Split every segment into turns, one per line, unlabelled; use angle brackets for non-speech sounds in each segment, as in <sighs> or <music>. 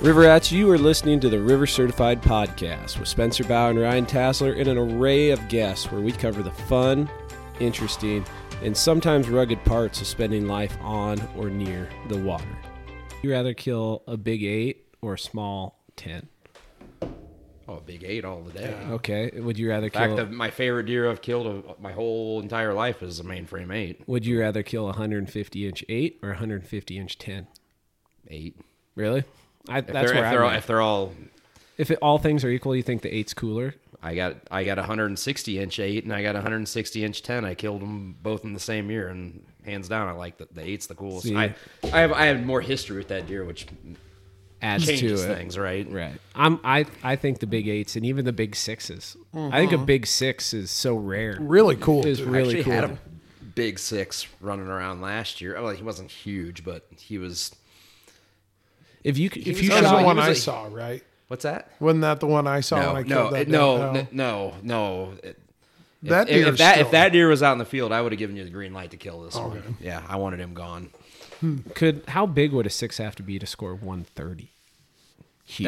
Riverats, you are listening to the River Certified Podcast with Spencer Bow and Ryan Tassler and an array of guests where we cover the fun, interesting, and sometimes rugged parts of spending life on or near the water. You rather kill a big eight or a small ten?
Oh, big eight all the day.
Okay. Would you rather
In
kill?
fact, the, my favorite deer I've killed of my whole entire life is a mainframe eight.
would you rather kill a 150 inch eight or a 150 inch ten?
Eight.
Really? I,
If
that's
they're,
where
if
I'm.
they're, all,
at.
if they're all,
if it, all things are equal, you think the eight's cooler?
I got I got a 160 inch eight and I got a 160 inch ten. I killed them both in the same year, and hands down, I like the, the eight's the coolest.
See.
I I have I have more history with that deer, which
Adds to it.
changes things, right?
Right. I'm I I think the big eights and even the big 6s I think a
Mm-hmm.
big six is so rare.
Really cool.
It's
dude.
really
Actually
cool.
had a big six running around last year. Oh, he wasn't huge, but he was.
if you c- if
was
you
on
That
shot-
was the
he
shot,
one
was
I
a-
saw, right?
What's that?
Wasn't that the one I
Oh,
saw when I
no,
killed that?
no,
deer?
n- no, no, It-
That
if,
deer's
if that
still-
if that deer was out in the field, I would have given you the green light to kill this
Oh,
one. Yeah, I wanted him gone.
could how big would a six have to be to score 130?
That'd be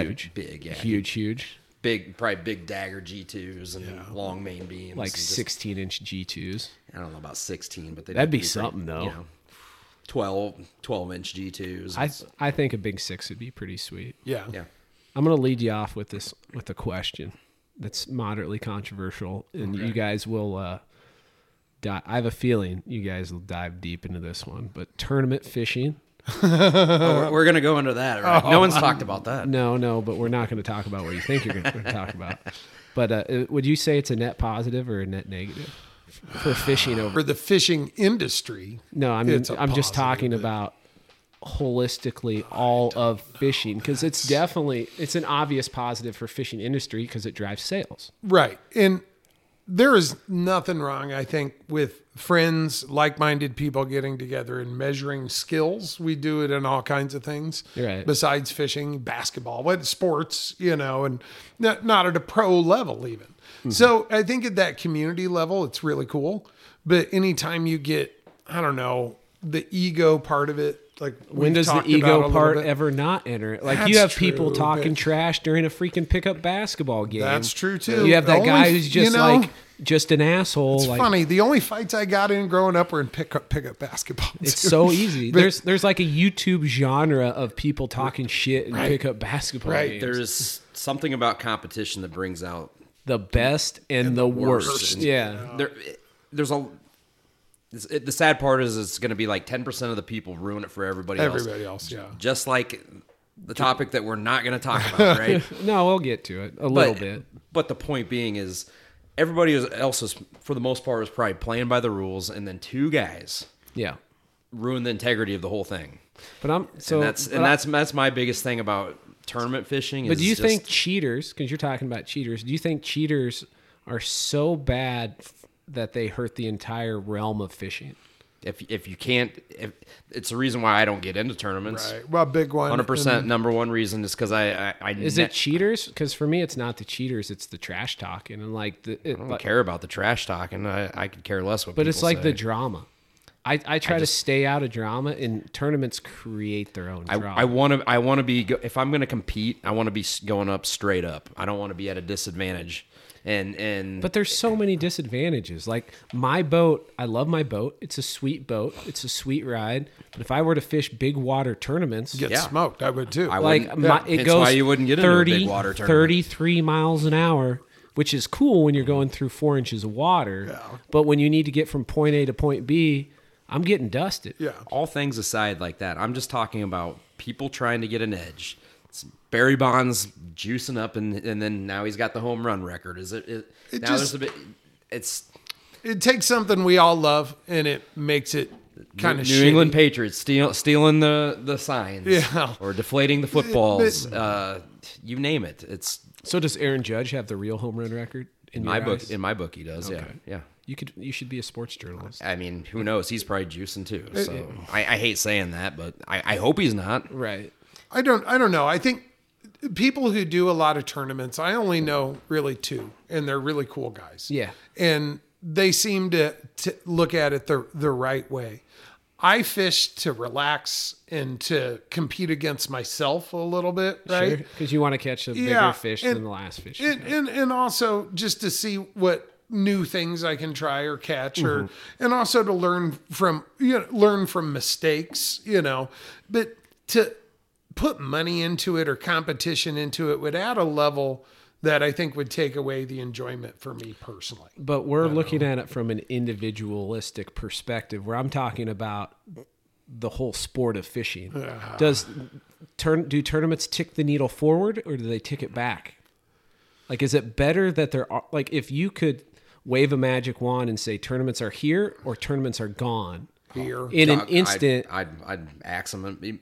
Huge,
big, yeah.
huge, huge,
Big, probably big dagger G twos and long main beams.
like
and just-
16 inch G2s.
I don't know about sixteen, but they'd
That'd
have to
be
pretty-
something, though.
You know, 12, 12 inch G twos.
I I think a big six would be pretty sweet.
Yeah.
yeah,
I'm gonna lead you off with this with a question that's moderately controversial, and you guys will. uh di I have a feeling you guys will dive deep into this one, but tournament fishing
Oh, we're, we're gonna go into that. Right?
Oh,
no one's talked about that.
No, no, but we're not going to talk about what you think you're going to talk about. But uh, uh, would you say it's a net positive or a net negative f- for fishing over?
For the fishing industry,
No, I mean
It's a
I'm just
positive,
talking
but-
about holistically all of fishing because it's definitely it's an obvious positive for fishing industry because it drives sales.
Right. And there is nothing wrong, I think, with friends, like minded people getting together and measuring skills. We do it in all kinds of things.
You're right.
Besides fishing, basketball, what sports, you know, and not, not at a pro level even.
Mm-hmm.
So I think at that community level, it's really cool. But anytime you get, I don't know, the ego part of it, like
When
we've
does the
talked about a
ego
little
part
bit.
ever not enter? Like you
That's
have people
true,
talking
but-
trash during a freaking pickup basketball game.
That's true, too.
You have that
Only
guy
f-
who's
you
just
know,
like just an asshole.
It's
like,
funny. The only fights I got in growing up were in pickup pickup basketball.
It's
too.
so easy.
But-
there's there's like a YouTube genre of people talking shit and pick up basketball games.
Right.
There's something about competition that brings out
the best and, the, worst. Yeah.
there there's a it's- it, the sad part is it's going to be like 10% of the people ruin it for everybody,
everybody
else
else. Yeah,
just like the topic that we're not going to
<laughs>
talk about right
No, we'll get to it a
but,
little bit.
but the point being is everybody else is for the most part is probably playing by the rules and then two guys
Yeah.
ruin the integrity of the whole thing
But I'm so
and that's
but
and
I-
that's that's my biggest thing about tournament fishing
But
is
do you
just-
think cheaters, because you're talking about cheaters, do you think cheaters are so bad f- that they hurt the entire realm of fishing?
If if you can't, if, it's the reason why I don't get into tournaments.
Right. Well, big one.
Hundred percent.
And
Number one reason is because I I, I
Is
ne-
it cheaters? Because for me, it's not the cheaters; it's the trash talking and like the. It,
I don't
but,
care about the trash talking. I I could care less what.
but it's
people
like the
say.
drama. I, I try to stay out of drama, and tournaments create their own
I,
drama.
I want to I want to be go- if I'm going to compete I want to be s- going up straight up I don't want to be at a disadvantage and and
But there's so many disadvantages. Like my boat, I love my boat. It's a sweet boat. It's a sweet ride. But if I were to fish big water tournaments,
Get
Yeah.
smoked. I would too.
I would-
like my, it
It's
goes
why you wouldn't get into a big
30,
water tournament.
33 miles an hour, which is cool when you're going through four inches of water. But when you need to get from point A to point B, I'm getting dusted.
yeah.
all things aside like that I'm just talking about people trying to get an edge it's Barry Bonds juicing up and and then now he's got the home run record is it, it,
It
now
just-
there's a bit it's
It takes something we all love and it makes it kind of
New England Patriots steal, stealing the the signs
Yeah.
<laughs> or deflating the footballs uh, you name it it's
So does Aaron Judge have the real home run record? In
my
your
book
eyes?
in my book he does yeah yeah
you could you should be a sports journalist.
I mean, who knows? He's probably juicing too.
Uh,
So I, I hate saying that, but I, I hope he's not.
Right.
I don't I don't know. I think people who do a lot of tournaments, I only know really two, and they're really cool guys.
Yeah.
And they seem to, to look at it the the right way. I fish to relax and to compete against myself a little bit, right?
Sure. Because you want to catch a bigger
Yeah,
fish
and-
than the last fish.
and, and and also just to see what new things I can try or catch or
Mm-hmm.
and also to learn from you know, learn from mistakes, you know. But to put money into it or competition into it would add a level that I think would take away the enjoyment for me personally.
but we're looking at it from an individualistic perspective where i'm talking about the whole sport of fishing does turn do tournaments tick the needle forward or do they tick it back like is it better that there are like if you could wave a magic wand and say tournaments are here or tournaments are gone
Here.
in an
I'd-
instant
I'd, I'd, I'd axe him and be-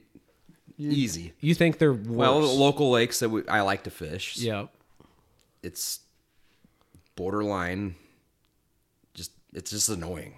easy.
you think they're worse
Well, the local lakes that we, I like to fish,
yeah
it's borderline. Just it's just annoying.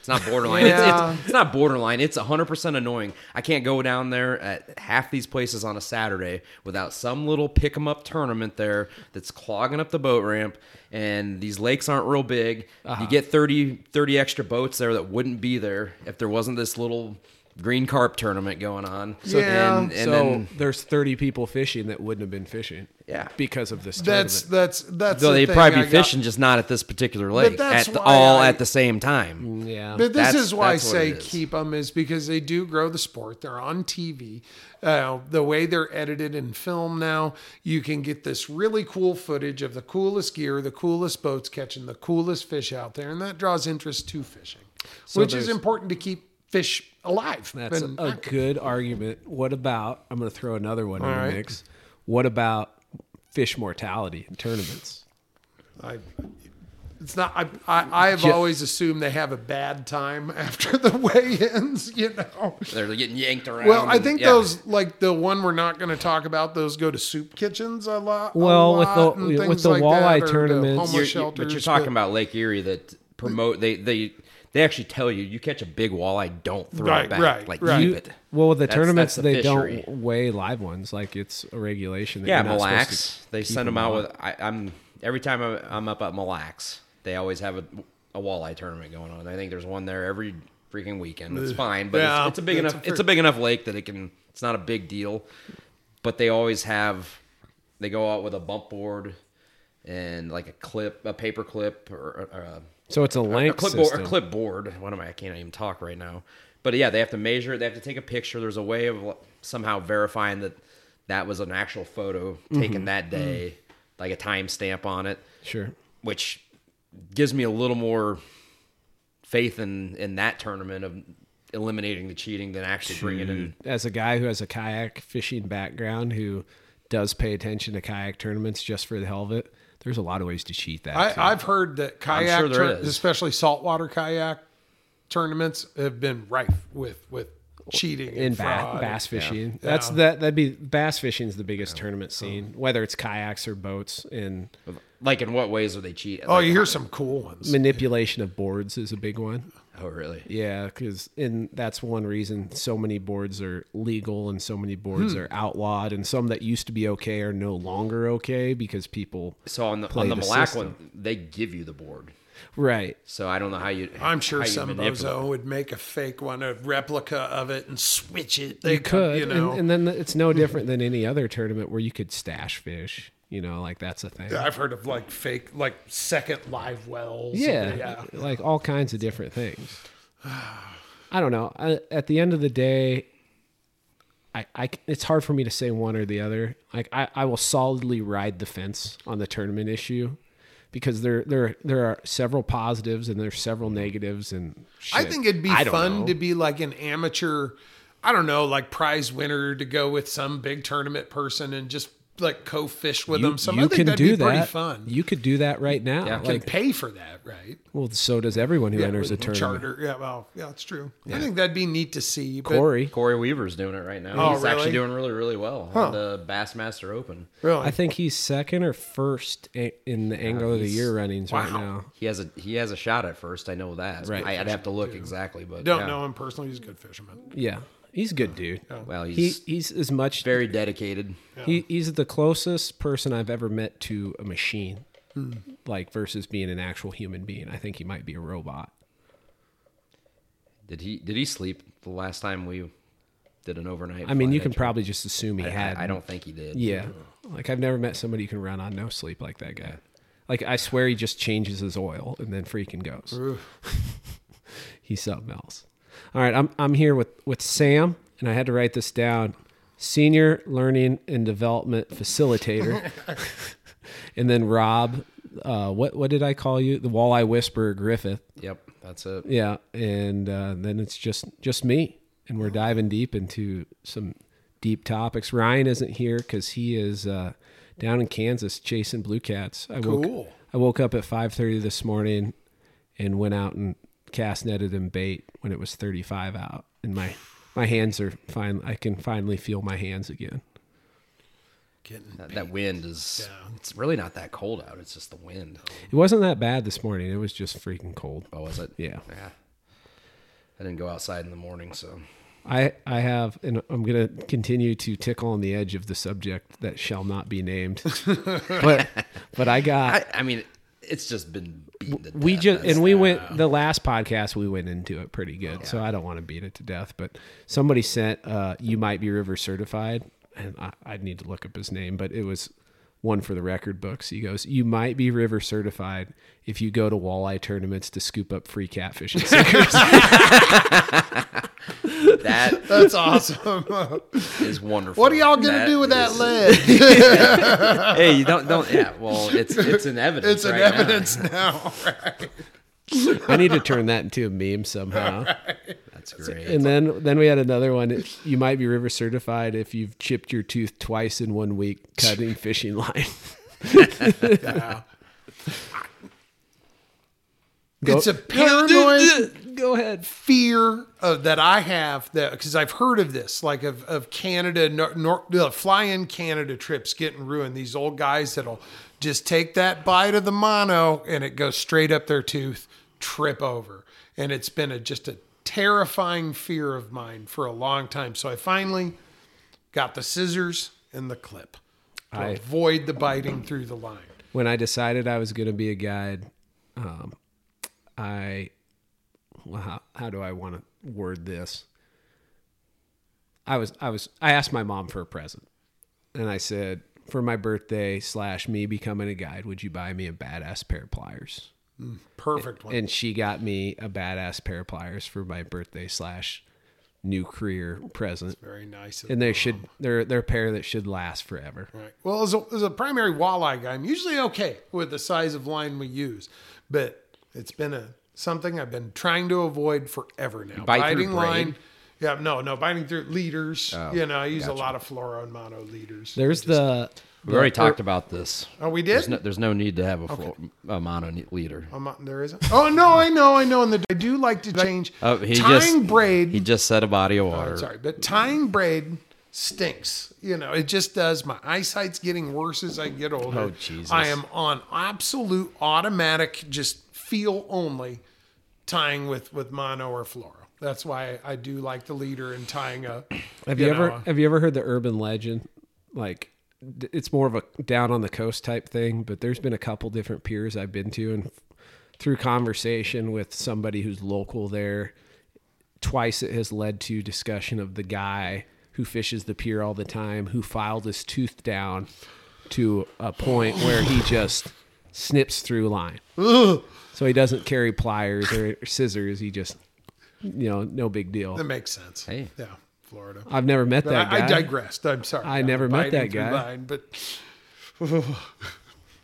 It's not borderline. it's, it's, it's not borderline. It's hundred percent annoying. I can't go down there at half these places on a Saturday without some little pick 'em up tournament there that's clogging up the boat ramp. And these lakes aren't real big. You get 30, 30 extra boats there that wouldn't be there if there wasn't this little green carp tournament going on. So,
Yeah.
and, and
so
then
there's 30 people fishing that wouldn't have been fishing
Yeah.
because of this
That's
tournament.
that's that's
so
the
they'd
thing
probably
I
be
got-
fishing, just not at this particular lake.
that's
At the,
why
all
I-
at the same time.
yeah
But this
That's-
is why I
that's what
say
it is.
keep them is because they do grow the sport. They're on TV. Uh, the way they're edited in film now, you can get this really cool footage of the coolest gear, the coolest boats catching the coolest fish out there, and that draws interest to fishing, which is
there's-
important to keep fish alive.
That's
and
a
active.
good argument. What about? I'm going to throw another one in
right.
the mix. What about fish mortality in tournaments?
I, it's not. I, I I have
Ju-
always assumed they have a bad time <laughs> after the weigh-ins. You know.
They're getting yanked around.
Well, I
and-
think
yeah.
those like the one we're not going to talk about. Those go to soup kitchens a lot. a
Well, with the-
lot and
with
things
the
like
walleye
that, or to
tournaments-
homeless
You're-
You're-
shelters,
but you're talking about Lake Erie that promote they they they actually tell you you catch a big walleye, don't throw
Right,
it back.
right,
like
right.
keep
You-
it.
well, with the
That's-
tournaments,
that's the
they
fishery.
don't weigh live ones. Like it's a regulation. That
Yeah,
you're not
Mille
supposed to
Lacs. They
keep
send them out
on.
with I, I'm every time I'm, I'm up at Mille Lacs, they always have a, a walleye tournament going on. I think there's one there every freaking weekend. It's fine, but
Yeah,
it's, it's a big
it's
enough
a
it's a big enough lake that it can. It's not a big deal, but they always have. They go out with a bump board and like a clip, a paper clip, or, uh, or a
So it's a
a
length
clipboard, a
system.
clipboard. What am I? I can't even talk right now. But yeah, they have to measure. it. They have to take a picture. There's a way of like, somehow verifying that that was an actual photo taken
Mm-hmm.
that day, like a timestamp on it,
Sure.
which gives me a little more faith in in that tournament of eliminating the cheating than actually bringing in.
As a guy who has a kayak fishing background, who does pay attention to kayak tournaments just for the hell of it, there's a lot of ways to cheat that. too.
I, I've heard that kayak,
sure there
tour-
is.
especially saltwater kayak tournaments, have been rife with with cheating
in
and
ba-
fraud.
bass fishing. Oh. That's that. That'd be bass fishing's the biggest tournament scene, whether it's kayaks or boats. And
Like, in what ways are they cheating?
Oh, you hear some cool ones.
Manipulation of boards is a big one.
Oh, really?
Yeah, because and that's one reason so many boards are legal and so many boards are outlawed, and some that used to be okay are no longer okay because people.
So on the
Play
on the,
the
black
system.
one, they give you the board.
Right.
So I don't know how you.
I'm sure
how you
some
manipulate-
bozo would make a fake one, a replica of it, and switch it. They
you could,
you know.
and, and then it's no different than any other tournament where you could stash fish. You know, like that's a thing.
I've heard of like fake, like second live wells.
yeah,
yeah.
<laughs> like all kinds of different
<sighs>
things. I don't know. I, at the end of the day, I, I c- it's hard for me to say one or the other. Like I, I will solidly ride the fence on the tournament issue because there there there are several positives and there's several negatives and
I
shit.
think it'd be
I don't
fun
know.
to be like an amateur, I don't know, like prize winner to go with some big tournament person and just like co-fish with them. So I think that'd be pretty fun. You
You could do that right now.
can
like,
pay for that, right?
well, so does everyone who enters a
With
tournament.
Charter. Yeah, well, yeah, it's true. I think that'd be neat to see. But
Corey,
Corey Weaver's doing it right now.
Oh,
He's actually
really?
doing really, really well on the Bassmaster Open.
really,
I think he's second or first a- in the angler of the year runnings right now.
He has a he has a shot at first. I know that.
Right.
I, would have to look exactly, but
don't
yeah.
know him personally. He's a good fisherman.
Yeah, he's a good dude.
Well,
He
he's
he's as much
very dedicated.
he, he's the closest person I've ever met to a machine,
Hmm.
like versus being an actual human being. I think he might be a robot.
Did he did he sleep the last time we did an overnight?
I mean,
flight?
you can probably just assume he had.
I, I don't think he did.
Yeah, like I've never met somebody who can run on no sleep like that guy. Like I swear he just changes his oil and then freaking goes. <laughs> He's something else. All right, I'm I'm here with with Sam, and I had to write this down. Senior learning and development facilitator, <laughs> and then Rob. Uh, what what did I call you? The Walleye Whisperer Griffith.
Yep. That's it.
Yeah, and uh, then it's just just me, and we're diving deep into some deep topics. Ryan isn't here because he is uh, down in Kansas chasing blue cats. I woke
Cool.
I woke up at five thirty this morning and went out and cast netted and bait when it was thirty five out, and my my hands are fine. I can finally feel my hands again.
Getting
That, that wind is. It's really not that cold out. It's just the wind.
It wasn't that bad this morning. It was just freaking cold.
Oh, was it?
Yeah.
Yeah. I didn't go outside in the morning, so
I I have, and I'm gonna continue to tickle on the edge of the subject that shall not be named. but but I got
I, I mean, it's just been beaten to
we
death.
just
That's-
and we went the last podcast we went into it pretty good, so I don't want to beat it to death. But somebody sent uh, you might be river certified, and I, I'd need to look up his name, but it was one for the record books. He goes, you might be river certified if you go to walleye tournaments to scoop up free catfish and suckers.
that
That's awesome.
is wonderful.
what are y'all gonna do with that
is- <laughs>
lead? <laughs>
Hey, you don't don't. Yeah, well, it's it's an evidence.
It's an
right now.
evidence now.
I need to turn that into a meme somehow.
That's great.
And then then we had another one. You might be river certified if you've chipped your tooth twice in one week cutting fishing line.
It's a paranoid
Go ahead.
fear of, that I have that because I've heard of this, like of of Canada, nor, nor, uh, fly in Canada trips getting ruined. These old guys that'll just take that bite of the mono and it goes straight up their tooth, trip over, and it's been a just a terrifying fear of mine for a long time. So I finally got the scissors and the clip to
I-
avoid the biting through the line.
When I decided I was going to be a guide, um, I well, how, how do I want to word this? I was I was I asked my mom for a present, and I said for my birthday slash me becoming a guide, would you buy me a badass pair of pliers?
Perfect one.
and she got me a badass pair of pliers for my birthday slash new career present.
Very nice. of
And they should they're they're a pair that should last forever.
Right. Well, as a, as a primary walleye guy, I'm usually okay with the size of line we use, but it's been a something I've been trying to avoid forever now.
bite through Oh, braid?
Yeah, no, no, biting through leaders. you know, I use a lot of fluoro and mono leaders.
There's the
we already talked about this.
oh, we
There's
did.
no, there's no need to have a, full, a mono leader.
Um, there isn't. Oh no, I know, I know. And the, I do like to change
Oh, he
tying
just-
braid.
He just said a body of water.
sorry, but tying braid stinks. You know, it just does. My eyesight's getting worse as I get older.
Oh, Jesus.
I am on absolute automatic, just feel only tying with with mono or floral. That's why I do like the leader and tying up.
Have you,
know,
ever
uh,
have you ever heard the urban legend? Like d- it's more of a down on the coast type thing, but there's been a couple different piers I've been to and through conversation with somebody who's local there, twice it has led to discussion of the guy who fishes the pier all the time who filed his tooth down to a point where he just snips through line. So he doesn't carry pliers or scissors, he just you know, no big
That
deal.
makes sense.
Hey.
Yeah, Florida.
I've never met
But
that
I, I
guy.
digressed. I'm sorry.
I
I'm
never met
biting
that
through
guy.
mine, but
<laughs>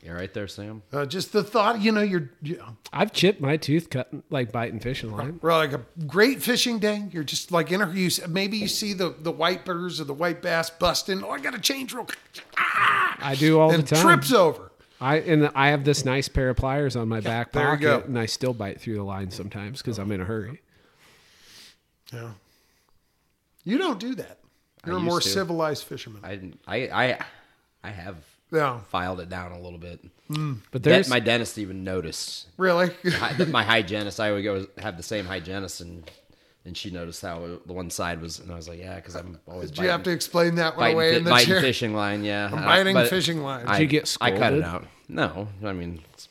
Yeah, right there, Sam.
uh, just the thought, you know, you're, you know,
I've chipped my tooth cutting like biting fishing line.
Well, like a great fishing day. You're just like in a you, s- maybe you see the the white birds or the white bass busting. Oh, I gotta change real quick. Ah!
I do all
and
the time.
trips over.
I and I have this nice pair of pliers on my back
there you
pocket,
go.
and I still bite through the line sometimes because I'm in a hurry.
Yeah. You don't do that. You're a
used
more
to.
civilized fisherman.
I didn't. I I I have
yeah.
filed it down a little bit.
But
That
there's
my dentist even noticed. <laughs>
Really?
I, that my hygienist, I would go have the same hygienist, and and she noticed how the one side was, and I was like, yeah, because I'm always.
<laughs> Did
biting,
you have to explain that one
biting,
away
fi-
in the
biting
chair?
fishing line?
<laughs>
Yeah, I'm
biting fishing line.
I,
Did you get
I cut
scolded?
it out. No, I mean it's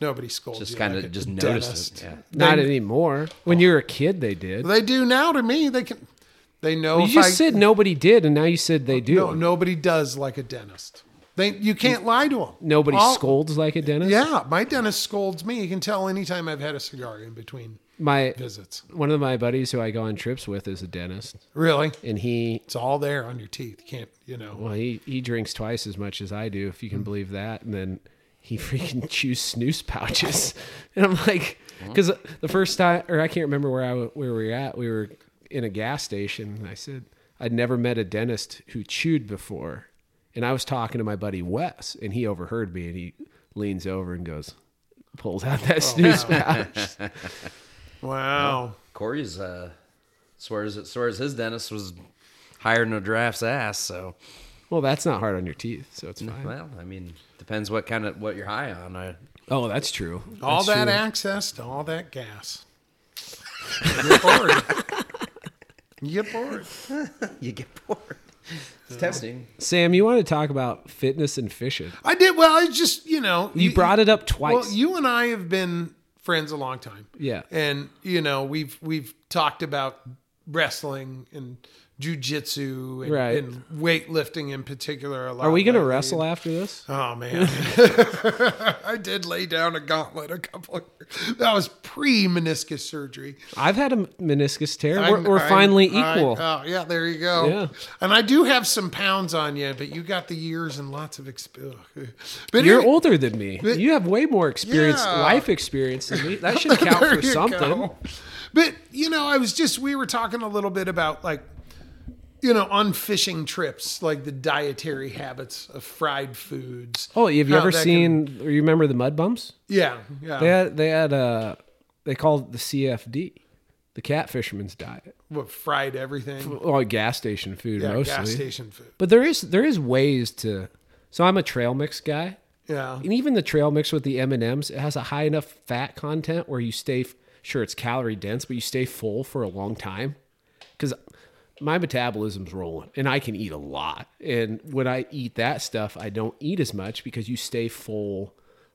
Nobody scolds
just
you
kind of
like a
just
dentist.
noticed it. Yeah.
not anymore. When you were a kid, they did.
They do now to me. They can. They know.
You
if
just
I,
said nobody did, and now you said they do.
no. Nobody does like a dentist. They you can't lie to them.
Nobody
All-
scolds like a dentist.
Yeah, my dentist scolds me. He can tell anytime I've had a cigar in between
my
visits.
one of my buddies who I go on trips with is a dentist,
Really?
and he
It's all there on your teeth. You can't, you know.
Well, he, he drinks twice as much as I do, if you
Hmm.
can believe that. And then he <laughs> freaking chews snooze pouches. <laughs> And I'm like, because the first time, or I can't remember where I w- where we were at, we were in a gas station. And I said, I'd never met a dentist who chewed before. And I was talking to my buddy Wes, and he overheard me, and he leans over and goes, pulls out
Oh,
that snooze pouch. <laughs>
Wow.
Corey's uh, swears it swears his dentist was higher than a giraffe's ass. So
Well, that's not hard on your teeth, so it's fine.
well, I mean depends what kind of what you're high on. I,
Oh, that's true.
all
That's
that
true.
access to all that gas. You get bored. you get bored.
you get bored. It's testing.
Sam, you want to talk about fitness and fishing?
I did well. I just, you know,
You brought it up twice.
Well, you and I have been friends a long time.
Yeah.
And you know, we've we've talked about wrestling and jujitsu and,
Right.
and weightlifting in particular a lot.
Are we gonna
lately.
wrestle after this?
Oh man, <laughs> I did lay down a gauntlet a couple. Of years. That was pre meniscus surgery.
I've had a m- meniscus tear. We're,
I'm-
we're
I'm-
finally
I-
equal.
oh yeah, there you go.
Yeah.
and I do have some pounds on you, but you got the years and lots of experience. But
You're
anyway-
older than me. You have way more experience,
Yeah.
life experience than me. <laughs> That should count
<laughs> There
for
you
something.
go. But you know, I was just we were talking a little bit about like you know on fishing trips, like the dietary habits of fried foods.
Oh, have you
how
ever
that can-
seen? or you remember the mud bumps?
yeah, yeah.
They had they had a they called it the CFD, the catfisherman's diet.
What fried everything?
Well, gas station food
Yeah,
mostly.
gas station food.
But there is there is ways to. So I'm a trail mix guy.
Yeah.
and even the trail mix with the m&ms it has a high enough fat content where you stay f- sure it's calorie dense but you stay full for a long time because my metabolism's rolling and i can eat a lot and when i eat that stuff i don't eat as much because you stay full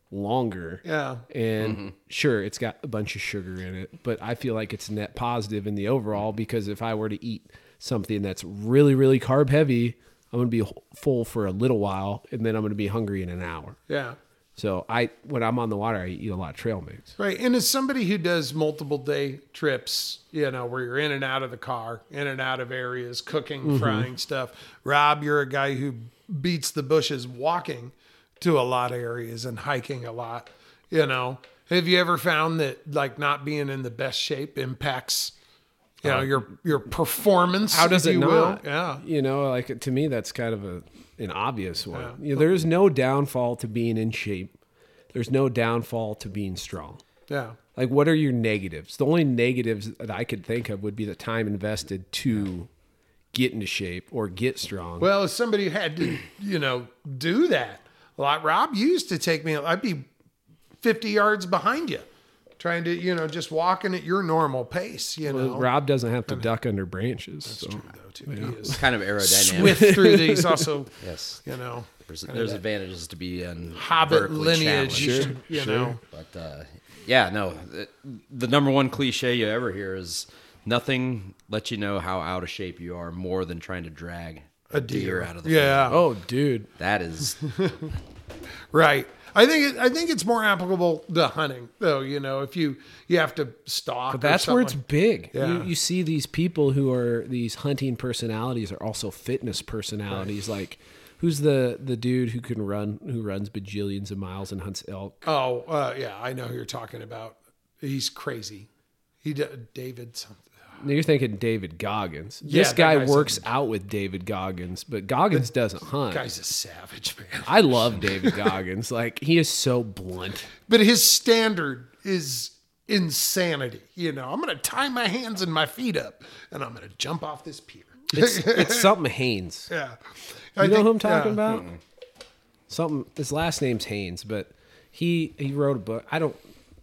longer
Yeah.
and sure it's got a bunch of sugar in it but i feel like it's net positive in the overall because if i were to eat something that's really really carb heavy i'm going to be h- full for a little while and then i'm going to be hungry in an hour
Yeah.
so I, when I'm on the water, I eat a lot of trail mix.
Right. And as somebody who does multiple day trips, you know, where you're in and out of the car, in and out of areas, cooking,
Mm-hmm.
frying stuff, Rob, you're a guy who beats the bushes walking to a lot of areas and hiking a lot, you know. Have you ever found that like not being in the best shape impacts you know your your performance?
Uh, How does
if
it
you
not?
Will? Yeah.
You know, like to me, that's kind of a an obvious one. You know, there is no downfall to being in shape. There's no downfall to being strong.
Yeah.
Like, what are your negatives? The only negatives that I could think of would be the time invested to get into shape or get strong.
Well, as somebody who had to, <clears throat> you know, do that, like Rob used to take me, I'd be 50 yards behind you, trying to, you know, just walking at your normal pace, you know.
Rob doesn't have to duck under branches. So.
Though, too. He is
kind of aerodynamic.
Swift through these, also,
Yes.
you know,
There's, there's advantages to be in
Hobbit
vertically
lineage,
challenged.
you know.
But uh, yeah, no, the, the number one cliche you ever hear is nothing lets you know how out of shape you are more than trying to drag a, deer. out of the
Yeah.
Oh, dude.
That is
Right. I think it, I think it's more applicable to hunting though. You know, if you you have to stalk.
But that's
or
where it's
something.
big.
Yeah.
You, you see these people who are these hunting personalities are also fitness personalities. Like, who's the the dude who can run, who runs bajillions of miles and hunts elk?
Oh uh, yeah, I know who you're talking about. He's crazy. He d- David something.
Now you're thinking David Goggins.
Yeah,
this
that
guy
guy's
works out with David Goggins, but Goggins doesn't hunt.
Guy's a savage man.
I love David Goggins. Like he is so blunt.
But his standard is insanity. You know, I'm gonna tie my hands and my feet up, and I'm gonna jump off this pier.
It's,
<laughs>
it's something Haynes. You
Yeah. I
know
think-
who I'm talking
yeah.
about? Something. His last name's Haynes, but he he wrote a book. I don't.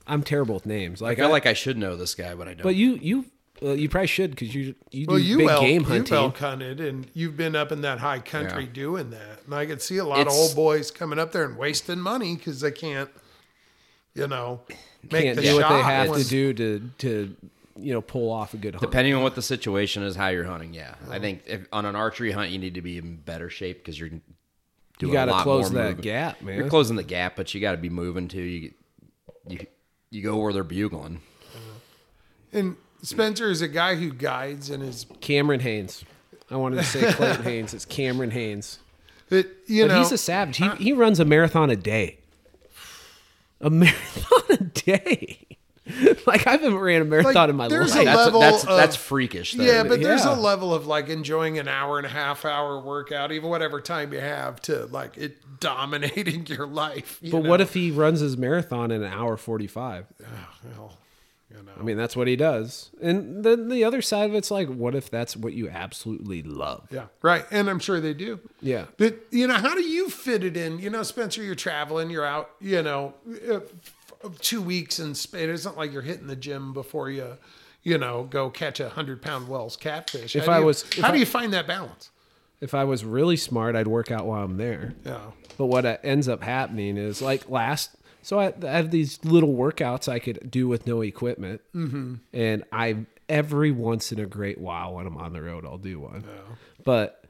I'm terrible with names.
I
Like
feel like I should know this guy, but I don't.
But you you well, you probably should because you you do
Well, you
big
elk,
game
you've
hunting.
elk hunted, and you've been up in that high country
Yeah.
doing that. And I could see a lot of
It's-
old boys coming up there and wasting money because they can't, you know, make
Can't
the
do what
shot.
they have
when-
to do to to you know pull off a good hunt.
depending on what the situation is, how you're hunting, yeah, I think if, on an archery hunt you need to be in better shape because you're doing
you
got
got
to
to close that gap, man.
You're closing the gap, but you got to be moving too. You you you go where they're bugling.
And Spencer is a guy who guides and is,
Cameron Haynes. I wanted to
<laughs>
say Clayton Haynes. It's Cameron Haynes.
it, you
But
know,
he's a savage. He, he runs a marathon a day. A <laughs> marathon a day. <laughs> like I haven't ran a marathon
Like,
in my
there's
life.
a
That's
level
that's
of-
that's freakish. Though.
yeah, but there's a
yeah.
level of like enjoying an hour and a half hour workout, even whatever time you have, to like it dominating <laughs> your life. you
but what
know?
if he runs his marathon in an hour forty five?
Well, you know.
I mean, that's what he does. And then the other side of it's like, what if that's what you absolutely love?
Yeah, right. And I'm sure they do.
Yeah.
But, you know, how do you fit it in? You know, Spencer, you're traveling, you're out, you know, uh, f- two weeks in Spain. It's not like you're hitting the gym before you, you know, go catch a hundred pound Wells catfish.
If
How do
I
you-
was- if
how do
I-
you find that balance?
If I was really smart, I'd work out while I'm there.
Yeah.
But what uh, ends up happening is like last, so I, I have these little workouts I could do with no equipment, mm-hmm. and I every once in a great while when I'm on the road, I'll do one. But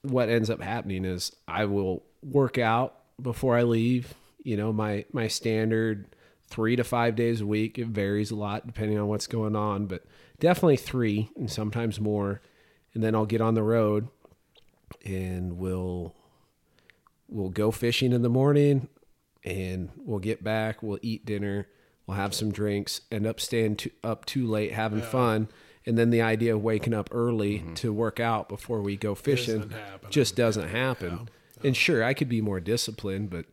what ends up happening is I will work out before I leave. You know, my my standard three to five days a week. It varies a lot depending on what's going on, but definitely three and sometimes more. And then I'll get on the road and we'll we'll go fishing in the morning and we'll get back we'll eat dinner we'll have some drinks end up staying too, up too late having fun and then the idea of waking up early to work out before we go fishing just doesn't happen and sure i could be more disciplined but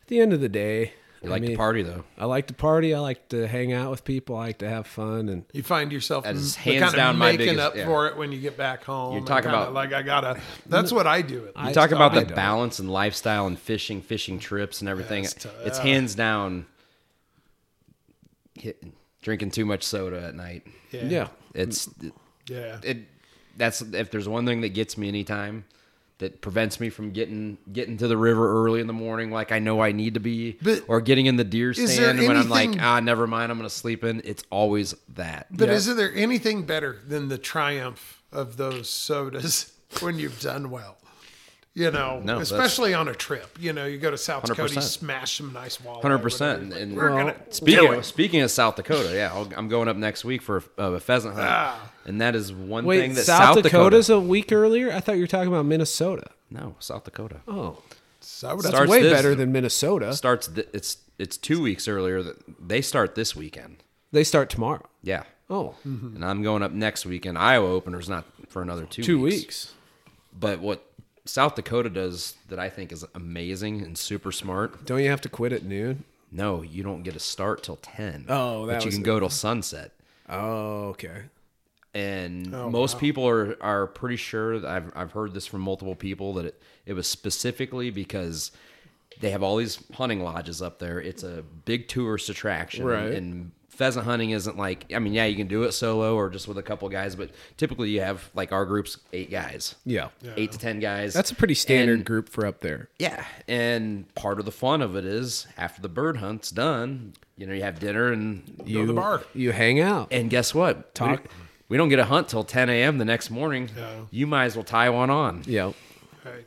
at the end of the day
You
I
like to
mean,
party though.
i like to party i like to hang out with people i like to have fun and
You find yourself
That is
m-
hands
kind of
down my
making
biggest-
up
yeah.
for it when you get back home.
You
and
talk
kinda
about-
like I gotta. That's what I do.
I-
I,
You talk about
I
the
don't.
balance and lifestyle and fishing, fishing trips and everything.
That's t-
it's
uh.
hands down hit, drinking too much soda at night.
yeah,
yeah,
It's
yeah.
it. That's if there's one thing that gets me anytime that prevents me from getting getting to the river early in the morning, like I know I need to be,
But
or getting in the deer
there
stand when I'm like,
anything-
ah, never mind, I'm gonna sleep in. It's always that.
But isn't there anything better than the triumph of those sodas <laughs> when you've done well? You know,
No, that's-
especially on a trip. You know, you go to South Dakota, you
100%.
smash some nice walleye.
Hundred percent. And
We're gonna
speaking
do
of, speaking of South Dakota, yeah, I'll, I'm going up next week for a, a pheasant hunt,
Ah.
and that is one
wait
thing that
south,
South, Dakota.
dakota's a week earlier i thought you were talking about minnesota
no, South Dakota
oh
soda.
that's
Starts
way
this-
better than minnesota
starts. Th- it's it's two weeks earlier that they start this weekend.
they start tomorrow
Yeah,
Oh, two
and I'm going up next weekend. Iowa opener's not for another two
weeks.
But what South Dakota does that I think is amazing and super smart.
Don't you have to quit at noon?
No, you don't get a start till ten.
Oh, that
but you
was
can
it.
go till sunset.
Oh, okay.
and most people are are pretty sure that I've I've heard this from multiple people that it, it was specifically because they have all these hunting lodges up there. It's a big tourist attraction,
Right.
And pheasant hunting isn't like I mean, yeah, you can do it solo or just with a couple guys, but typically you have like our group's eight guys,
Yeah.
eight to ten guys.
That's a pretty standard
And-
group for up there.
yeah, and part of the fun of it is after the bird hunt's done, you know, you have dinner and
You
the bar.
you hang out.
and guess what? We,
Talk.
don't- we don't get a hunt till 10 a.m. the next morning.
No.
You might as well tie one on.
yeah.
Right.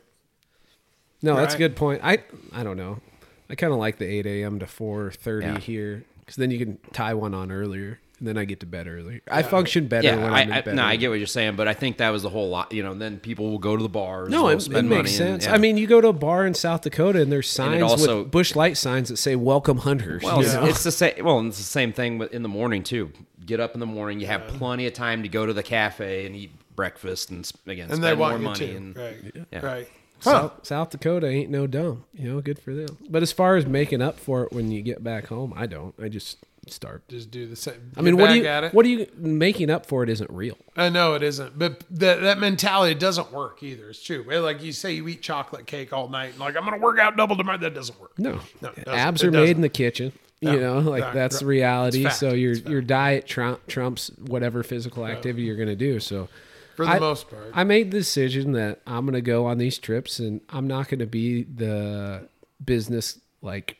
No, that's a
Right.
good point. I I don't know. I kind of like the eight a.m. to four thirty
Yeah.
here because then you can tie one on earlier, and then I get to bed earlier. I function better
Yeah,
when
I,
I'm in
I,
bed.
no, I
early.
get what you're saying, but I think that was the whole lot. You know, then people will go to the bars.
No,
they'll
it, it
spend
makes
money and-
sense.
yeah.
I mean, you go to a bar in South Dakota and there's signs
it also-
with bush light signs that say "Welcome Hunters."
well,
you
it's,
know?
it's the same. Well, and it's the same thing with- in the morning too. Get up in the morning. You have plenty of time to go to the cafe and eat breakfast, and sp- again,
And
spend
they want
more
you
money.
to.
and-
right.
Yeah.
Right. Huh.
South, South Dakota ain't no dumb. You know, good for them. But as far as making up for it when you get back home, I don't. I just start.
Just do the same.
I mean, what do
back
you?
At it.
What do you? Making up for it isn't real.
I know it isn't, but that that mentality doesn't work either. It's true. Eh, Like you say, you eat chocolate cake all night, and like I'm gonna work out double tomorrow. That doesn't work.
No,
No, it doesn't.
abs
It
are made
doesn't.
in the kitchen.
No,
you know, like
fact,
that's
right.
the reality.
It's fact,
So your
it's fact.
your diet trump, trumps whatever physical activity you're going to do. So
For the
I-
most part.
I made the decision that I'm going to go on these trips and I'm not going to be the business like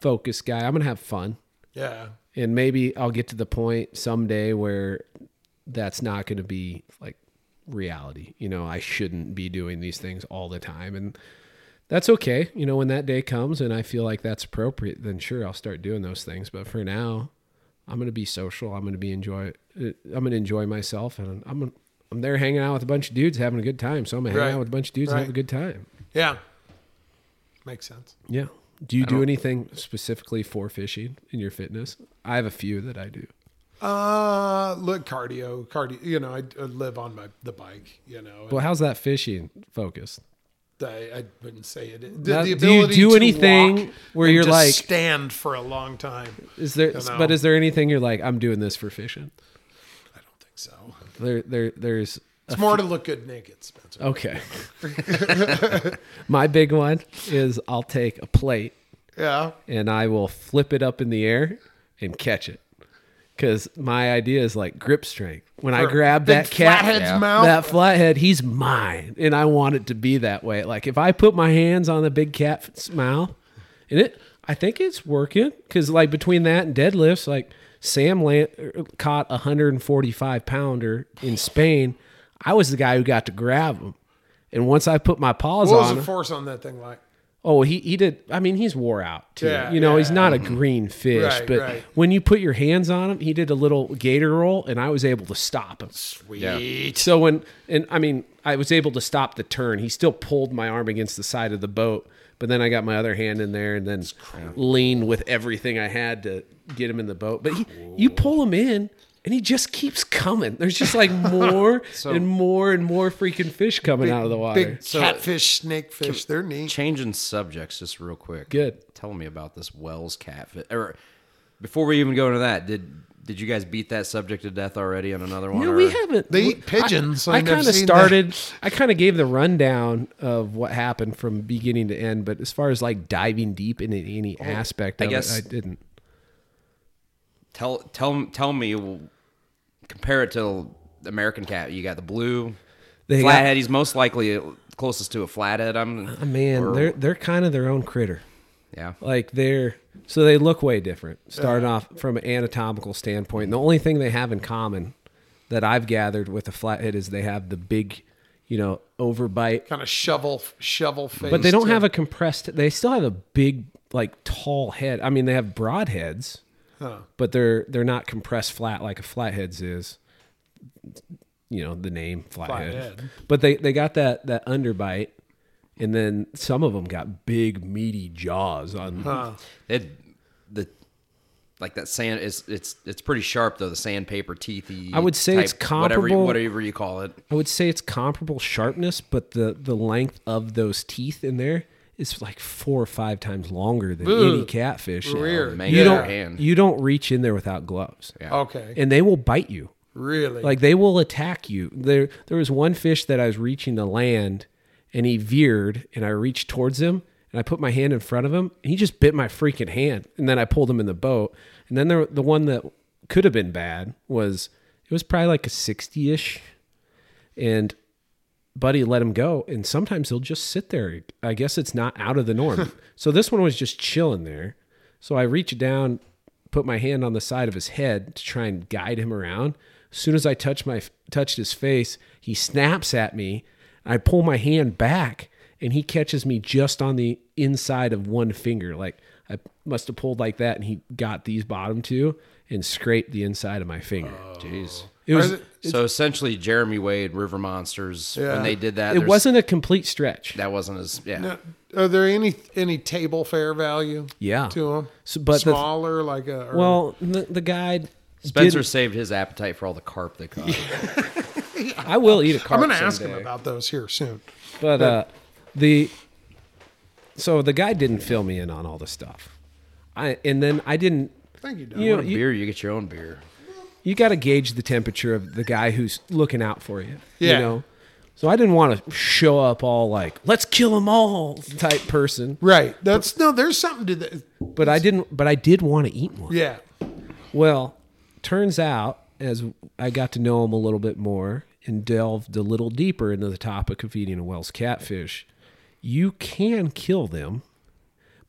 focused guy. I'm going to have fun
yeah.
and maybe I'll get to the point someday where that's not going to be like reality. You know, I shouldn't be doing these things all the time and that's okay. You know, when that day comes and I feel like that's appropriate, then sure, I'll start doing those things, but for now, I'm going to be social. I'm going to be enjoy uh, I'm going to enjoy myself and I'm gonna, I'm there hanging out with a bunch of dudes having a good time. So I'm going to hang
Right.
out with a bunch of dudes and have a
Right.
good time.
Yeah. Makes sense.
Yeah. Do you do anything specifically for fishing in your fitness? I have a few that I do.
Uh, look, cardio, cardio. You know, I, I live on my the bike. You know,
Well, how's that fishing focused?
I, I wouldn't say it. The,
Now,
the
do you
ability
do
to
anything
walk
where
and
you're
just
like-
stand for a long <laughs> time?
Is there?
Dunno.
But is there anything you're like? I'm doing this for fishing.
I don't think so.
There, there, there's.
It's more to look good naked, Spencer.
Okay. <laughs> My big one is I'll take a plate
Yeah.
and I will flip it up in the air and catch it. Because my idea is like grip strength. When I
For
grab
big
that cat,
flathead's mouth.
that flathead, he's mine, and I want it to be that way. Like if I put my hands on the big cat's mouth, and it, I think it's working. Because like between that and deadlifts, like Sam Lan- er, caught a 145 pounder in Spain. I was the guy who got to grab him, and once I put my paws
What was
on,
the
him,
force on that thing like?
Oh, he he did. I mean, he's wore out too.
Yeah,
you know, he's
yeah.
not a green fish,
Right,
but
right.
when you put your hands on him, he did a little gator roll, and I was able to stop him.
Sweet.
So when and I mean, I was able to stop the turn. He still pulled my arm against the side of the boat, but then I got my other hand in there and then leaned with everything I had to get him in the boat. But he, you pull him in. And he just keeps coming. There's just
<laughs>
like more and more and more freaking fish coming out of the water.
Big catfish, snakefish. They're neat.
Changing subjects just real quick.
Good.
Tell me about this Wells catfish. Or before we even go into that, did did you guys beat that subject to death already on another one?
No,
or-
we haven't.
They
we-
eat pigeons, so
I,
I've never
kind of
seen
started. I kind of gave the rundown of what happened from beginning to end, but as far as like diving deep into any aspect,
I
of
guess-
it, I didn't.
Tell tell tell me. Compare it to the American cat. You got the blue
They got-
flathead. He's most likely closest to a flathead. I'm.
Oh, man,
or-
they're they're kind of their own critter.
yeah.
Like they're so they look way different. Starting off from an anatomical standpoint, and the only thing they have in common that I've gathered with a flathead is they have the big, you know, overbite
Kind of shovel, shovel face.
But they don't have a compressed. They still have a big, like tall head. I mean, they have broad heads, but they're they're not compressed flat like a flathead's is. You know the name flathead.
Flathead.
But they they got that that underbite, and then some of them got big meaty jaws on.
uh,
It the like that sand is it's it's pretty sharp though the sandpaper teethy.
I would say it's
whatever you-
comparable-
whatever you call it.
I would say it's comparable sharpness, but the the length of those teeth in there is like four or five times longer than any catfish.
Weird.
Man,
You
yeah.
don't
hand.
you don't reach in there without gloves.
Okay.
and they will bite you.
Really?
Like they will attack you. There there was one fish that I was reaching to land and he veered and I reached towards him and I put my hand in front of him and he just bit my freaking hand and then I pulled him in the boat. And then there, the one that could have been bad was it was probably like a 60ish and buddy let him go and sometimes he'll just sit there. I guess it's not out of the norm. so this one was just chilling there. So I reached down put my hand on the side of his head to try and guide him around. As soon as I touched my touched his face, he snaps at me. I pull my hand back, and he catches me just on the inside of one finger. Like I must have pulled like that, and he got these bottom two and scraped the inside of my finger.
Jeez.
It was.
it-
So essentially, Jeremy Wade, River Monsters,
Yeah.
when they did that,
It
there's-
wasn't a complete stretch.
That wasn't as yeah.
Now, are there any any table fare value?
Yeah.
To them,
So- but the-
smaller, like a or-
Well, the, the guide.
Spencer
didn't-
saved his appetite for all the carp they caught.
I will eat a
I'm
carp.
going to ask him
someday.
about those here soon.
But uh, the so the guy didn't fill me in on all the stuff. I and then I didn't.
Thank you, Don.
You know,
Want a
you,
beer, you get your own beer.
you got to gauge the temperature of the guy who's looking out for you.
Yeah.
You know. So I didn't want to show up all like "let's kill them all" type person,
Right. That's no. There's something to that.
but I didn't. But I did want to eat one.
Yeah.
Well, turns out as I got to know him a little bit more and delved a little deeper into the topic of eating a Wells catfish, you can kill them,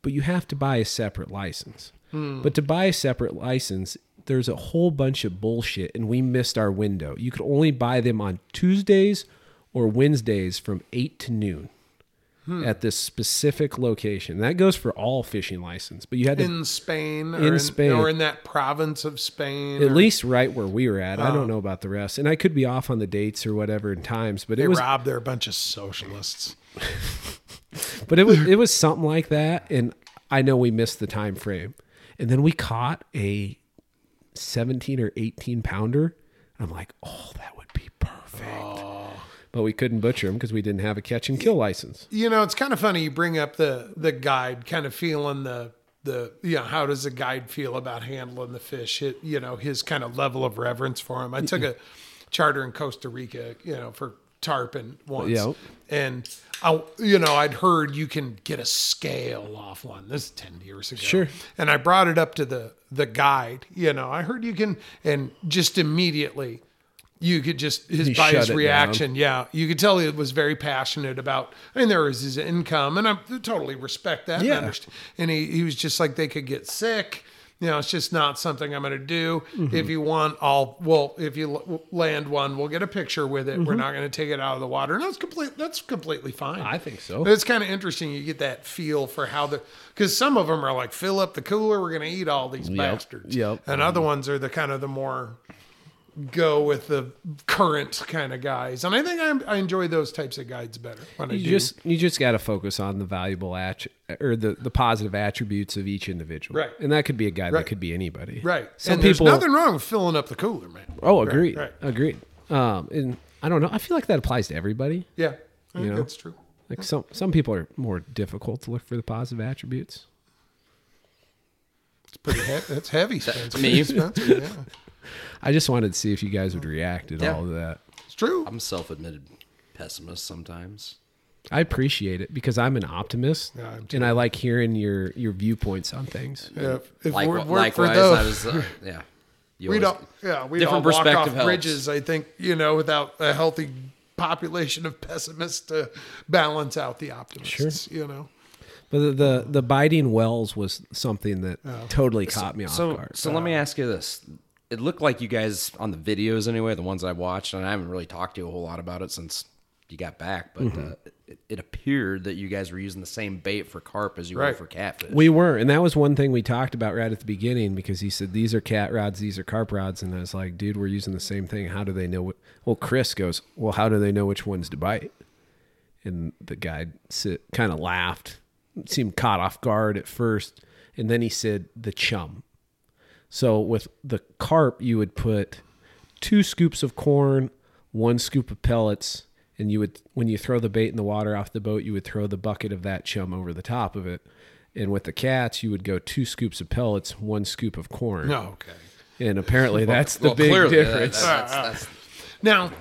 but you have to buy a separate license. But to buy a separate license, there's a whole bunch of bullshit, and we missed our window. You could only buy them on Tuesdays or Wednesdays from 8 to noon. At this specific location, that goes for all fishing license, but you had to
In Spain. Or
In Spain.
Or in that province of Spain.
at
or-
least right where we were at. I don't know about the rest, and I could be off on the dates or whatever and times, but it
They
was
robbed. They're a bunch of socialists.
but it was it <laughs> was something like that. And I know we missed the time frame, and then we caught a seventeen or eighteen pounder. I'm like, oh, that would be perfect. But we couldn't butcher them because we didn't have a catch and kill license.
You know, it's kind of funny. You bring up the the guide, kind of feeling the the you know how does the guide feel about handling the fish? Hit you know his kind of level of reverence for him. I took a charter in Costa Rica, you know, for tarpon once,
Yeah.
and I you know I'd heard you can get a scale off one. This is ten years ago,
Sure.
And I brought it up to the the guide. You know, I heard you can, and just immediately. You could just his
He
by
shut
his
it down.
reaction, yeah, you could tell he was very passionate about. I mean, there was his income, and I totally respect that.
Yeah.
And, understand. and he he was just like they could get sick. You know, it's just not something I'm going to do.
Mm-hmm.
If you want, I'll well. If you l- land one, we'll get a picture with
Mm-hmm.
it. We're not going to take it out of the water, and that's complete. That's completely fine.
I think so.
But it's kind of interesting. You get that feel for how the because some of them are like fill up the cooler. We're going to eat all these bastards.
yep.
And other ones are the kind of the more go with the current kind of guys. And I think I, I enjoy those types of guides better when I
You
do.
just you just got to focus on the valuable at or the, the positive attributes of each individual,
Right.
And that could be a guy that
Right.
could be anybody,
right.
Some
and
people
there's nothing wrong with filling up the cooler, man.
Oh, agreed.
right.
Agreed. Um, and I don't know. I feel like that applies to everybody.
Yeah. I think
know?
that's true.
Like some some people are more difficult to look for the positive attributes.
It's pretty he- that's heavy, Spencer.
me.
Spencer, yeah.
I just wanted to see if you guys would react at
Yeah.
all of that.
It's true.
I'm a self-admitted pessimist sometimes.
I appreciate it because I'm an optimist
Yeah, I'm too.
and I like hearing your your viewpoints on things.
Yeah, if it
Like,
weren't for
likewise,
those,
I was
<laughs>
uh, yeah. You
we
always-
don't. Yeah, we
different
don't walk off
perspective helps.
bridges. I think you know, without a healthy population of pessimists to balance out the optimists. You know,
But the the, the biting wells was something that totally caught me off
So,
guard.
so let me ask you this. It looked like you guys on the videos anyway, the ones I watched, and I haven't really talked to you a whole lot about it since you got back. But
Mm-hmm.
uh, it, it appeared that you guys were using the same bait for carp as you were
Right.
for catfish.
We were, and that was one thing we talked about right at the beginning because he said these are cat rods, these are carp rods, and I was like, dude, we're using the same thing. How do they know? What? Well, Chris goes, well, how do they know which ones to bite? And the guy sit, kind of laughed, seemed caught off guard at first, and then he said the chum. So with the carp, you would put two scoops of corn, one scoop of pellets, and you would when you throw the bait in the water off the boat, you would throw the bucket of that chum over the top of it. And with the cats, you would go two scoops of pellets, one scoop of corn.
No, okay.
And apparently that's the
Oh, <laughs> Well,
big
clearly, uh, that-
difference.
that's- that's-
Now,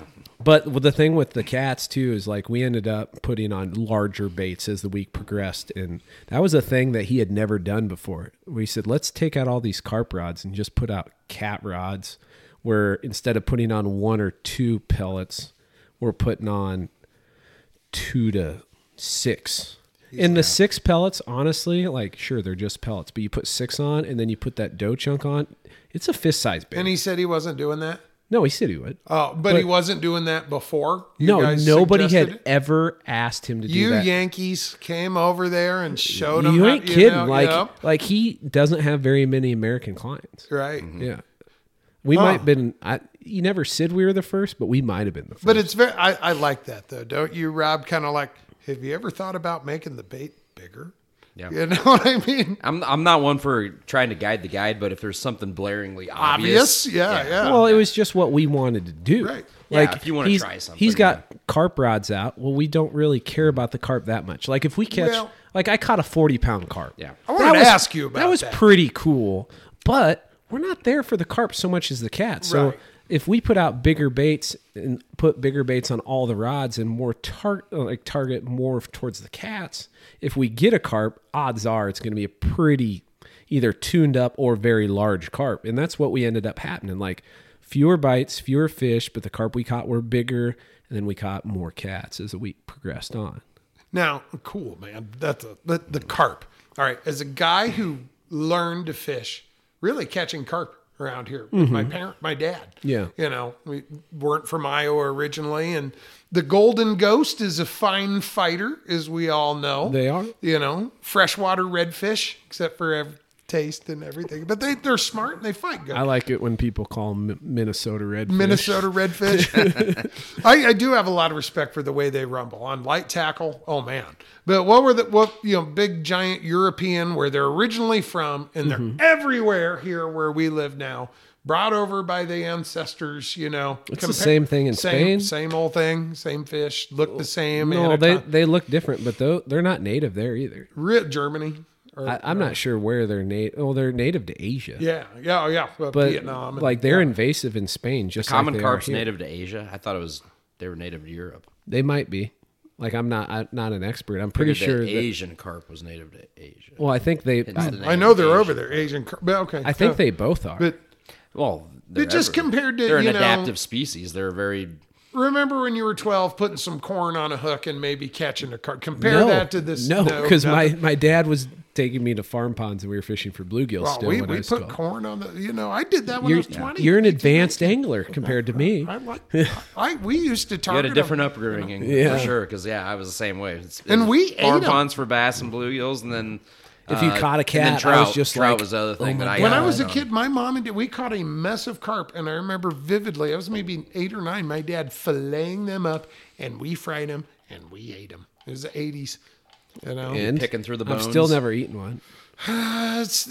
But well, the thing with the cats too is like we ended up putting on larger baits as the week progressed, and that was a thing that he had never done before. We said, let's take out all these carp rods and just put out cat rods, where instead of putting on one or two pellets, we're putting on two to six. and the six pellets, honestly, like sure they're just pellets, but you put six on, and then you put that dough chunk on. It's a fist size bait.
and he said he wasn't doing that.
no, he said he would.
Oh, but, he wasn't doing that before. You
No,
guys
nobody had
suggested it?
ever asked him to do
You
that.
Yankees came over there and showed him.
you
how-
ain't kidding.
know,
like,
yep,
like he doesn't have very many American clients.
right.
Mm-hmm.
Yeah, we might have been. I, you never said we were the first, but we might have been the first.
But it's very. I, I like that though, don't you, Rob? Kind of like, have you ever thought about making the bait bigger?
Yeah.
You know <laughs> what I mean?
I'm I'm not one for trying to guide the guide, but if there's something blaringly obvious,
Obvious. Yeah, yeah.
well, it was just what we wanted to do.
Right.
Yeah,
Like
if you wanna
he's-
try something,
he's got carp rods out. Well, we don't really care about the carp that much. Like if we catch,
Well-
like I caught a forty pound carp.
Yeah.
I wanted to
was-
ask you about
that. was
that.
pretty cool, but we're not there for the carp so much as the cat. So
Right.
if we put out bigger baits and put bigger baits on all the rods and more tar- uh, like target more towards the cats, if we get a carp, odds are it's going to be a pretty either tuned up or very large carp, and that's what we ended up happening. Like fewer bites, fewer fish, but the carp we caught were bigger, and then we caught more cats as the week progressed on.
Now, cool, man. That's a, the, the carp. All right. As a guy who learned to fish, really catching carp around here with my parent, my dad.
Mm-hmm. Yeah.
You know, we weren't from Iowa originally. And the golden ghost is a fine fighter, as we all know.
They are.
You know, freshwater redfish, except for ev- taste and everything. But they, they're smart and they fight good.
I like it when people call 'em Minnesota redfish.
Minnesota redfish.
<laughs>
I, I do have a lot of respect for the way they rumble on light tackle. Oh man! But what were the what you know big giant European where they're originally from and they're
Mm-hmm.
everywhere here where we live now, brought over by the ancestors. You know,
It's the same thing in Spain.
same, Same old thing, same fish, look the same.
No, they,
anatom-
they look different, but though they're not native there either.
Re- Germany. Or,
I, I'm not sure where they're native. Oh, they're native to Asia.
yeah, yeah, oh, yeah. Well,
but
Vietnam, and-
like they're invasive in Spain, just
Common
like they are
carp's
here.
native to Asia. I thought it was they were native to Europe.
They might be. Like I'm not I, not an expert. I'm pretty
Figured
sure.
that
That,
Asian carp was native to Asia.
well, I think they.
Hence the
I,
name
I know they're
Asian.
over there, Asian. car- But okay,
I think
yeah.
they both are.
But
Well, they're
just
everywhere.
compared to,
they're an
you know-
adaptive species. They're very
remember when you were 12 putting some corn on a hook and maybe catching a carp compare
no,
that to this
no, because
no.
my my dad was taking me to farm ponds and we were fishing for bluegills.
Well,
still
we,
when I
we
was
put
12.
corn on the you know i did that when i
You're,
was 20
you're an advanced angler compared to me.
i
<laughs>
like i we used to
You had
target
a
'em.
different upbringing
Yeah.
for sure, because yeah, I was the same way. It's-
And
it's
we
farm
ate 'em.
ponds for bass and bluegills, and then
If you
uh,
caught a
and
cat,
then
I was
trout.
just
trout
like,
was the other
"Oh
thing
my
that I
God."
when
got
I was a
on.
kid, my mom and dad, we caught a mess of carp, and I remember vividly. I was maybe eight or nine. My dad filleting them up, and we fried them, and we ate them. It was the eighties, you know.
And
picking through the
I've still
bones.
never eaten one.
That's-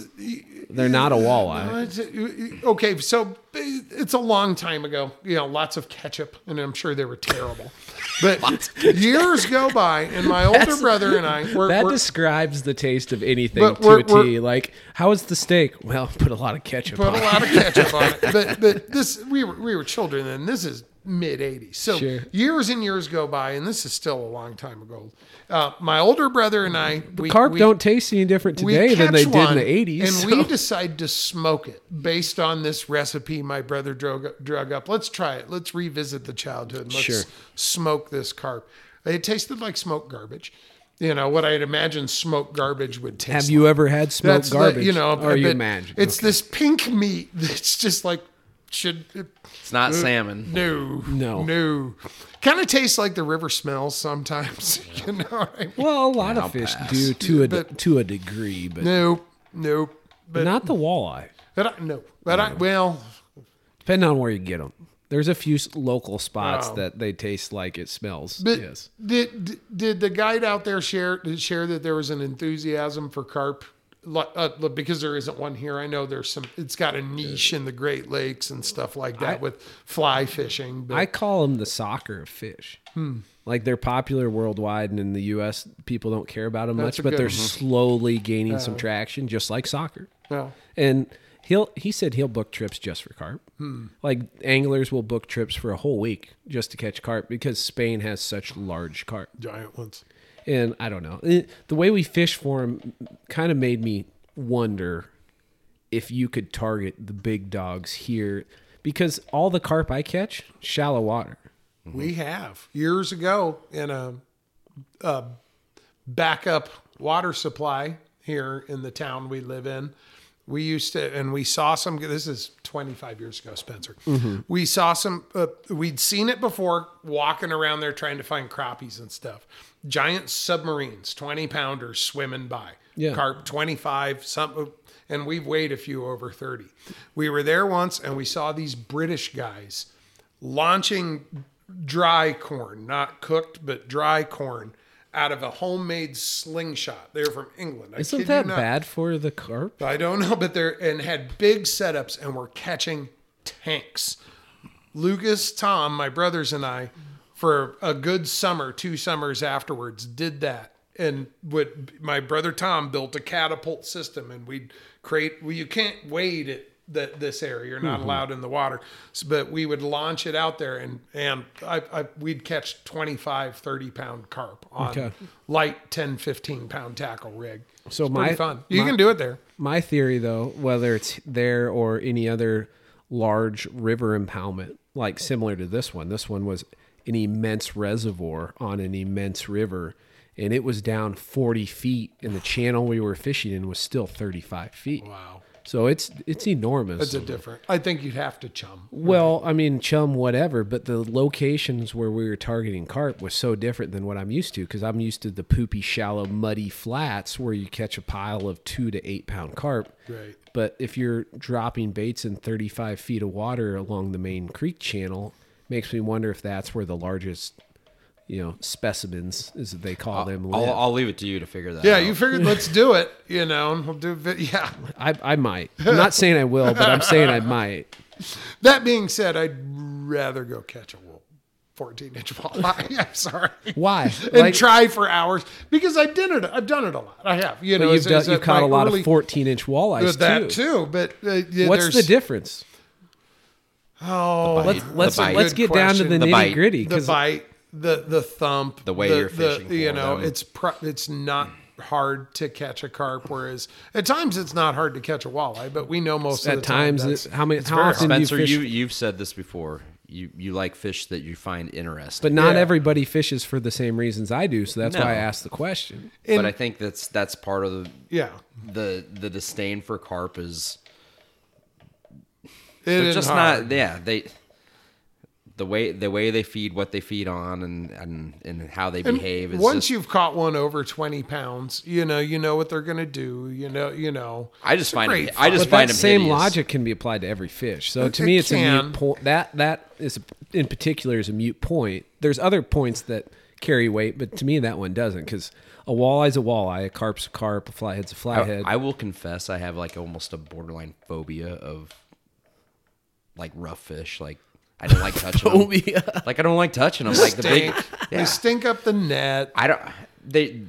They're not a walleye.
Uh, it's- Okay, so uh, it's a long time ago. You know, lots of ketchup, and I'm sure they were terrible.
<laughs>
But years go by, and my older brother and I were,
That
were-
describes the taste of anything
But
to
we're-
a T.
we're-
Like, how is the steak? Well, <laughs> put a lot of ketchup
put
on.
a
it.
lot of ketchup on it.
<laughs>
But but this we were we were children, and this is mid '80s. So
Sure.
years and years go by, and this is still a long time ago. Uh, my older brother and I, we,
Carp
we-
don't taste any different
we
today than
catch
they did in
one,
the 80s.
And
so-
we decide to smoke it based on this recipe my brother drug, drug up. Let's try it. Let's revisit the childhood. Let's
Sure.
smoke this carp. It tasted like smoked garbage. You know, what I had imagined smoked garbage would
<laughs>
taste
have
like.
you ever had smoked
That's the-
garbage?
you know,
or you
but
imagine?
It's this pink meat <laughs> that's just like, should,
It's
uh,
not salmon.
no.
No.
No. Kind of tastes like the river smells sometimes. <laughs> You know what I mean?
well, a lot of fish do to a
but-
to a degree, but,
Nope. Nope. But,
not the walleye.
but I, no. But I, well,
Depending on where you get them, there's a few s- local spots
Wow.
that they taste like it smells.
Oh. But
yes,
did, did did the guide out there share did share that there was an enthusiasm for carp? Li- Uh, look, because there isn't one here. I know there's some. It's got a niche in the Great Lakes and stuff like that with fly fishing. But
I call them the soccer of fish.
Hmm.
Like they're popular worldwide, and in the U.S., people don't care about them
That's
much,
a
but
good
they're
one.
slowly gaining some traction, just like soccer.
no,
And He'll he said he'll book trips just for carp.
Hmm.
Like anglers will book trips for a whole week just to catch carp because Spain has such large carp.
Giant ones.
And I don't know. It- the way we fish for them kind of made me wonder if you could target the big dogs here because all the carp I catch shallow water.
We have years ago in a, a backup water supply here in the town we live in. We used to, and we saw some. This is 25 years ago, Spencer. We saw some. Uh, we'd seen it before, walking around there trying to find crappies and stuff. Giant submarines, 20 pounders swimming by.
Yeah.
Carp, 25. Some, and we've weighed a few over 30. We were there once, and we saw these British guys launching dry corn, not cooked, but dry corn out of a homemade slingshot. They're from England. I
Isn't
kid
that
you not.
bad for the carp?
I don't know, but they're and had big setups and were catching tanks. Lucas, Tom, my brothers, and I, for a good summer, two summers afterwards, did that. And what my brother Tom built a catapult system, and we'd create. Well, you can't wade at that this area; you're not
Mm-hmm.
allowed in the water. So, but we would launch it out there, and and I, I we'd catch 25, 30 pound carp on
Okay.
light 10, 15 pound tackle rig.
So
It's
my-
pretty fun. You
my-
can do it there.
My theory, though, whether it's there or any other large river impoundment, like similar to this one, this one was an immense reservoir on an immense river, and it was down 40 feet, and the channel we were fishing in was still 35 feet.
Wow.
So it's it's enormous.
It's a different. I think you'd have to chum.
Well, I mean, chum, whatever, but the locations where we were targeting carp was so different than what I'm used to because I'm used to the poopy, shallow, muddy flats where you catch a pile of two to eight pound carp.
Right.
But if you're dropping baits in 35 feet of water along the main creek channel, makes me wonder if that's where the largest, you know, specimens, is that they call them, live.
Uh, I'll, I'll leave it to you to figure that
Yeah,
out.
you figured let's do it, you know, and we'll do. vi-
<laughs>
Yeah.
I, I might. I'm not saying I will, but I'm saying
<laughs>
I might.
That being said, I'd rather go catch a wolf. 14 inch walleye. <laughs> I'm sorry.
Why?
And
Like-
try for hours because I did it. I've done it a lot. I have. You know,
But you've,
it's-
done,
it's
you've
at
caught
my
a lot
early-
of 14 inch walleyes
That too, but uh, yeah,
What's the
there's-
difference?
Oh,
Let's
The
let's
bite.
let's
Good
get down to
question.
the,
The
nitty
bite.
gritty
the
because
bite, the the thump,
The way
the,
you're fishing
the, you
for
know,
them.
it's pro- it's not hard to catch a carp. Whereas at times it's not hard to catch a walleye, but we know most of
at
the time
times
that's-
it, how many how
very
often
Spencer,
do you fish?
you, you've said this before. You you like fish that you find interesting.
but not
Yeah.
everybody fishes for the same reasons I do, so that's
No.
why I asked the question.
But, I think that's that's part of the
yeah,
the, the disdain for carp is
it
they're
is
just
hard.
not yeah they the way the way they feed what they feed on and and, and how they behave is
Once
just,
you've caught one over twenty pounds, you know you know what they're gonna do. You know you know.
I just
It's a
find
great
it, I just
But
find
that
them
same
hideous.
logic can be applied to every fish. So to
It
me, it's a
can.
mute point. That that is in particular is a mute point. There's other points that carry weight, but to me that one doesn't because a walleye's a walleye, a carp's a carp, a flathead's a
I,
flathead.
I will confess I have like almost a borderline phobia of like rough fish like I don't like touching them. Like I don't like touching them. Like the big,
stink.
<laughs>
They
yeah.
stink up the net.
I don't. They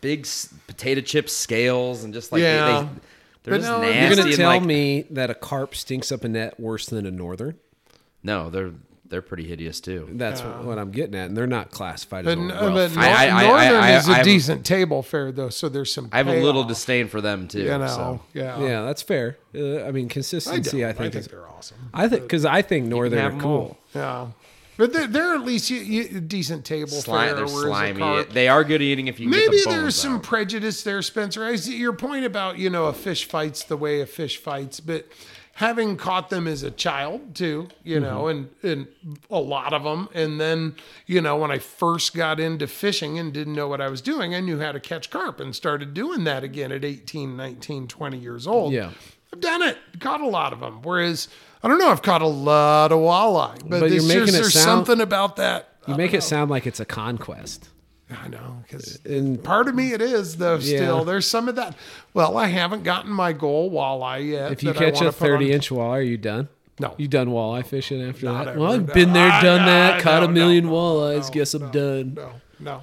big s- potato chip scales and just like
Yeah.
they, they, they're
But
just
no, you're
nasty.
You're gonna
and,
tell
like-
me that a carp stinks up a net worse than a northern?
no? They're they're pretty hideous too.
That's what, what I'm getting at, and they're not classified as
But,
a
n-
rough
but
I- I- I-
Nor- Northern
I-
is a
I have-
decent table fare though, so there's some.
I have a little
payoff,
disdain for them too.
You know,
so.
yeah.
Yeah, that's fair. Uh, I mean,
I, don't.
consistency. I, think.
I think
is,
they're awesome.
I think because I think northern
have
are
'em
cool.
Yeah, but they're, they're at least you, you, decent table
Slime,
fare.
they're
whereas a
slimy.
carp-
They are good eating if you can
Maybe
get the bones
there's some
out.
prejudice there, Spencer. I see your point about you know a fish fights the way a fish fights, but having caught them as a child too, you
Mm-hmm.
know, and and a lot of them, and then you know when I first got into fishing and didn't know what I was doing, I knew how to catch carp and started doing that again at 18, 19, 20 years old.
Yeah.
I've done it, caught a lot of them. Whereas I don't know, I've caught a lot of walleye, but,
But you're
it's
making
just,
it
there's
sound-
something about that.
You make it sound like it's a conquest.
I know, because
And-
part of me it is though.
Yeah.
Still, there's some of that. Well, I haven't gotten my goal walleye yet.
If you
that I
catch
wanna
a
put on-
30 inch walleye, are you done?
No.
You done walleye fishing after
Not
that?
ever
Well, I've
done.
been there,
I-
done
I-
that, caught
no,
a million
no, no,
walleyes.
<laughs> no,
Guess I'm
no,
done.
no, no,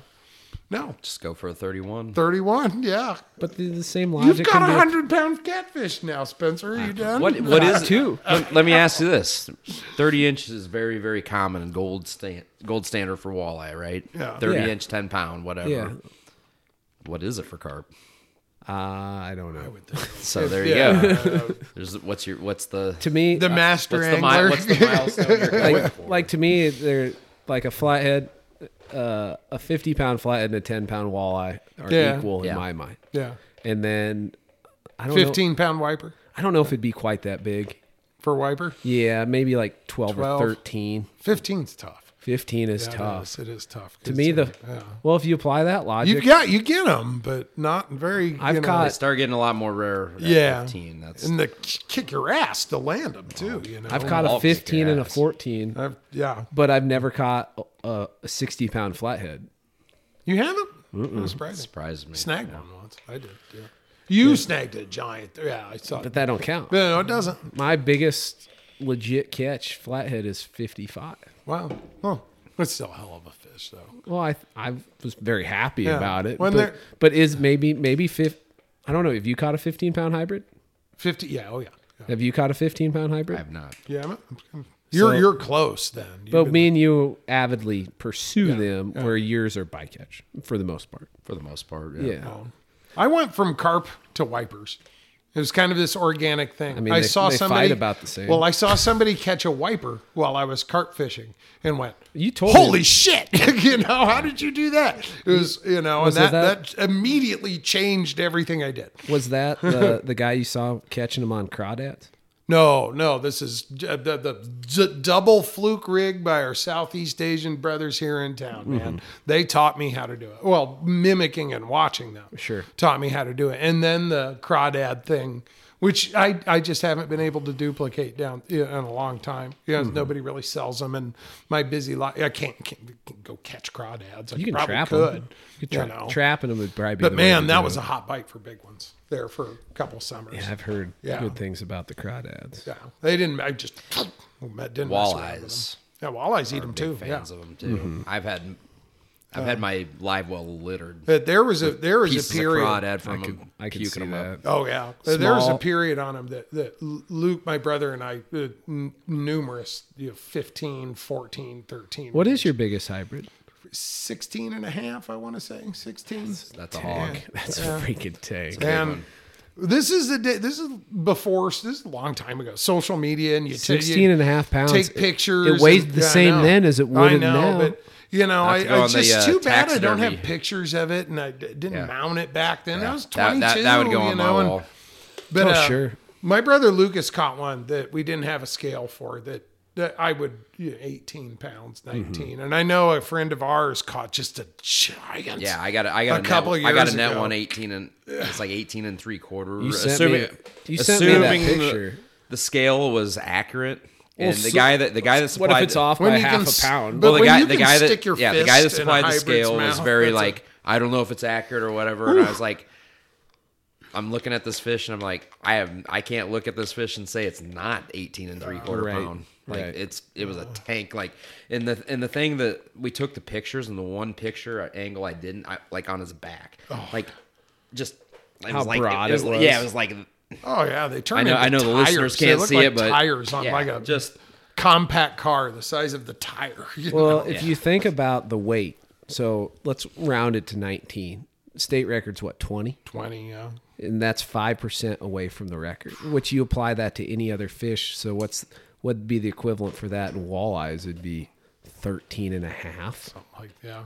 No,
Just go for a 31.
31. Yeah.
But the, the same
You've
logic.
got a
can <laughs> be-
100 pound catfish now, Spencer. Are you done?
What, what is
Two.
Let, let me ask you this: thirty inches is very, very common in gold stand, gold standard for walleye, right?
Yeah.
Thirty
Yeah.
inch, ten pound, whatever.
Yeah.
What is it for carp?
Uh, I don't know.
So there you
Yeah.
go. There's what's your what's the
<laughs> To me, uh,
The master
what's the,
angler.
mile, what's
<laughs>
the milestone you're going
like,
for?
like to me, they're like a flathead, uh, a fifty pound flathead and a ten pound walleye are
Yeah.
equal
Yeah.
in my mind.
<laughs> yeah.
And then I don't know.
15 pound wiper
I don't know if it'd be quite that big.
for wiper.
Yeah, maybe like 12,
12.
or 13.
15's tough.
15 is
Yeah, it
tough.
is. It is tough.
To me, the well, if you apply that logic,
you got you get them, but not very.
I've
you know,
caught-
they start getting a lot more rare. at
yeah,
fifteen. That's Oh.
and the kick your ass to land them too. You know,
I've caught a
I'll kick
15
your
and a
ass.
14,
I've, yeah,
but I've never caught a, a 60 pound flathead.
you haven't. I'm surprised.
surprised me.
Snagged one once. I did. Yeah, you snagged a giant. Yeah, I saw.
But
It.
that don't count.
No, no, it doesn't.
My biggest legit catch flathead is 55.
Wow. Oh, that's still a hell of a fish though.
Well, I I was very happy
Yeah.
about it.
When
but,
they're-
but is maybe maybe fif- I don't know. Have you caught a 15 pound hybrid?
Fifty. Yeah. Oh yeah. Yeah.
Have you caught a 15 pound hybrid?
I've not.
yeah I'm- I'm- you're
So-
you're close then. You've
But
been-
me and you avidly pursue them, where yours are bycatch for the most part.
For the most part, yeah.
Yeah,
Oh. I went from carp to wipers. It was kind of this organic thing. I
mean, they-
saw
they
somebody
fight about the same.
Well, I saw somebody catch a wiper while I was carp fishing and went,
you told me-
"Holy shit!" <laughs> you know, how did you do that? It was, you know, and
Was it
that, that immediately changed everything I did.
Was that
<laughs>
the, the guy you saw catching him on crawdads?
No, no, this is j- the, the d- double fluke rig by our Southeast Asian brothers here in town,
Mm-hmm.
man. They taught me how to do it. Well, mimicking and watching them.
Sure.
Taught me how to do it. And then the crawdad thing, which I, I just haven't been able to duplicate down you know, in a long time. You
Mm-hmm.
know, nobody really sells them. And my busy life, I can't, can't, can't go catch crawdads. I
You can
probably
trap
could.
them. You
You
could tra-
know.
Trapping them would probably be.
but
the way
man,
to
that
do
was
it.
a hot bite for big ones there for a couple summers.
Yeah, I've heard
Yeah.
good things about the crawdads.
Yeah, they didn't. I just <sniffs> didn't mess around with
Walleyes.
them. Yeah, walleyes eat them
Big
too. Yeah.
fans of them too.
Mm-hmm.
I've had, I've
Uh,
had my live well littered.
But there was a there was
Pieces
a
of
period.
crawdad from them,
I can
puking
see
them up.
that.
Oh yeah, there was a
Small.
period on them that, that Luke, my brother, and I, uh, n- numerous, you know, 15, 14, 13.
What is your biggest hybrid? <laughs>
16 and a half, I want to say 16.
That's a hog.
That's freaking tank.
And this is the day, this is before, this is a long time ago. Social media and you
16 and a half pounds. It-
Take
it
pictures.
weighs
and-
the
yeah, I
same
know.
then as it would
I
have
know,
now.
but you know,
Not
I,
to go
I
on the,
just
uh,
too bad I don't have
taxidermy.
pictures of it, and I d- didn't
Yeah.
mount it back then. I was
That,
twenty-two.
that, that would go
you
on my
know, and-
wall.
But,
Oh,
uh,
sure.
My brother Lucas caught one that we didn't have a scale for that. That I would you know, eighteen pounds, 19
Mm-hmm.
and I know a friend of ours caught just a giant.
Yeah, I got a, I got
A
a, net,
couple
I got
years
a net
ago.
one eighteen and it's like eighteen and three quarter.
You sent
assuming
me. You sent me that
assuming the-
picture.
The scale was accurate,
Well,
and the
so-
guy that the guy that
What
supplied
if it's off
When
by
you can
half
s-
a pound?
but
Well, the
when
guy
you
the
can
guy
stick
that
your
yeah the guy that
fist in a
supplied the
hybrid's
scale was
mouth,
very
that's a-
like I I don't know if it's accurate or whatever, and I was like. I'm looking at this fish and I'm like, I have, I can't look at this fish and say it's not 18 and three quarter
Right,
pound. Like
right.
it's, it was a tank. Like, and the and the thing that we took the pictures and the one picture uh, angle I didn't, I, like on his back,
Oh.
like just it
How
was like,
broad it
it, was.
was.
Yeah, it was like
Oh yeah, they turn.
I know-
Into
I know the
tires.
listeners
They
can't
look
see
like
it, but-
tires on
yeah,
like a
just-
compact car the size of the tire. <laughs> you know?
Well, if you think about the weight, so let's round it to 19. State record's what, 20?
twenty. Yeah.
And that's 5% away from the record, which you apply that to any other fish. So what's what'd be the equivalent for that in walleyes? It'd be 13 and a half
Like yeah,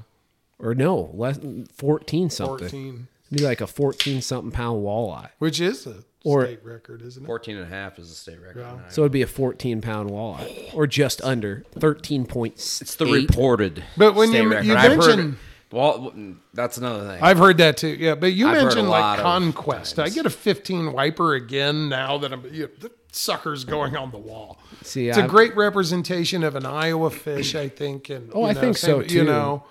or no, less 14 something.
fourteen.
It'd be like a 14 something pound walleye.
Which is a
Or-
state record, isn't it?
14 and a half is the state record.
Yeah.
So it'd be a 14 pound walleye or just under 13.6.
It's the reported.
But when
state
you-
record.
you
I've heard-
mentioned-
well, that's another thing.
I've heard that too. Yeah, but you
I've heard
mentioned
a
like
lot of
conquest. I
times.
get a 15 wiper again now that I'm you the sucker's going on the wall.
See,
it's a
I've-
great representation of an Iowa fish, I think. And
Oh,
you
I
know,
think so,
You
too.
know,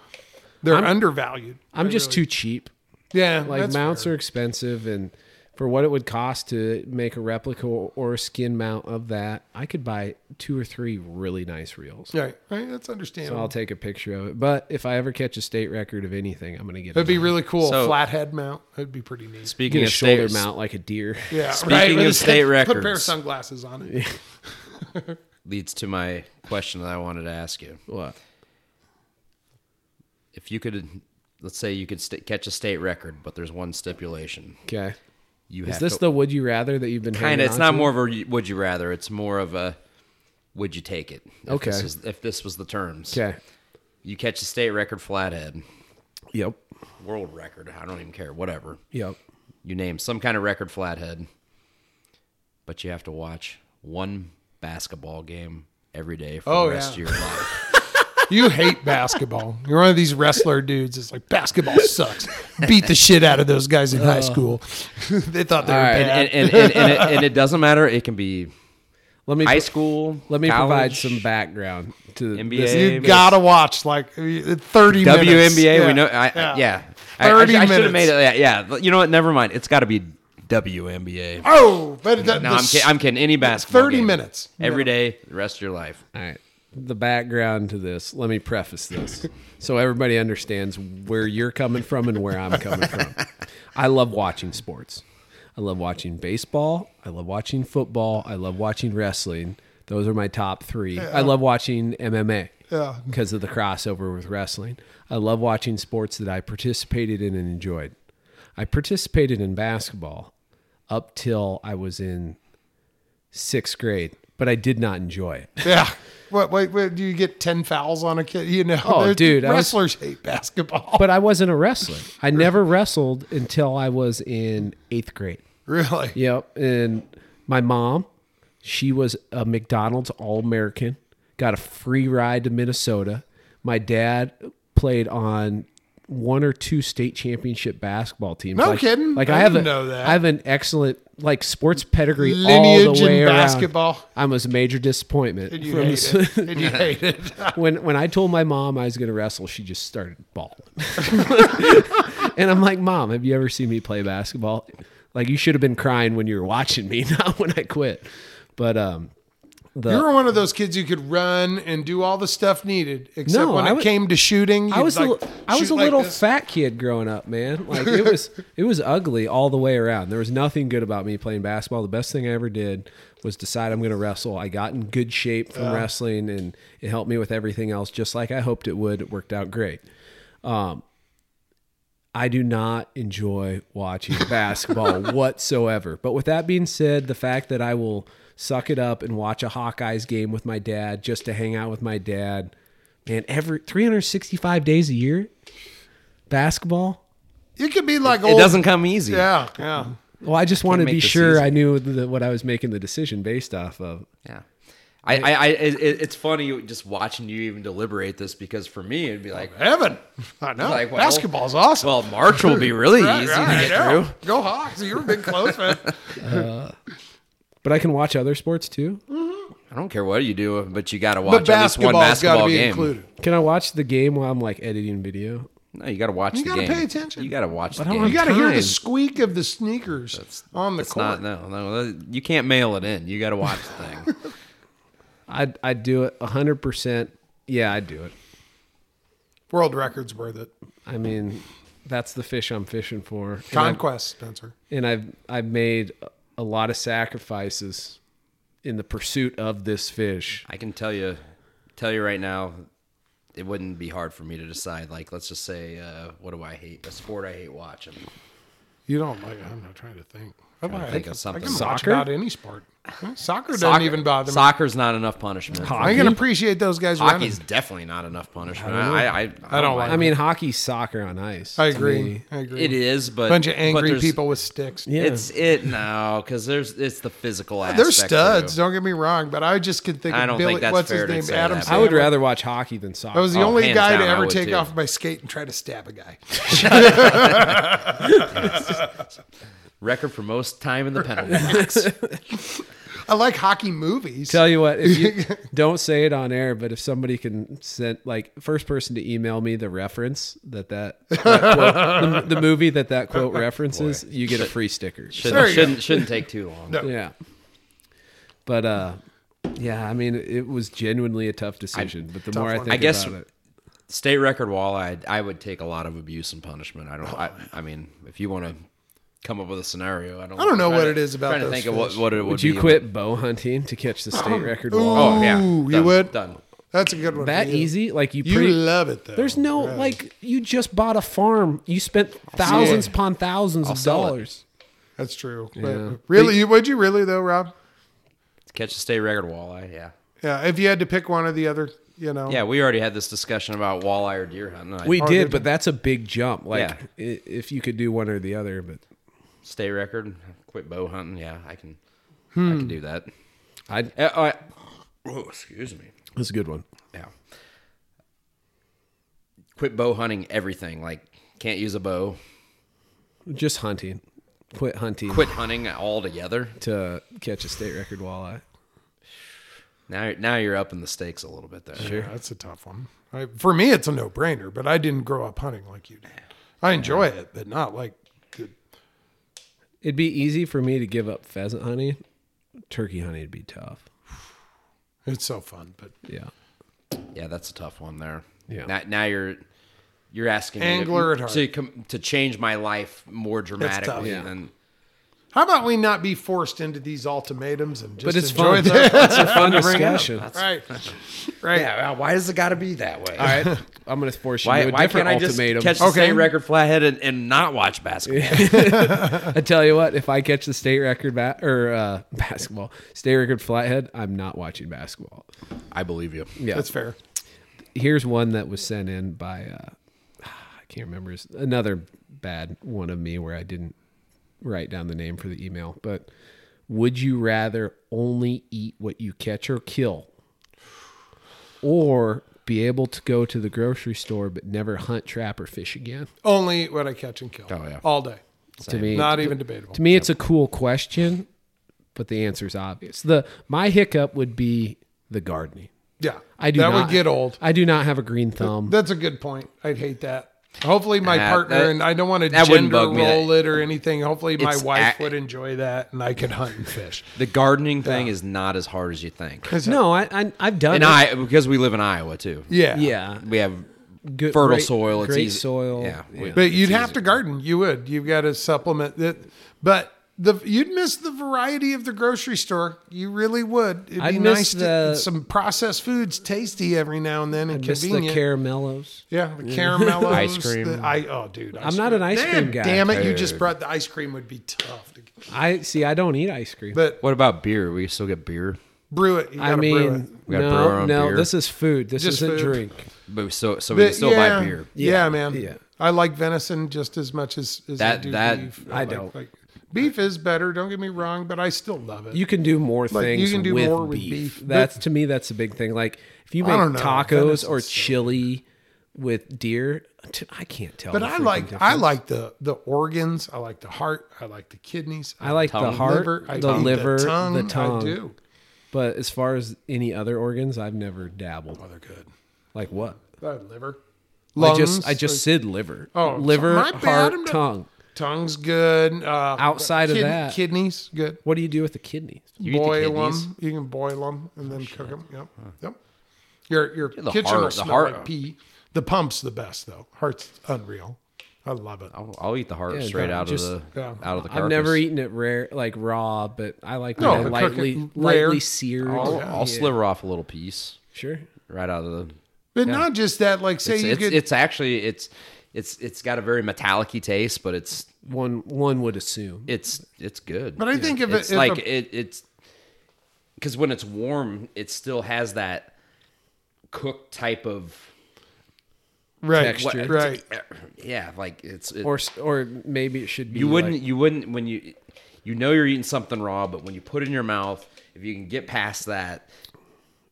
they're undervalued.
I'm
They
just too
really-
cheap.
yeah.
Like
that's
mounts
fair.
are expensive and for what it would cost to make a replica or a skin mount of that, I could buy two or three really nice reels.
Right. Right. That's
So I'll
understandable.
take a picture of it. But if I ever catch a state record of anything, I'm gonna get.
That'd
it
be really cool.
So-
Flathead mount. That'd be pretty neat.
Speaking
get a
of state-
shoulder mount like a deer.
yeah.
speaking
right.
of
Let's
state
Put a pair of
records.
sunglasses on it.
leads to my question that I wanted to ask you.
<laughs> What?
If you could, let's say you could st- catch a state record, but there's one stipulation.
Okay.
You
Is
have
this
to
the would you rather that you've been
kind of.
hanging
It's
on
not
to?
more of a you- would you rather. It's more of a would you take it. If
Okay.
This is, if this was the terms.
Okay.
You catch a state record flathead,
Yep.
world record. I don't even care. Whatever.
Yep.
you name some kind of record flathead, but you have to watch one basketball game every day for
Oh,
the rest
yeah.
of
<laughs>
your life.
You hate basketball. You're one of these wrestler dudes. It's like basketball sucks. Beat the shit out of those guys in high school. <laughs> they thought they were
right.
bad.
and, and, and, and, and, it, and it doesn't matter. It can be
Let me
high school.
let me provide
college,
some background to
NBA.
this.
You gotta watch like thirty minutes.
WNBA.
Yeah.
We know. I, yeah. yeah. I- I,
30
should- I should have
minutes.
made it. Yeah, yeah. You know what? Never mind. It's got to be WNBA.
Oh, but
no,
the, the
I'm, ki- I'm kidding. Any basketball.
30
game.
minutes.
every day, the rest of your life.
All right. The background to this. Let me preface this so everybody understands where you're coming from and where I'm coming from. I love watching sports. I love watching baseball. I love watching football. I love watching wrestling. Those are my top three. I love watching MMA
Yeah.
because of the crossover with wrestling. I love watching sports that I participated in and enjoyed. I participated in basketball up till I was in sixth grade, but I did not enjoy it.
<laughs> Yeah. What, wait, wait, do you get 10 fouls on a kid? You know,
Oh,
they're-
dude, I was-
wrestlers
<laughs>
hate basketball.
but I wasn't a wrestler. I never wrestled until I was in eighth grade.
Really?
Yep. And my mom, she was a McDonald's All American, got a free ride to Minnesota. My dad played on one or two state championship basketball teams.
No
Like-
kidding.
Like
I
I, have
didn't
a-
know that.
I have an excellent like sports pedigree all
Lineage
the
in
way around.
basketball.
I was a major disappointment.
Did you
from
hate
<laughs> the-
<laughs>
it? Did you hate it?
<laughs> when when I told my mom I was going to wrestle, she just started bawling. <laughs> and I'm like, "Mom, have you ever seen me play basketball? Like you should have been crying when you were watching me, <laughs> not when I quit." But um the
You were one of those kids who could run and do all the stuff needed, except
No,
when
I
it
wa-
came to shooting.
I
you'd,
was
like,
a, I was
shoot
a
like
little
this.
fat kid growing up, man. Like it
<laughs>
was it was ugly all the way around. There was nothing good about me playing basketball. The best thing I ever did was decide I'm going to wrestle. I got in good shape from wrestling, and it helped me with everything else, just like I hoped it would. It worked out great. Um, I do not enjoy
<laughs>
watching basketball whatsoever. But with that being said, the fact that I will suck it up and watch a Hawkeyes game with my dad just to hang out with my dad. Man, every 365 days a year, basketball.
You could be like
It
old.
doesn't come easy. <laughs>
Yeah, yeah.
Well, I just wanted to
make
be
this
sure
easy.
I knew the, what I was making the decision based off of.
Yeah. I, I, I it, it- it's funny just watching you even deliberate this because for me it'd be like,
Heaven. I know.
Like, well-
Basketball's
<laughs>
awesome.
well, March will be really
<laughs> Right,
easy
right,
to get
yeah.
through.
Go Hawks. You were a big close man.
But I can watch other sports too.
I don't care what you do, but you got to
but
watch at least one
basketball's got to
basketball
be
game.
included.
Can I watch the game while I'm like editing video?
No, you got to watch.
You
the
gotta
game.
pay attention.
You got to watch the
don't
game.
have
You got to hear
Time.
the squeak of the sneakers on the
It's
court.
not no no. You can't mail it in. You got to watch the
<laughs>
thing.
I'd I'd do it hundred percent. Yeah, I'd do it.
World records worth it.
I mean, that's the fish I'm fishing for. And I've-
Conquest, Spencer.
and I've I've made a lot of sacrifices in the pursuit of this fish.
I can tell you, tell you right now, it wouldn't be hard for me to decide. Like, let's just say, uh, what do I hate? A sport I hate watching.
You don't like. I'm not trying to think. I
to
I
think
can-
of something.
I can watch
Soccer?
about any sport. Soccer doesn't
Soccer-
even bother me.
Soccer's not enough punishment.
I can appreciate those guys running.
Hockey's definitely not enough punishment. I I, I,
I don't like
I mean, hockey's soccer on ice.
I
to me.
agree. I agree.
it is, but
a bunch of
but
angry
there's-
people with sticks.
Yeah.
It's it no, because there's it's the physical aspect.
They're studs.
too.
Don't get me wrong, but I just could think
I
of
don't
Billy.
think that's
what's
fair
his
to
name?
say
Adam.
that.
I would
Sandler.
rather watch hockey than soccer.
I was the
Oh,
only
hands
guy to
down, I
ever
would
take
too.
off my skate and try to stab a guy.
record for most time in
<laughs>
the penalty box.
I like hockey movies.
Tell you what, if you don't say it on air, but if somebody can send like first person to email me the reference that that, that quote, the, the movie that that quote references, you get a free sticker.
There
Shouldn't,
you go.
shouldn't,
<laughs>
shouldn't take too long.
No.
Yeah. But uh yeah, I mean it was genuinely a tough decision, but the more I
one.
think
I
guess-
about it.
State record walleye, I would take a lot of abuse and punishment. I don't. I, I mean, if you want to come up with a scenario, I don't.
I don't know
I'm
what
trying
it is about
Trying to
those
think of what,
fish.
what it would,
Would you
be.
quit bow hunting to catch the state record wall?
Oh yeah,
Ooh, you
Done.
would?
done.
That's a good one.
That
for you.
easy? Like you
Oh, You
pretty
love it though.
There's no
Right.
like you just bought a farm. You spent thousands upon 1000s of
sell it.
dollars.
That's true.
Yeah.
But really, you, would you really though, Rob?
Catch a state record walleye. Yeah.
Yeah, if you had to pick one or the other, you know.
Yeah, we already had this discussion about walleye or deer hunting. I-
We
Or
did,
did-
but that's a big jump. Like
Yeah.
i- if you could do one or the other, but
state record, quit bow hunting. Yeah, I can. I can do that.
I'd-
Uh, all right. oh, excuse me.
that's a good one.
Yeah. Quit bow hunting everything. Like, can't use a bow.
Just hunting. Quit hunting
Quit hunting altogether.
to catch a state record walleye.
Now, now you're up in the stakes a little bit there.
Yeah, that's a tough one. I, for me, it's a no brainer. But I didn't grow up hunting like you did. I enjoy it, but not like. the-
It'd be easy for me to give up pheasant hunting. Turkey hunting would be tough.
It's so fun, but
Yeah.
Yeah, that's a tough one there.
Yeah.
Now, now you're you're asking
Angler
me
at
to,
heart.
to com- to change my life more dramatically
Yeah.
than
how about we not be forced into these ultimatums and just
But it's
enjoy
fun.
the
<laughs> It's a fun
bring it up.
discussion. All
right, right.
yeah. Why does it got to be that way?
right. I'm going to force you
Why,
to a
why
different
can't I just
ultimatum.
catch the
Okay.
state record flathead and, and not watch basketball?
I tell you what, if I catch the state record bat or uh, <laughs> basketball, state record flathead, I'm not watching basketball.
I believe you.
Yeah.
That's fair.
Here's one that was sent in by uh, <sighs> I can't remember his, another bad one of me where I didn't write down the name for the email, but would you rather only eat what you catch or kill or be able to go to the grocery store but never hunt, trap or fish again?
Only what I catch and kill.
Oh, yeah.
all day.
To me,
Not even debatable.
To me, it's a cool question, but the answer is obvious. The my hiccup would be the gardening.
yeah,
I do
That
not,
would get old.
I do not have a green thumb.
That's a good point. I'd hate that. Hopefully, my
Nah,
partner
that-
and I don't want to
that wouldn't
gender
bug me.
roll it or anything. Hopefully, my
It's
wife
a-
would enjoy that, and I could hunt and fish.
The gardening thing is not as hard as you think.
no, I, I I've done
And
it.
I because we live in Iowa too.
Yeah,
yeah,
We have
Good-
fertile
great-
soil. It's
great
easy.
soil.
Yeah. we-
But you'd have to garden. You would. You've got to supplement it. But the you'd miss the variety of the grocery store. You really would. It'd
I'd
be
miss
nice
the-
to some processed foods, tasty every now and then, and
Miss the
convenient.
caramellos.
yeah, the
<laughs>
caramellos,
Ice cream.
The, I oh, dude,
I'm not an ice cream guy.
Damn it! You just brought the ice cream. Would be tough. To,
I see. I don't eat ice cream.
but
What about beer? We still get beer,
brew it. You gotta
I
brew it.
mean,
We gotta brew our
no,
own
no.
beer.
This is food. This
Just
isn't
food.
drink.
but we still so we can
But
still
yeah,
buy beer.
Yeah, man.
yeah.
I like venison just as much as, as I
That-
do
that-
beef.
I
like-
don't.
like- beef is better. Don't get me wrong, but I still love it.
You can do more
Like,
things.
you can do
with
more with
beef.
beef, but-
That's to me. That's a big thing. Like if you make
don't know,
tacos or
venison's so
chili with deer, t- I can't tell.
but
the
I
freaking
like
difference.
I like the the organs. I like the heart. I like the kidneys.
I like the
Tongue.
heart,
liver. I
the
eat
liver,
the tongue.
the tongue.
I do.
But as far as any other organs, I've never dabbled. Oh, they're good. Like what?
Uh, liver.
I
Lungs.
just I just
like,
said liver.
Oh,
liver,
my bad,
heart,
I'm not-
tongue.
tongue's good. Uh,
Outside of that-
kidneys good.
What do you do with the kidneys?
You eat the
boil
kidneys?
them. You can boil them and then
Oh,
cook 'em. cook them. Yep. Yep. Your your
the
kitchen will
heart- the
smell
heart-
like pee. The pump's the best though. Heart's unreal. I love it.
I'll, I'll eat the heart
Yeah,
straight
no,
out
just-
of the
yeah.
out of the. Carcass.
I've never eaten it rare, like raw, but I like
No,
when
cook
I
it
lightly,
rare.
lightly seared.
I'll,
yeah.
I'll sliver off a little piece
Sure.
right out of the.
But not just that. Like say
It's,
you
it's,
could.
it's actually it's it's it's got a very metallic-y taste, but it's
One one would assume.
it's it's good.
But I think if it-
it's
if
like
a-
it, it's because when it's warm, it still has that cooked type of
right.
texture.
Right.
yeah, like it's it,
or s- or maybe it should be.
you wouldn't
like-
you wouldn't when you you know you're eating something raw, but when you put it in your mouth, if you can get past that,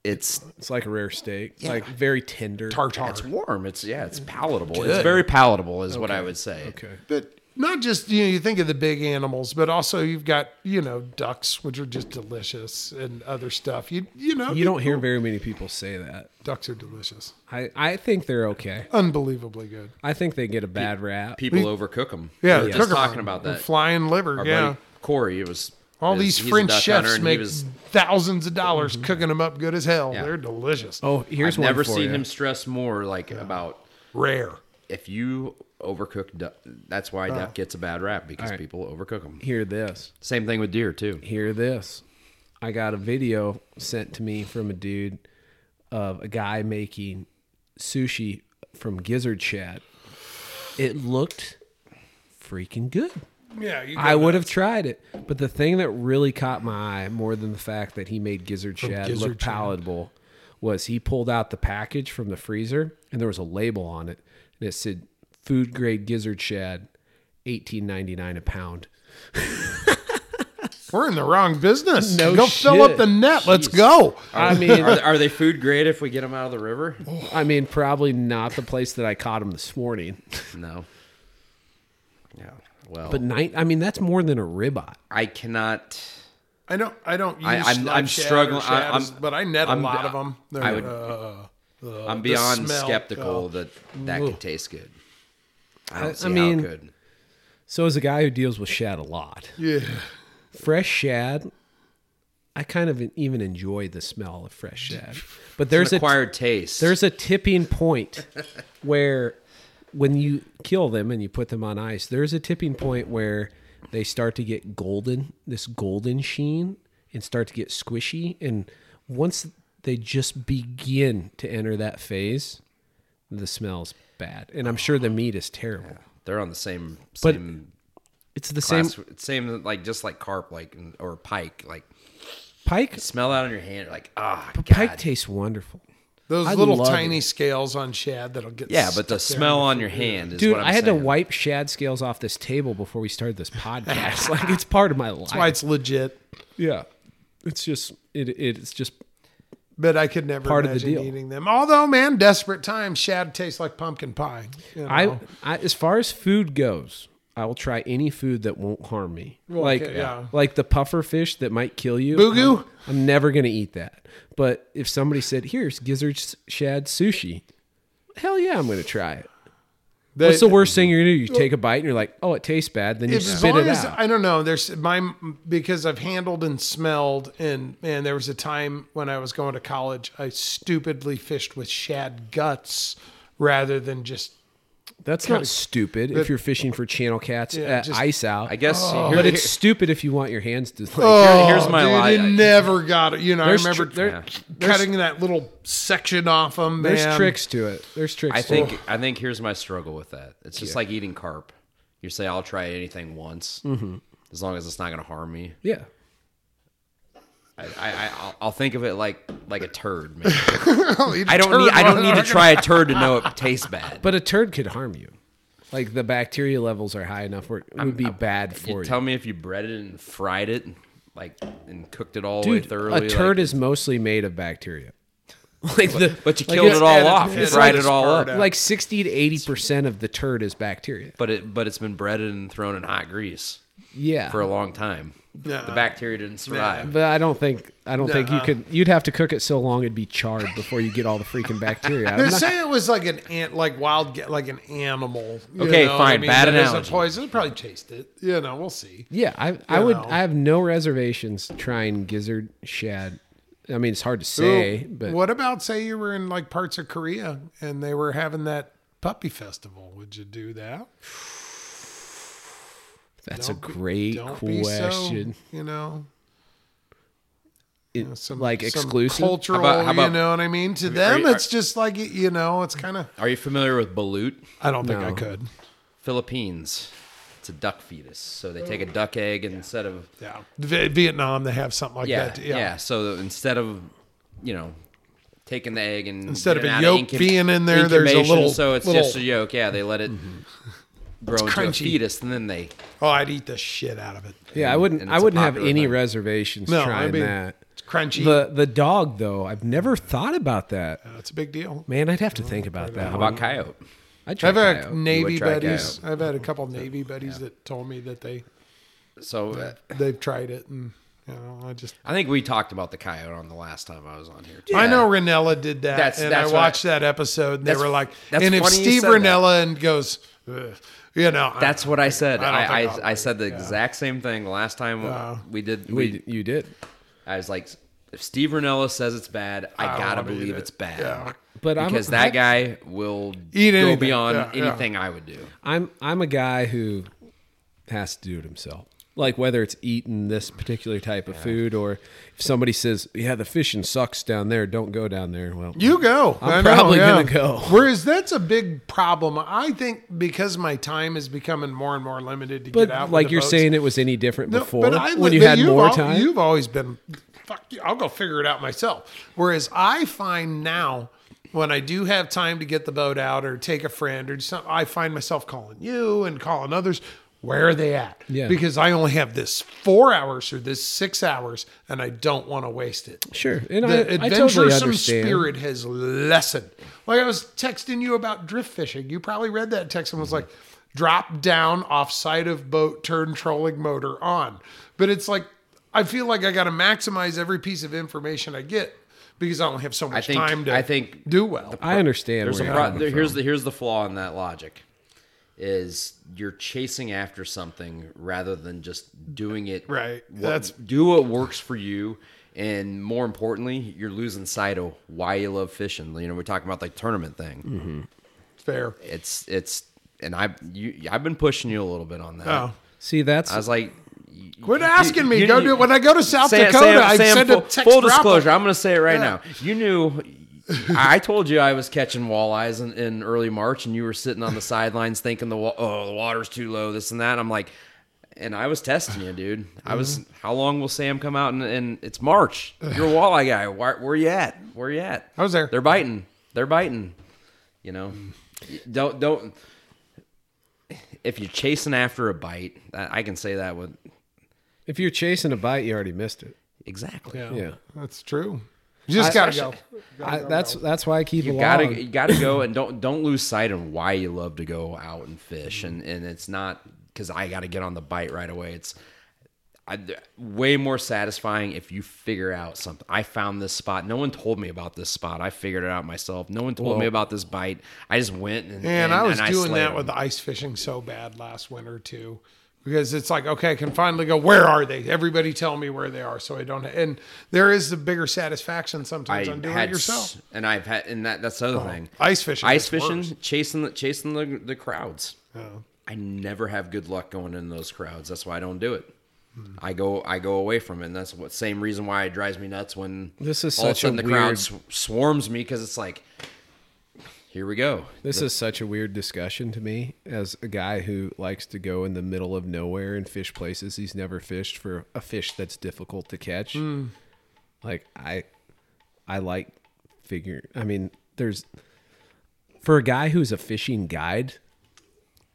it's
it's like a rare steak, like very tender.
Tartar.
it's warm. It's yeah, it's palatable. It's very palatable, is what I would say.
Okay.
But not just you know you think of the big animals, but also you've got you know ducks, which are just delicious, and other stuff. You you know
You don't hear very many people say that.
ducks are delicious,
I, I think they're okay.
unbelievably good.
I think they get a bad rap.
People overcook them. we
Yeah, the
were just
cooker
talking
farm,
about
the
that.
flying liver.
Our
yeah,
buddy Corey, it was
all
is-
these
he's a
French
duck hunter,
chefs
and he
make
was- Mm-hmm.
thousands of dollars cooking them up good as hell.
Yeah.
They're delicious.
Oh, here's
I've
one
never
for
seen
ya.
him stress more like about
rare.
if you overcook duck. That's why duck gets a bad rap because people overcook them.
Hear this.
Same thing with
<laughs>
deer too.
Hear this. I got a video sent to me from a dude of a guy making sushi from gizzard shad. It looked freaking good.
Yeah, you
I would have tried it, but the thing that really caught my eye more than the fact that he made gizzard shad
gizzard
look
shad.
palatable was he pulled out the package from the freezer and there was a label on it and it said food grade gizzard shad, eighteen ninety nine a pound.
We're in the wrong business.
No
go fill up
shit.
the net. Let's go.
I mean,
Are, are they food grade if we get them out of the river?
I mean, probably not the place that I caught him this morning,
No. Yeah. Well,
but night. I mean, that's more than a ribeye.
I cannot.
I don't. I don't use.
I- I'm-
live
I'm
shad or
struggling- I-
shad,
I'm-
but I net a
I'm-
lot of them. They're,
I would-
uh, the-
I'm
the
beyond
smell,
skeptical
uh,
that that could taste good. I
I
don't see
mean-
how it could.
So, as a guy who deals with shad a lot,
yeah,
fresh shad, I kind of even enjoy the smell of fresh shad. But there's
There's
a
acquired taste.
there's a tipping point where when you kill them and you put them on ice, there's a tipping point where they start to get golden, this golden sheen, and start to get squishy. And once they just begin to enter that phase, the smell's bad. And I'm sure the meat is terrible.
They're on the same
But
same
It's the
class,
same
same like just like carp like or pike like
pike.
smell that on your hand like ah
Pike tastes wonderful.
those
I
little
love
tiny scales on shad that'll get.
yeah, but the
stuck there.
smell on your hand is
Dude,
what I'm
I had
saying.
to wipe shad scales off this table before we started this podcast. <laughs> like it's part of my life.
That's why it's legit.
Yeah, it's just it, it's just
But I could never
Part of the deal.
imagine eating them. Although, man, desperate times, shad tastes like pumpkin pie. you know?
I, I as far as food goes, I will try any food that won't harm me. like
okay, yeah.
like the puffer fish that might kill you.
Boogoo?
I'm, I'm never gonna eat that. But if somebody said, "Here's gizzard sh- shad sushi," hell yeah, I'm gonna try it.
They-
What's the worst thing you're gonna do? You take a bite and you're like, "Oh, it tastes bad." Then you
If-
spit it out.
I don't know. There's my because I've handled and smelled, and man, there was a time when I was going to college, I stupidly fished with shad guts rather than just.
That's not stupid if you're fishing for channel cats
Yeah,
at
just-
ice out.
I guess here,
Oh.
<laughs>
but it's stupid if you want your hands to. Like,
Oh,
here's my
dude,
lie.
You
I-
never got it. You know, I
There's
remember
tr- there-
cutting that little section off them. Man.
There's tricks to it. There's tricks.
I
to
think I think here's my struggle with that. It's just like eating carp. You say I'll try anything once,
Mm-hmm.
as long as it's not going to harm me.
it. yeah.
I, I, I I'll, I'll think of it like like a
<laughs>
turd. Maybe.
eat a
I don't
turd
need I
on
don't need to
an
try a turd to know it tastes bad.
But a turd could harm you. Like the bacteria levels are high enough where it would be bad for
You
you.
tell me if you breaded it and fried it, like and cooked it all the way
Dude,
thoroughly.
a turd
like-
is mostly made of
<laughs>
bacteria. like the,
but you
like
killed
it's-
it all
added-
off. You
it's
fried
like
it all
Sparta.
up.
Like sixty to eighty percent of the turd is bacteria.
But it but it's been breaded and thrown in hot grease
Yeah,
for a long time.
Yeah.
The bacteria didn't survive.
but I don't think I don't think you could. You'd have to cook it so long it'd be charred before you get all the freaking bacteria. out.
<laughs> They
I'm not-
say it was like an ant, like wild, ge- like an animal. you
Okay,
know,
fine, bad
that is
analogy.
A poison. They Probably taste it. You know, we'll see.
yeah, I I would.
know.
I have no reservations trying gizzard shad. I mean, it's hard to say,
Well,
but
what about say you were in like parts of Korea and they were having that puppy festival? Would you do that?
that's a great
Don't be so,
question.
you know,
It-
some
like
some
exclusive.
cultural.
How about- how about-
you know what I mean? To them,
you-
it's just like you know, it's kind of.
Are you familiar with balut?
I don't think
No.
I could.
Philippines. It's a duck fetus. So they take a duck egg and instead of
Oh. Yeah, v- Vietnam, they have something like
yeah,
that.
yeah. So instead of you know taking the egg and
Instead of
getting
a
out
yolk being in there, there's a
incubation,
little-
So it's
little- Mm-hmm.
just a yolk. Yeah, they let it grow into a
crunchy.
fetus, and then they
Oh, I'd eat the shit out of it.
Yeah, I wouldn't.
and
I
it's a
wouldn't have
popular
any
thing.
reservations
No,
trying
I mean
that.
it's crunchy.
The the dog though, I've never thought about that.
That's a big deal.
Man, I'd have to think about that.
how about coyote.
I try
I've
coyote.
had Navy
would try
buddies. I've had a couple Navy buddies that told me that they
So uh,
they've tried it, and you know, I just
I think we talked about the coyote on the last time I was on here. Too.
I know Ranella did that,
That's-
and
that's
I
what I-
watched that episode. And they
That's-
were like,
that's
and if
funny you
Steve
said that.
Ranella and goes, "Ugh," you know,
That's what I said.
I don't
I I,
think I'll-
I, said the exact same thing last time we did. We,
We, you did.
I was like, if Steve Ranella says it's bad, I, gotta
wanna eat
believe
it.
it's bad.
Yeah.
But I'm-
because
I-
that guy will
Eat
go
anything.
beyond
Yeah, yeah.
anything I would do.
I'm I'm a guy who has to do it himself. Like whether it's eating this particular type of food or if somebody says, "Yeah, the fishing sucks down there. Don't go down there." Well,
You go.
I'm
I know,
probably
yeah.
gonna go.
Whereas that's a big problem. I think because my time is becoming more and more limited to
but
get out. with
like
the
you're
boats.
saying, it was any different before when
li-
you
but
had
you've
more
al-
time.
You've always been, fuck you, I'll go figure it out myself. Whereas I find now when I do have time to get the boat out or take a friend or something, I find myself calling you and calling others. Where are they at?
Yeah.
Because I only have this four hours or this six hours and I don't want to waste it
sure, and I,
the
I
adventuresome
totally understand.
spirit has lessened. Like I was texting you about drift fishing. You probably read that text and was like, drop down offside of boat, turn trolling motor on. But it's like, I feel like I got to maximize every piece of information I get because I only have so much
think-
time to
I think
do well.
I understand.
There's
where
a
you're
pro-
coming
there-
from.
here's the here's the flaw in that logic is you're chasing after something rather than just doing it
Right.
what-
That's-
do what works for you and more importantly you're losing sight of why you love fishing you know we're talking about like tournament thing
Mm-hmm. Fair.
it's it's and i you i've been pushing you a little bit on that
Oh.
See, that's
i was like y-
Quit
you-
asking me.
you-
Go
you-
do when I go to South
Sam-
Dakota.
Sam-
I
Sam,
send
full,
a text.
Full
drop-
disclosure, I'm going to say it right
Yeah.
now. You knew. I told you I was catching walleyes in, in early March, and you were sitting on the sidelines thinking the wa- oh the water's too low, this and that. I'm like, and I was testing you, dude. I was
Mm-hmm.
how long will Sam come out? And, and it's
<sighs>
March. You're a walleye guy. Where, where you at? Where you at?
I was there.
They're biting. They're biting. You know, don't don't. If you're chasing after a bite, I I can say that with
if you're chasing a bite, you already missed it.
exactly.
Yeah,
That's true. You just gotta go.
I, that's that's why I keep
you
a
gotta
log.
you gotta go and don't don't lose sight of why you love to go out and fish and and it's not because i gotta get on the bite right away it's I, way more satisfying if you figure out something i found this spot no one told me about this spot i figured it out myself no one told me about this bite i just went and,
Man,
and
I was doing
slayed
that
'em.
with ice fishing so bad last winter too, because it's like okay, I can finally go. Where are they? Everybody tell me where they are, so I don't. And there is a bigger satisfaction sometimes on doing it
s-
yourself.
and I've had, and that that's the other thing.
ice fishing
ice
is
fishing,
worse.
chasing the chasing the the crowds. I never have good luck going in those crowds. That's why I don't do it. I go I go away from it. And that's what same reason why it drives me nuts when
This is
all
such a
of a sudden the crowd
weird-
sw- swarms me because it's like, here we go.
This is such a weird discussion to me as a guy who likes to go in the middle of nowhere and fish places he's never fished for a fish that's difficult to catch.
Hmm.
Like I I like figure I mean there's for a guy who's a fishing guide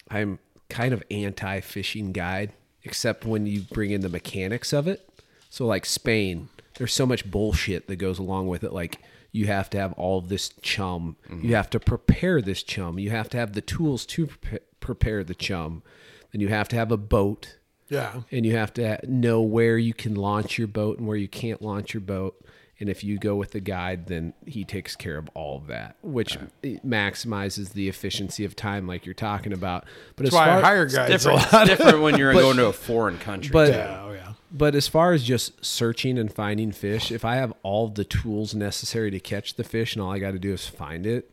I'm kind of anti fishing guide except when you bring in the mechanics of it. So like Spain, there's so much bullshit that goes along with it like you have to have all of this chum. You have to prepare this chum. You have to have the tools to prepa- prepare the chum. Then you have to have a boat
Yeah,
and you have to know where you can launch your boat and where you can't launch your boat. And if you go with the guide, then he takes care of all of that, which it maximizes the efficiency of time, like you're talking about. But as
that's why
far,
I hire guys.
Different, <laughs> it's different when you're going to a foreign country.
but
Yeah, oh yeah.
but as far as just searching and finding fish, if I have all the tools necessary to catch the fish, and all I got to do is find it,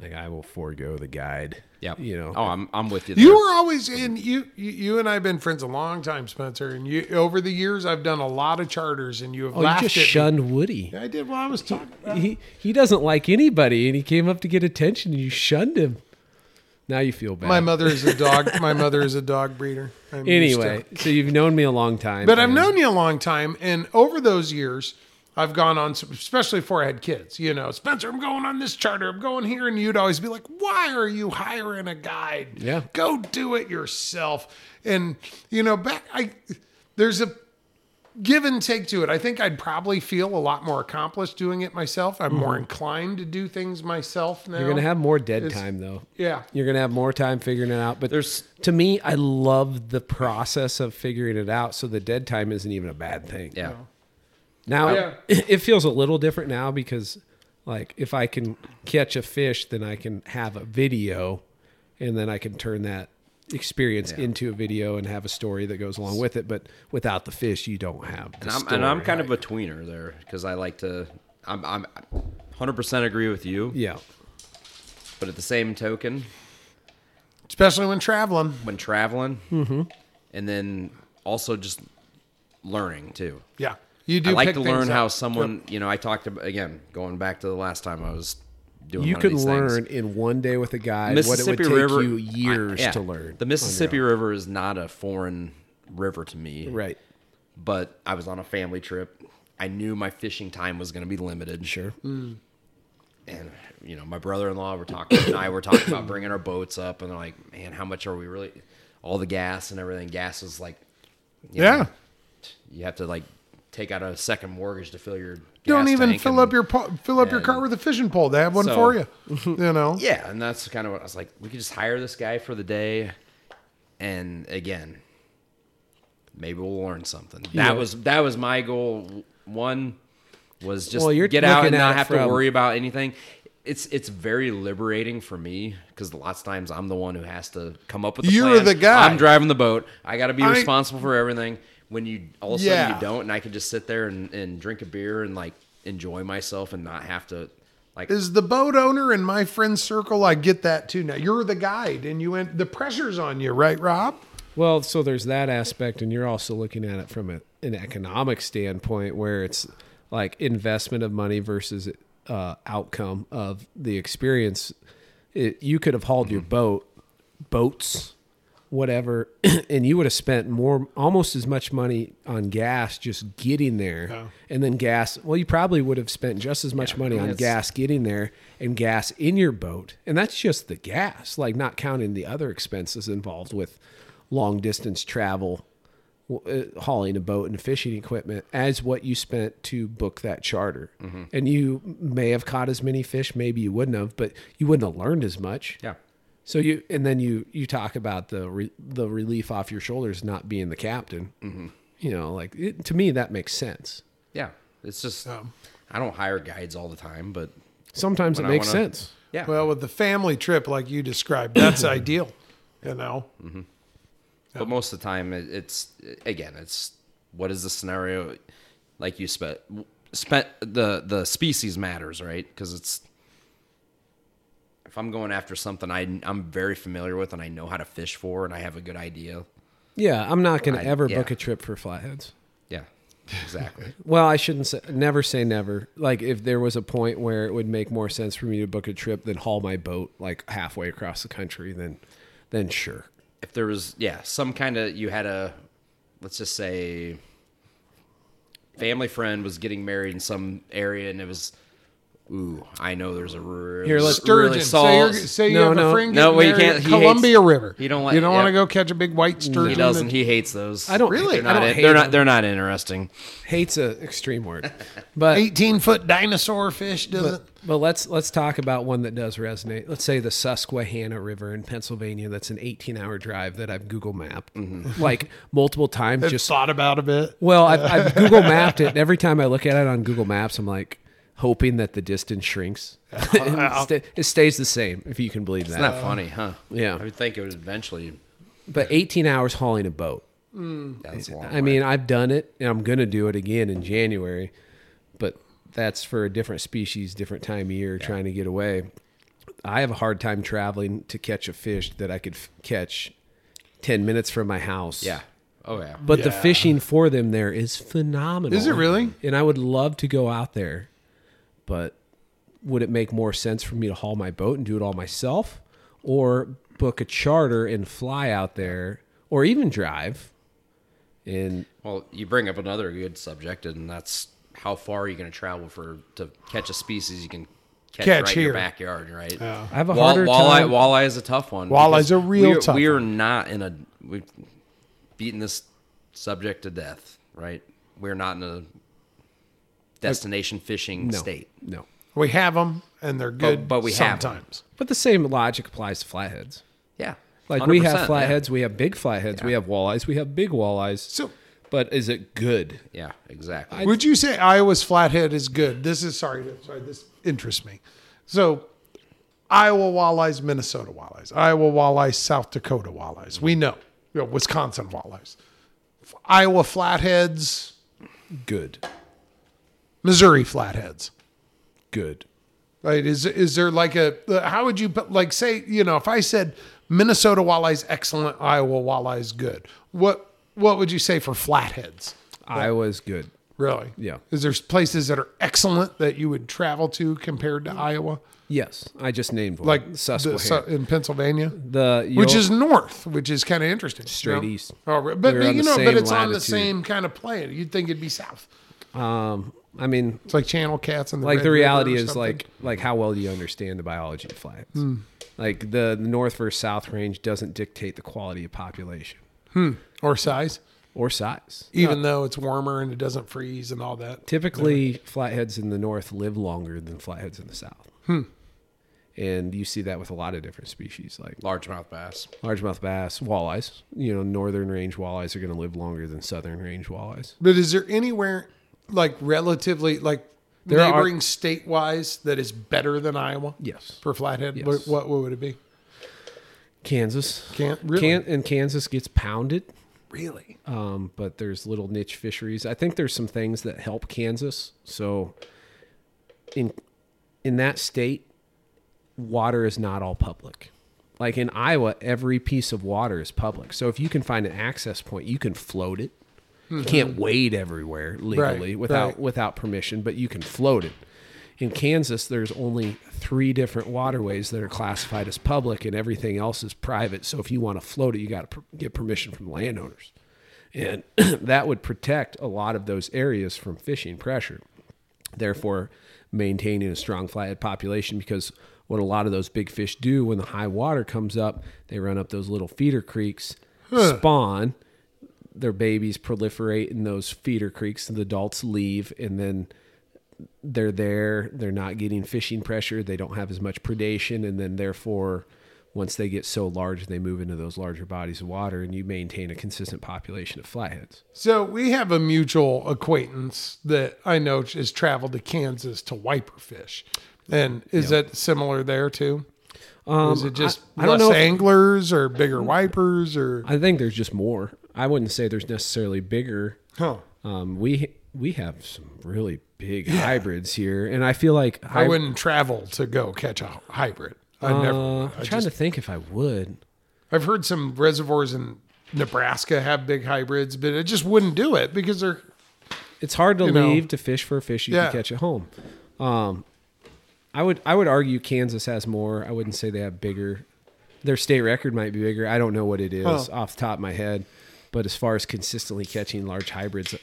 like I will forego the guide.
yeah,
you know.
Oh, I'm I'm with you.
You
there.
were always in you, you. You and I have been friends a long time, Spencer. And you over the years, I've done a lot of charters, and you have
Oh,
laughed
you just
at me.
shunned Woody.
I did while I was talking. about
he he doesn't like anybody, and he came up to get attention, and you shunned him. Now you feel bad.
My mother is a dog. My mother is a dog breeder. I'm used to
anyway, so you've known me a long time,
But I've
and
known you a long time, and over those years, I've gone on, especially before I had kids. You know, Spencer, I'm going on this charter. I'm going here, and you'd always be like, "Why are you hiring a guide?
Yeah.
go do it yourself." And you know, back I there's a give and take to it. I think I'd probably feel a lot more accomplished doing it myself. I'm
Mm-hmm.
more inclined to do things myself now.
You're gonna have more dead time though.
yeah.
You're gonna have more time figuring it out. But
There's-
to me, I love the process of figuring it out. So the dead time isn't even a bad thing.
Yeah.
Now
Yeah.
it feels a little different now because like if I can catch a fish, then I can have a video and then I can turn that experience into a video and have a story that goes along with it. But without the fish, you don't have the
And I'm,
story.
and I'm kind of a tweener there because I like to. I'm, I'm 100% agree with you,
yeah.
but at the same token,
Especially when traveling.
when traveling,
Mm-hmm.
and then also just learning too.
Yeah. You do
I like
pick
to
things
learn
up.
how someone, you know, I talked about again going back to the last time I was doing.
You
one of
can
these
learn
things.
in one day with a guide what it would
Mississippi
take
River
you
I-
years
yeah.
to learn.
The Mississippi River is not a foreign river to me,
Right.
But I was on a family trip. I knew my fishing time was going to be limited. Mm.
Sure.
and you know my brother-in-law were talking and i were talking about bringing our boats up and they're like man how much are we really all the gas and everything gas is like you
Yeah.
know, you have to like take out a second mortgage to fill your
Don't
gas
even
tank
fill
and-
up your po- fill up your
and-
car with a fishing pole. They have one
So-
for you. You <laughs> know.
yeah and that's kind of what i was like we could just hire this guy for the day and again maybe we'll learn something that
Yeah.
was that was my goal one was just
Well, you're
get out
looking
and
at
not
it
have to
from-
worry about anything it's it's very liberating for me because lots of times I'm the one who has to come up with the
You're
plan.
the guy.
I'm driving the boat. I got to be
I-
responsible for everything. When you all of a sudden
Yeah.
you don't, and I can just sit there and, and drink a beer and like enjoy myself and not have to like
Is the boat owner in my friend's circle? I get that too. Now you're the guide, and you went. The pressure's on you, right, Rob?
Well, so there's that aspect, and you're also looking at it from a, an economic standpoint where it's like investment of money versus uh, outcome of the experience. It, you could have hauled your boat, boats, whatever, <clears throat> and you would have spent more, almost as much money on gas just getting there, and then gas. Well, you probably would have spent just as much money on
it's-
gas getting there and gas in your boat, and that's just the gas, like not counting the other expenses involved with long distance travel, w- uh, hauling a boat and fishing equipment, as what you spent to book that charter.
Mm-hmm.
And you may have caught as many fish, maybe you wouldn't have, but you wouldn't have learned as much.
yeah.
So you and then you you talk about the re, the relief off your shoulders not being the captain.
Mm-hmm.
You know, like it, to me that makes sense.
Yeah, it's just I don't hire guides all the time, but
Sometimes
When
it
I
makes
wanna-
sense.
yeah,
Well, with the family trip like you described, <coughs> that's ideal. You know.
but most of the time it, it's again it's what is the scenario like you spent spent the the species matters right because it's if I'm going after something I I'm very familiar with and I know how to fish for and I have a good idea.
Yeah, I'm not going
I-
to ever
yeah.
book a trip for flatheads.
Yeah, exactly.
Well, I shouldn't say never say never. Like if there was a point where it would make more sense for me to book a trip than haul my boat like halfway across the country, then then sure.
if there was yeah some kind of you had a let's just say family friend was getting married in some area and it was ooh i know there's a really,
Here, let's-
Sturgeon.
really
say you're,
salt
say you
No,
have
no.
a friend
No,
getting
well, you
married
can't-
at
he hates-
Columbia River.
he don't like-
You don't want to
yeah.
go catch a big white sturgeon.
he doesn't
that-
he hates those
I don't
Really?
I
they're not,
don't
in-
hate
they're
them.
not they're not interesting
hates a extreme
<laughs>
word, but
Eighteen foot dinosaur fish doesn't.
But let's let's talk about one that does resonate. Let's say the Susquehanna River in Pennsylvania. That's an 18-hour drive that I've Google mapped
Mm-hmm.
like multiple times.
just
Just
thought about a bit.
well,
<laughs>
I've, I've Google mapped it. And every time I look at it on Google Maps, I'm like hoping that the distance
<laughs>
shrinks. <laughs> it, sta- it stays the same, if you can believe that.
it's not funny huh
yeah.
i would think it would eventually
but 18 hours hauling a boat.
that's a long
I mean, I've done it, and I'm gonna do it again in January, but that's for a different species, different time of year, trying to get away. I have a hard time traveling to catch a fish that I could f- catch ten minutes from my house.
yeah oh yeah
but the
Yeah.
fishing for them there is phenomenal.
Is it really?
And I would love to go out there, but would it make more sense for me to haul my boat and do it all myself, or book a charter and fly out there, or even drive? And
well you bring up another good subject and that's how far are you going to travel for to catch a species you can catch,
Catch
right in
here.
your backyard right
I have a
Wall,
harder
walleye,
time.
walleye is a tough one.
Walleye's
because
a real
we are,
tough
We are not in a. We've beaten this subject to death, right? we're not in a destination fishing
No.
state.
No.
We have them, and they're good.
but we have 'em.
sometimes.
But the same logic applies to flatheads.
Yeah.
Like we
100%, yeah.
have flatheads, we have big flatheads, we have walleyes, we have big walleyes.
So-
but is it good?
Yeah, exactly.
Would you say Iowa's flathead is good? This is sorry, sorry. This interests me. So, Iowa walleyes, Minnesota walleyes, Iowa walleyes, South Dakota walleyes. We know, you know Wisconsin walleyes, F- Iowa flatheads,
Good.
Missouri flatheads.
Good.
Right? Is is there like a uh, how would you put like say you know if I said Minnesota walleyes excellent, Iowa walleyes good. What what would you say for flatheads?
Iowa's good.
Really?
Yeah.
Is there places that are excellent that you would travel to compared to Iowa?
Yes. I just named one.
Like
Susquehanna.
the, Su- in Pennsylvania?
the
which
Yol-
is north, which is kind of interesting.
Straight
you know?
east.
Oh, re- but
We're on
you
the
know,
same
but it's on the
latitude.
same kind of plane. You'd think it'd be south.
um I mean
It's like Channel Cats and the
like
Red
the
River
reality
or
is
something. Hmm.
like like how well do you understand the biology of flatheads? Like the, the north versus south range doesn't dictate the quality of population
or size,
or size.
even though it's warmer and it doesn't freeze and all that.
Typically, flatheads in the north live longer than flatheads in the south.
Hmm.
And you see that with a lot of different species, like
Largemouth bass.
largemouth bass, walleyes. You know, northern range walleyes are going to live longer than southern range walleyes.
But is there anywhere like relatively like
There are-
neighboring state wise that is better than Iowa?
Yes.
For flathead,
Yes.
what, what would it be?
Kansas,
Can't really.
Can- and Kansas gets pounded,
really.
um, but there's little niche fisheries. I think there's some things that help Kansas. So, in in that state, water is not all public. Like in Iowa, every piece of water is public. So if you can find an access point, you can float it. You can't wade everywhere legally
Hmm. Right,
without
right.
without permission, but you can float it. In Kansas, there's only three different waterways that are classified as public, and everything else is private. So if you want to float it, you got to per- get permission from landowners, and <clears throat> that would protect a lot of those areas from fishing pressure therefore maintaining a strong flathead population because what a lot of those big fish do when the high water comes up, they run up those little feeder creeks, spawn, their babies proliferate in those feeder creeks, and the adults leave, and then they're there, they're not getting fishing pressure, they don't have as much predation, and then therefore once they get so large they move into those larger bodies of water and you maintain a consistent population of flatheads.
So we have a mutual acquaintance that I know has traveled to Kansas to wiper fish. And is that similar there too? is it just
Um, I don't
less
know if- Mm.
anglers or bigger wipers or
I think there's just more. I wouldn't say there's necessarily bigger.
Huh.
Um, we we have some really big hybrids here, and I feel like
I
hy-
wouldn't travel to go catch a hybrid. I never.
Uh,
would.
I'm
I
trying
just,
to think if I would.
I've heard some reservoirs in Nebraska have big hybrids, but it just wouldn't do it because they're
It's hard to
You know.
leave to fish for a fish you
Yeah.
can catch at home. Um, I would I would argue Kansas has more. I wouldn't say they have bigger. Their state record might be bigger. I don't know what it is
Huh.
off the top of my head, but as far as consistently catching large hybrids,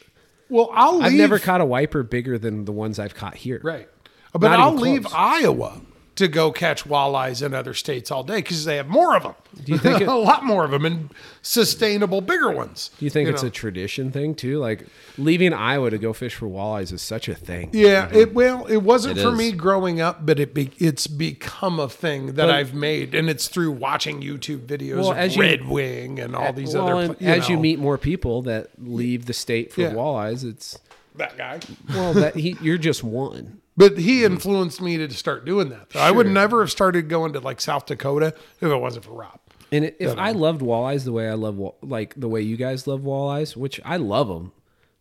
well. I'll leave.
I've never caught a wiper bigger than the ones I've caught here.
Right. Uh, But
Not
I'll
even
leave
close.
Iowa to go catch walleyes in other states all day because they have more of them. Do
you
<laughs>
think it-
a lot more of them and sustainable bigger ones?
Do you think
You
it's
know.
a tradition thing too? Like leaving Iowa to go fish for walleyes is such a thing.
Yeah,
Mm-hmm.
it well, it wasn't
It
for
is.
me growing up, but it be, it's become a thing that I've made, and it's throrough watching YouTube videos
Well,
of
as you-
Red Wing and all these
Well,
other.
and
pla-
as you
know,
meet more people that leave the state for
Yeah.
walleyes,
<laughs>
it's
that guy,
well that he, you're just one.
but he influenced me to start doing that. though. I would never have started going to like South Dakota if it wasn't for Rob.
And it, if I loved walleyes the way I love wa- like the way you guys love walleyes, which I love them,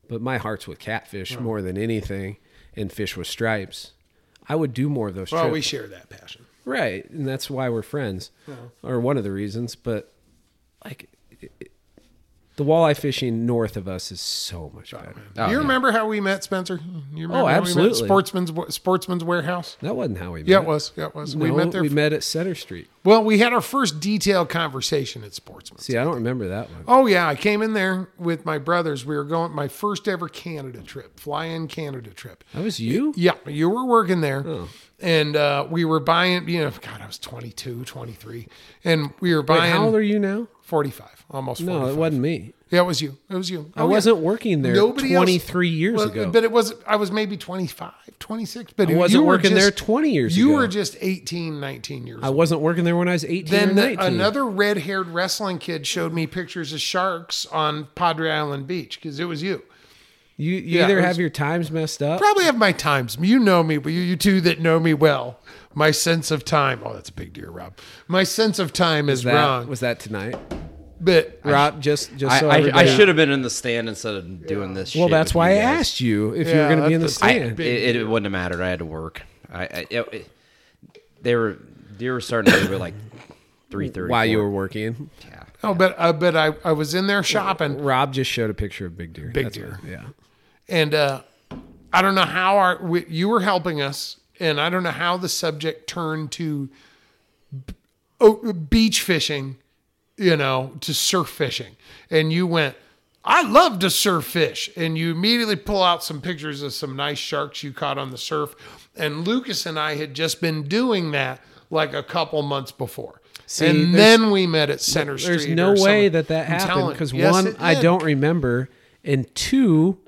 but my heart's with catfish more than anything, and fish with stripes. I would do more of those.
Well,
trips.
we share that passion.
Right, and that's why we're friends, or one of the reasons. But like, it- it- the walleye fishing north of us is so much better.
Oh,
Do you
yeah.
remember how we met, Spencer? You remember
Oh,
how We met?
absolutely.
Sportsman's Sportsman's Warehouse.
That wasn't how we met.
Yeah, it was. Yeah, it was. we
No,
met there.
We met at Center Street.
well, we had our first detailed conversation at Sportsman's.
See, I don't remember that one.
Oh yeah, I came in there with my brothers. We were going my first ever Canada trip, fly-in Canada trip.
That was you.
Yeah, you were working there.
Oh.
And uh, we were buying, you know, God, I was 22, 23. And we were
Wait,
buying
how old are you now?
45, almost
No,
45.
it wasn't me.
Yeah, it was you. It was you.
I
Oh, yeah.
wasn't working there
Nobody else-
23 years
well,
ago.
But it was I was maybe 25, 26, but
I
you
wasn't
were
working
just-
there 20 years
You
ago.
were just 18, 19 years
I
old.
wasn't working there when I was 18 or
Then the-
19.
another red-haired wrestling kid showed me pictures of sharks on Padre Island Beach because it was you.
you you
yeah,
either
it
have
was-
your times messed up.
Probably have my times. You know me, but you, you two that know me well, my sense of time. Oh, that's a big deer, Rob. My sense of time is
that,
wrong.
Was that tonight?
but
Rob, just just
I,
so
I, I
everybody-
should have been in the stand instead of doing this.
Well,
shit
that's
with
why I
you guys.
asked you if you
Yeah,
were going to be in the
that's the- I-
stand.
It, it wouldn't have mattered. I had to work. I, I it, it- they were they were starting to leave at like three thirty.
while you were working,
oh, but uh, but I, I was in there shopping,
Rob just showed a picture of Big Deer.
Big
That's
Deer.
what- yeah.
and uh, I don't know how our we, you were helping us, and I don't know how the subject turned to b- oh, beach fishing, you know, to surf fishing, and you went. I love to surf fish, and you immediately pull out some pictures of some nice sharks you caught on the surf. And Lucas and I had just been doing that like a couple months before,
See,
and
there's-
then we met at Center Street.
There's no
or
way
something.
that that
I'm
happened
telling-
because
Yes,
one,
it
I
did.
don't remember, and two,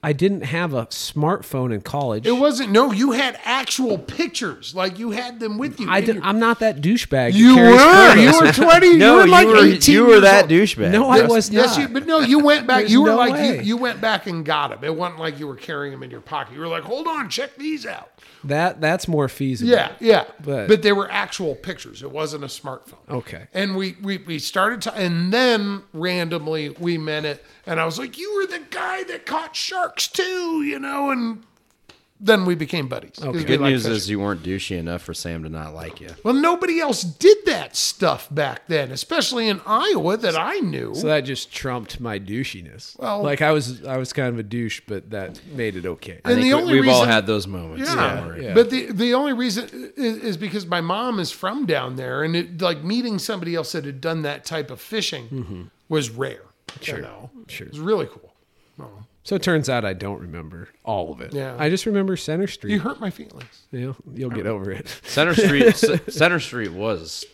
I didn't have a smartphone in college.
It wasn't. No, you had actual pictures. Like you had them with you.
I
in
did,
your-
I'm not that douchebag. who
you
carries
were.
photos.
You were twenty. you
No,
were
you
like
were,
eighteen.
you were
years
that
old.
<laughs>
douchebag.
No, I was
Yes,
not.
you, but no, you went back.
There's
you were
no
like
way.
you, you went back and got them. It wasn't like you were carrying them in your pocket. You were like, hold on, check these out.
that that's more feasible.
Yeah, yeah.
But-
But, they were actual pictures. It wasn't a smartphone.
Okay.
And we we, we started to, and then randomly we met it, and I was like, you were the guy that caught sharks too, you know, and then we became buddies. 'Cause we
The good
liked
news
fishing.
is you weren't douchey enough for Sam to not like you.
Well, nobody else did that stuff back then, especially in Iowa that I knew.
So that just trumped my douchiness.
Well-
like I was, I was kind of a douche, but that made it okay.
I
And
think
the
we-
only
we've all
reason-
had those moments. don't
yeah.
worry.
But the the only reason is, is because my mom is from down there, and it, like meeting somebody else that had done that type of fishing was rare. Sure, you know?
Sure.
it was really cool.
So it turns out I don't remember all of it.
Yeah.
I just remember Center Street.
You hurt my feelings.
You know, you'll get over it.
Center Street.
<laughs>
C- Center Street was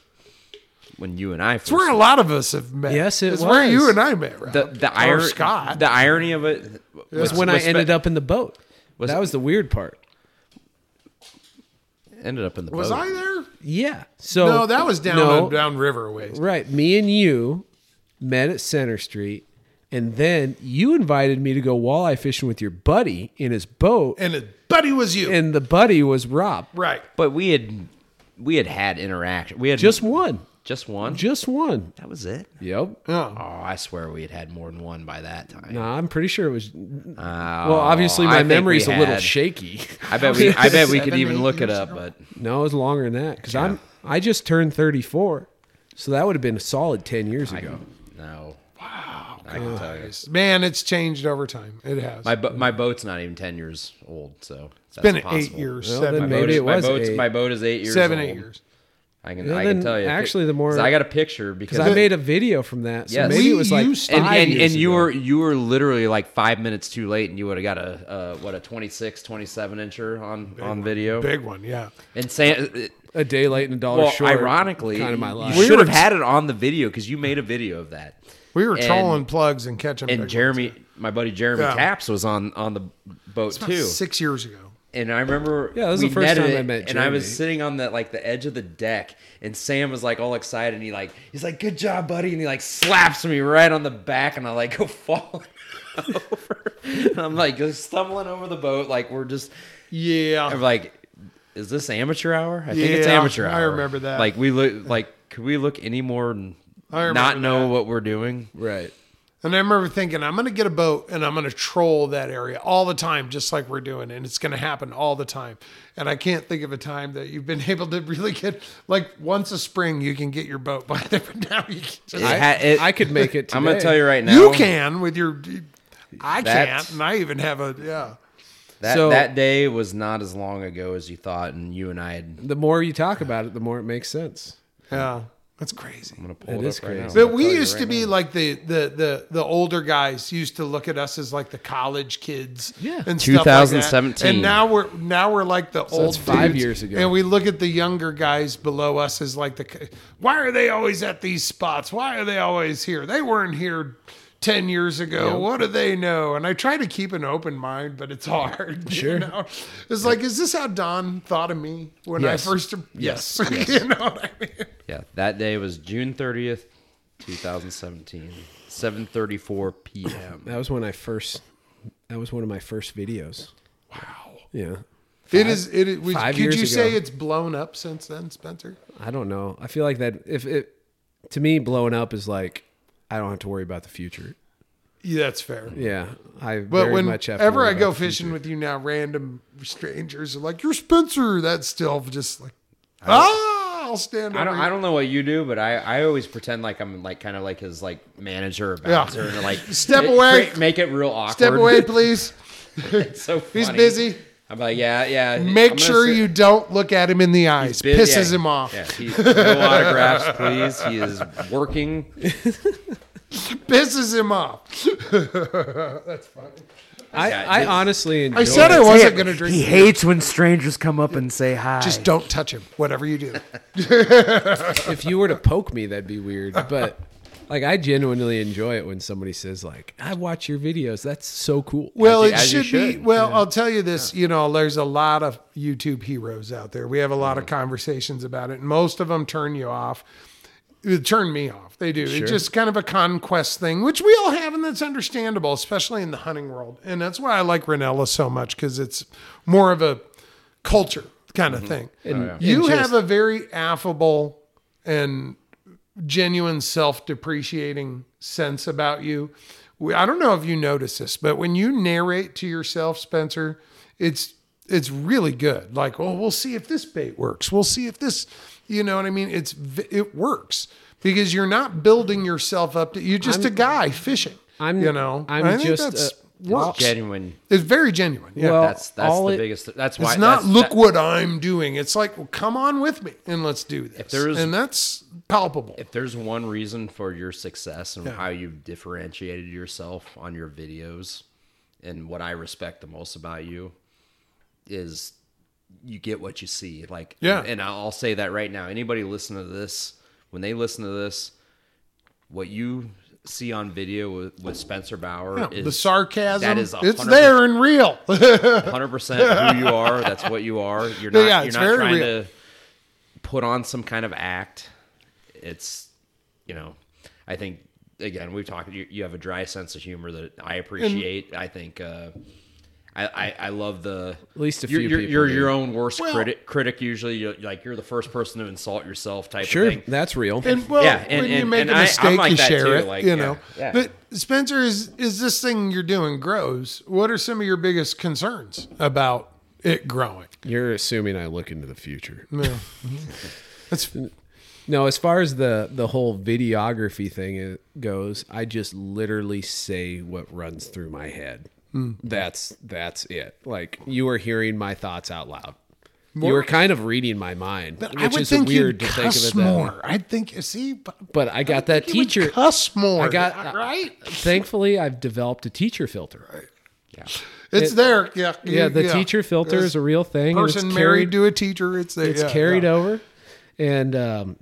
when you and I. First
It's where a lot of us have met.
Yes, it
it's where
was.
you and I met. Rob.
the the,
Or
ir-
Scott.
the irony of it
was when I ended up in the boat.
Was-
that was the weird part.
ended up in the
was
boat.
I there?
Yeah. So
No, that was down
No.
down river a ways.
Right. Me and you met at Center Street, and then you invited me to go walleye fishing with your buddy in his boat, and,
and it, buddy was you.
the buddy was Rob.
right.
But we had we had had interaction. We had
Just one.
just one.
Just one.
that was it.
Yep.
Oh, I swear we had had more than one by that time.
Nah, I'm pretty sure it was. well, obviously
Oh, I
my
think
memory's a
we
little
had-
shaky.
I bet we I bet we could
Seven,
even
eight
look it
years
up,
ago.
<laughs>
but
no, it was longer than that because I'm I just turned 34, so that would have been a solid 10 years ago.
no. Wow, I can tell you.
Man, it's changed over time. It has.
My bo- my boat's not even ten years old, so it's
been eight years,
Well,
seven,
then
eight-
maybe it was
my boat's
eight.
my boat is eight years
seven,
old.
eight years.
I can
Well,
I
then
can tell you.
actually the more-
'Cause I got a picture because
Because I made a video from that, so
Yes.
maybe it was
We
like
used to-
five
and and,
years
and you
ago.
were you were literally like five minutes too late, and you would have got a uh, what a 26, 27 incher on on video.
Big one, yeah.
And Sam,
a day late and a dollar
well,
short.
ironically,
kind of my life.
you
We
should
were-
have had it on the video because you made a video of that.
We were
And-
trolling plugs and catching. big
And
ones.
Jeremy, my buddy Jeremy
Yeah.
Caps was on on the boat
About
too.
six years ago.
and I remember
Yeah, that was the
we
first
netted
time
it,
I met
and I was
Jeremy.
sitting on the like the edge of the deck, and Sam was like all excited, and he like he's like, "Good job, buddy," and he like slaps me right on the back, and I like <laughs> go fall over. And I'm like just stumbling over the boat, like we're just I'm
Yeah.
like, is this amateur hour? I think it's
Yeah,
amateur hour.
I remember that.
Like we look like could we look any more and
I remember
not know what we're doing?
right.
And I remember thinking, I'm going to get a boat and I'm going to troll that area all the time, just like we're doing. And it's going to happen all the time. And I can't think of a time that you've been <laughs> able to really get, like, once a spring, you can get your boat by <laughs> there. But now you can just,
It ha- it-
I could make it. Today.
<laughs> I'm gonna tell you right now.
you can with your, I
That's-
can't. And I even have a, yeah.
That,
So-
that day was not as long ago as you thought, and you and I had. I'm
The more you talk about it, the more it makes sense.
Yeah. That's crazy.
gonna pull
It
it
is
up right now.
crazy.
I'm
But
gonna
we
tell you
used to
right
be
now.
like the, the the the older guys used to look at us as like the college kids,
Yeah.
and stuff like that.
2017.
And now we're now we're like the old
that's five
dudes,
years ago.
and we look at the younger guys below us as like the c- why are they always at these spots? Why are they always here? They weren't here 10 years ago. What do they know? And I try to keep an open mind, but it's hard. <laughs> Sure. You know? It's like, is this how Don thought of me when
Yes.
I first?
Yes,
<laughs> you know what I mean?
Yeah, that day was June 30th, 2017, 7:34 p.m.
That was when I first. That was one of my first videos. Wow. Yeah.
It is. It. is- would-
five
could
years
you say
ago.
it's blown up since then, Spencer?
I don't know. I feel like that if it to me blowing up is like I don't have to worry about the future.
Yeah, that's fair.
Yeah. I
But
very much have to
whenever
worry
I go
about the
fishing with you now, random strangers are like, "You're Spencer." That's still just like, ah, I'll stand.
I don't,
over
I
you."
don't know what you do, but I, I always pretend like I'm like kind of like his like manager or bouncer and like
<laughs> Step
it-
away.
cre- make it real awkward. <laughs>
Step away, please.
It's so funny.
He's busy.
I'm like, yeah, yeah. I'm
Make
gonna
sure
sit-
you don't look at him in the eyes.
bu-
Pisses
yeah,
him off.
Yeah, he, no autographs, please. He is
<laughs>
working.
Pisses him off.
future. I, I honestly enjoy
I said I
it.
wasn't going to drink.
He hates when strangers come up and say hi.
Just don't touch him. Whatever you do.
if you were to poke me that'd be weird, but like I genuinely enjoy it when somebody says like I watch your videos. That's so cool.
Well,
As
it
you- as you
should be.
should.
Well, I'll tell you this. You know, there's a lot of YouTube heroes out there. We have a
Mm.
lot of conversations about it, and most of them turn you off. It turn me off. They do. It's just kind of a conquest thing, which we all have, and that's understandable, especially in the hunting world. And that's why I like Ranella so much because it's more of a culture kind of
Mm-hmm.
thing.
Oh,
You have a very affable and genuine self depreciating sense about you. We- I don't know if you notice this, but when you narrate to yourself, Spencer, it's it's really good. Like, oh, we'll see if this bait works. We'll see if this, you know what I mean? It's v- it works because you're not building yourself up. To, you're just a guy fishing.
I'm-
you know.
I'm
I think
just
that's
a-
works.
Genuine.
It's very genuine. Yeah.
Well,
That's that's
all
the
it-
biggest. That's why
it's not
that's-
look
that-
what I'm doing. It's like, well, come on with me and let's do this.
there is-
and that's palpable.
if there's one reason for your success and how you've differentiated yourself on your videos and what I respect the most about you is you get what you see. Like
Yeah.
and I'll say that right now. Anybody listening to this, when they listen to this, what you see on video with, with Spencer Bauer is
the sarcasm.
that is a
it's
hundred
there and real. <laughs>
hundred percent who you are. That's what you
<laughs>
are. You're not.
yeah,
you're
it's
not
very
trying
real.
to put on some kind of act. It's, you know, I think again we've talked. You, you have a dry sense of humor that I appreciate. I think. Uh, I, I, I love the at
least a
you're,
few
you're,
people
you're
do.
your own worst critic critic usually you're, like you're the first person to insult yourself type
Sure,
of thing
that's real.
and well,
Yeah, and-
when you
and-
make
and
a
I- I'm
mistake,
like
you
that
share
too,
it.
like,
you
yeah,
know.
yeah.
But Spencer, is is this thing you're doing grows? What are some of your biggest concerns about it growing?
You're assuming I look into the future.
Yeah. Mm-hmm. That's
<laughs> No, as far as the the whole videography thing i- goes, I just literally say what runs through my head.
Hmm.
That's that's it. Like you are hearing my thoughts out loud. you were kind of reading my mind,
but
which
I would
is
think
weird
you'd
to think of
cuss
it that. way.
more. I think see, but
But I got that
you would
teacher.
cuss more.
I got- uh,
right.
Thankfully, I've developed a teacher filter.
It's there. Yeah.
Yeah, the teacher filter is a real thing. and it's
Person
carried-
married to a teacher. It's there.
it's
yeah,
carried
yeah.
over and um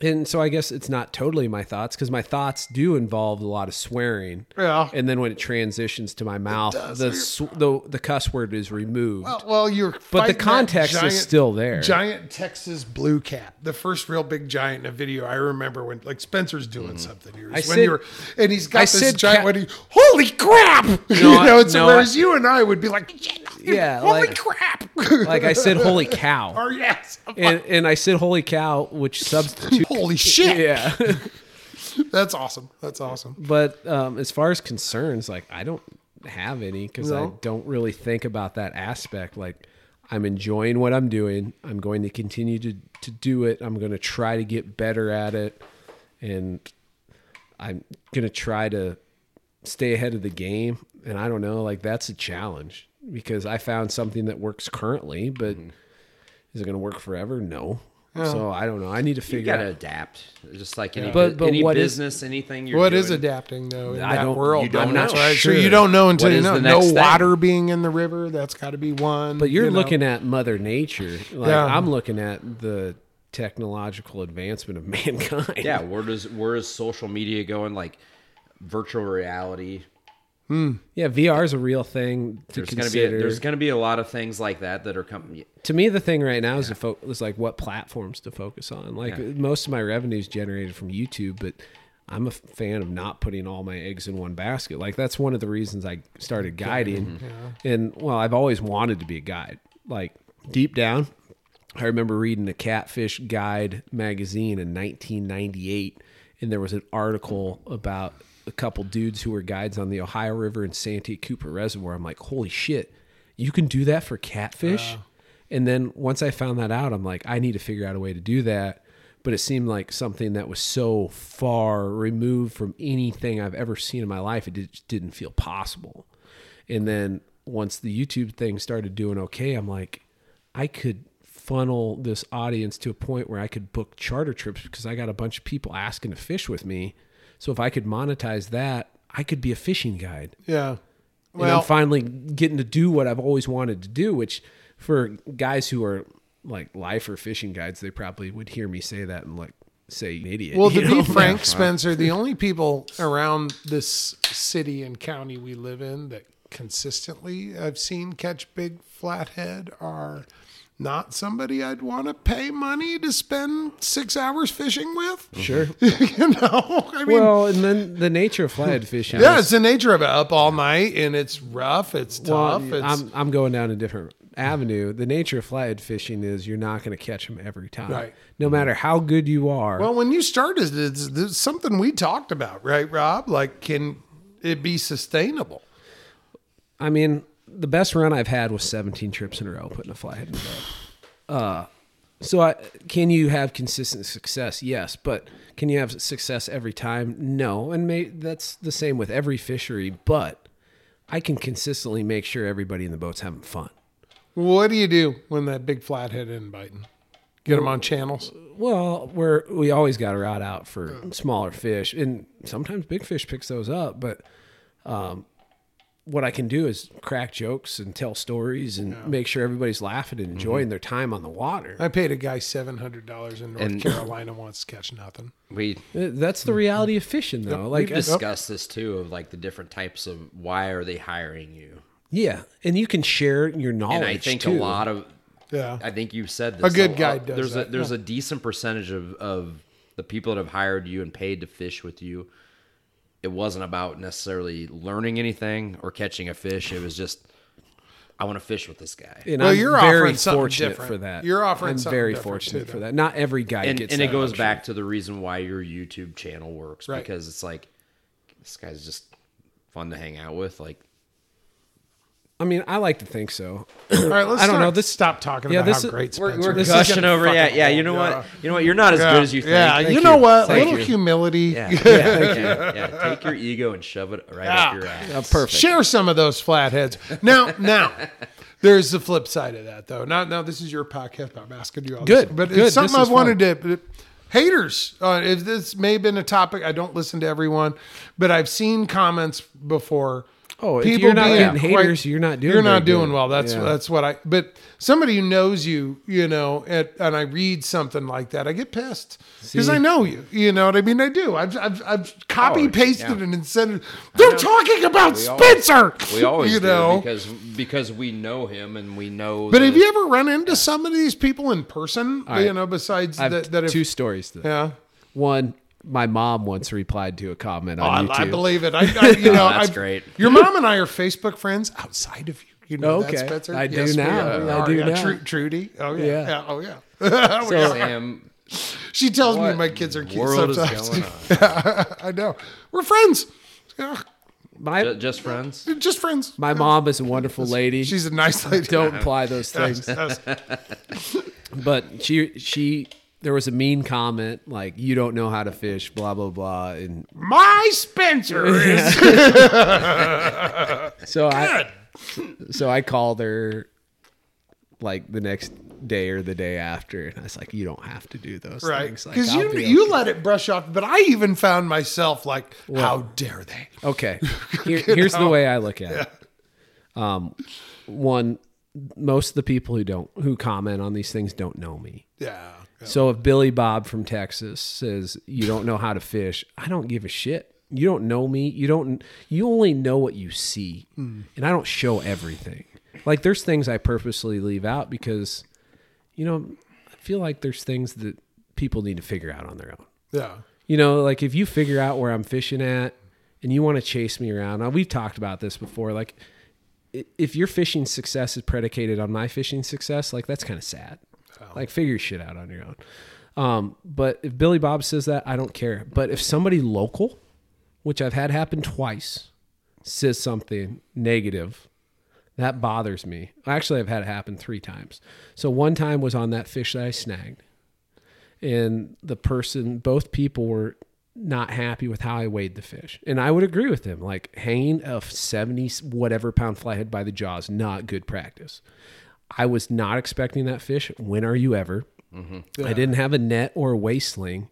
and so i guess it's not totally my thoughts because my thoughts do involve a lot of swearing
Yeah.
and then when it transitions to my mouth the, sw- the the cuss word is removed
Well, Oh, well, you're.
but the
fighting that
context
giant-
is still there
Giant Texas blue cat, the first real big giant in a video. I remember when like Spencer's doing something here.
Mm. I
It's when
said-
you were, and he's got
I
this
said cat-
giant one. He, holy crap! <laughs> you
I-
know, it's
no,
whereas you and I would be like, yeah, holy
like-
crap! <laughs>
like i said holy cow
or yes,
and, and i said holy cow
<laughs>
which substitute
holy shit!
yeah
<laughs> That's awesome. That's awesome.
but um as far as concerns like i don't have any because i
No.
don't really think about that aspect like i'm enjoying what i'm doing i'm going to continue to to do it i'm going to try to get better at it and i'm going to try to stay ahead of the game and i don't know like that's a challenge because i found something that works currently but is it going to work forever no so i don't know i need to
you
figure
gotta
out
adapt just like any,
But- but
any
what is-
business anything you're
What
doing.
is adapting though in
I
that
don't-
world?
you don't
I'm not
know.
right.
Sure.
So you don't know until
What
you
is
know.
the
No
next thing?
water being in the river. That's got to be one.
But you're
you know?
looking at Mother Nature. Like
Yeah.
I'm looking at the technological advancement of <laughs> mankind.
yeah where does where is social media going like virtual reality.
Yeah, VR is a real thing to
There's going to be
consider.
a, there's going to be a lot of things like that that are coming.
to me, the thing right now is to fo- is like what platforms to focus on. Like most of my revenue is generated from YouTube, but I'm a f- fan of not putting all my eggs in one basket. Like that's one of the reasons I started guiding,
Mm-hmm.
and well, I've always wanted to be a guide. Like deep down, I remember reading a Catfish Guide magazine in 1998, and there was an article about a couple dudes who were guides on the Ohio River and Santee Cooper Reservoir. I'm like, holy shit, you can do that for catfish? and then once I found that out, I'm like, I need to figure out a way to do that. But it seemed like something that was so far removed from anything I've ever seen in my life, it did, just didn't feel possible. And then once the YouTube thing started doing okay, I'm like, I could funnel this audience to a point where I could book charter trips because I got a bunch of people asking to fish with me. So if I could monetize that, I could be a fishing guide.
Yeah.
and
Well,
I'm finally getting to do what I've always wanted to do, which for guys who are like life or fishing guides, they probably would hear me say that and like say an idiot. <laughs>
Well,
you
to <laughs>
know?
be frank, Spencer, the only people around this city and county we live in that consistently I've seen catch big flathead are not somebody I'd want to pay money to spend six hours fishing with. <laughs>
sure.
you know, I mean,
well, and then the nature of
<laughs>
flathead fishing.
yeah,
is-
it's the nature of it. Up all night and it's rough. It's
well,
tough. it's,
I'm I'm going down a different avenue. The nature of flathead fishing is you're not going to catch them every time,
Right.
No matter how good you are.
Well, when you started, it's, it's something we talked about, right, Rob? Like, can it be sustainable?
I mean, the best run I've had was 17 trips in a row putting a flathead in the bag. Uh, so I, can you have consistent success? Yes, but can you have success every time? No, and may, that's the same with every fishery. But I can consistently make sure everybody in the boat's having fun.
What do you do when that big flathead isn't biting? Get them on channels.
Well, we're we always got a rod out for smaller fish, and sometimes big fish picks those up. But um, what I can do is crack jokes and tell stories and make sure everybody's laughing
Mm-hmm.
and enjoying their time on the water.
I paid a guy seven hundred dollars in North
And-
Carolina once to catch nothing.
We
Uh, That's the reality of fishing, though. Like, uh,
we've discussed this too of like the different types of why are they hiring you,
yeah, and you can share your knowledge.
and I think
too.
a lot of
Yeah,
I think you said this.
A good
lot-
guide does
there's
that,
a there's a decent percentage of of the people that have hired you and paid to fish with you. It wasn't about necessarily learning anything or catching a fish. It was just I want to fish with this guy.
And
Well,
I'm
you're
very
offering something
fortunate
different.
for that.
You're offering
I'm
something
very
different,
fortunate
too,
for
though.
that. Not every guy
and,
gets
and it
that
goes
option.
back to the reason why your YouTube channel works
Right.
because it's like this guy's just fun to hang out with. Like
I mean, I like to think so.
All right, let's
I don't
start-
know, this-
stop talking
yeah,
about
this
how
is-
great
we're-
Spencer.
we're This
is.
is
gushing over, yeah, yeah. You know what? You know what? You're not as
Yeah,
good as you think.
yeah.
Thank
you know what?
Thank
Little
you.
humility. <laughs>
Yeah, yeah, thank you. yeah. Take your ego and shove it right up your ass.
Uh, perfect.
Share some of those flatheads. Now, now, there's the flip side of that, though. Now, now this is your podcast. I'm asking you all this,
Good,
but
good.
it's something
This
I've
is fun.
wanted to. Haters, uh, if this may have been a topic, I don't listen to everyone, but I've seen comments before.
Oh, if you're not
being
getting
quite-
haters, you're not doing
You're not
very good.
doing well. That's
Yeah.
that's what I. But somebody who knows you, you know, and, and I read something like that, I get pissed because I know you. You know what I mean? I do. I've I've,
Oh,
I've copy pasted
yeah.
it and sent it. They're talking about Spencer.
We always
you know.
do because because we know him and we know.
but
the-
have you ever run into some of these people in person? You
right.
know, besides
I have
that, that have,
two stories. To that.
yeah.
One, my mom once replied to a comment on
Oh, I,
YouTube.
I believe it. I, I you know,
that's
I-
great.
Your mom and I are Facebook friends outside of you. You know that,
Okay.
Spencer?
I do
we
now.
are. We
I
are.
do
yeah.
now.
Tru- Trudy. Oh yeah.
Yeah.
yeah. Oh yeah. <laughs>
Sam,
She tells me
what
my kids are cute
world is
sometimes.
going on?
<laughs> I know. We're friends. Yeah,
my
Ju- Just friends.
Just friends.
my mom is a wonderful lady.
She's a nice lady. <laughs>
Don't apply those
Yes,
things.
yes.
But she she there was a mean comment like you don't know how to fish, blah blah blah, and
My Spencer is
so I so I called her like the next day or the day after, and I was like, you don't have to do those
right
things.
because
Like, I'll
you
be
you let it brush off. But I even found myself like, how dare they?
Okay. Here, here's the way I look at it. Um, one, most of the people who don't who comment on these things don't know me.
Yeah. yeah.
So if Billy Bob from Texas says you don't know how to fish, I don't give a shit you don't know me. You don't you only know what you see. And I don't show everything. Like there's things I purposely leave out because you know, I feel like there's things that people need to figure out on their own.
Yeah.
You know, like if you figure out where I'm fishing at and you want to chase me around, now we've talked about this before. Like, i- if your fishing success is predicated on my fishing success, like that's kind of sad. Like, figure your shit out on your own. Um, but if Billy Bob says that, I don't care. But if somebody local, which I've had happen twice, says something negative, that bothers me. Actually, I've had it happen three times. So one time was on that fish that I snagged and the person both people were not happy with how I weighed the fish. And I would agree with them. Like hanging a 70 whatever pound flathead by the jaw is not good practice. I was not expecting that fish. When are you ever? I didn't have a net or a waist sling.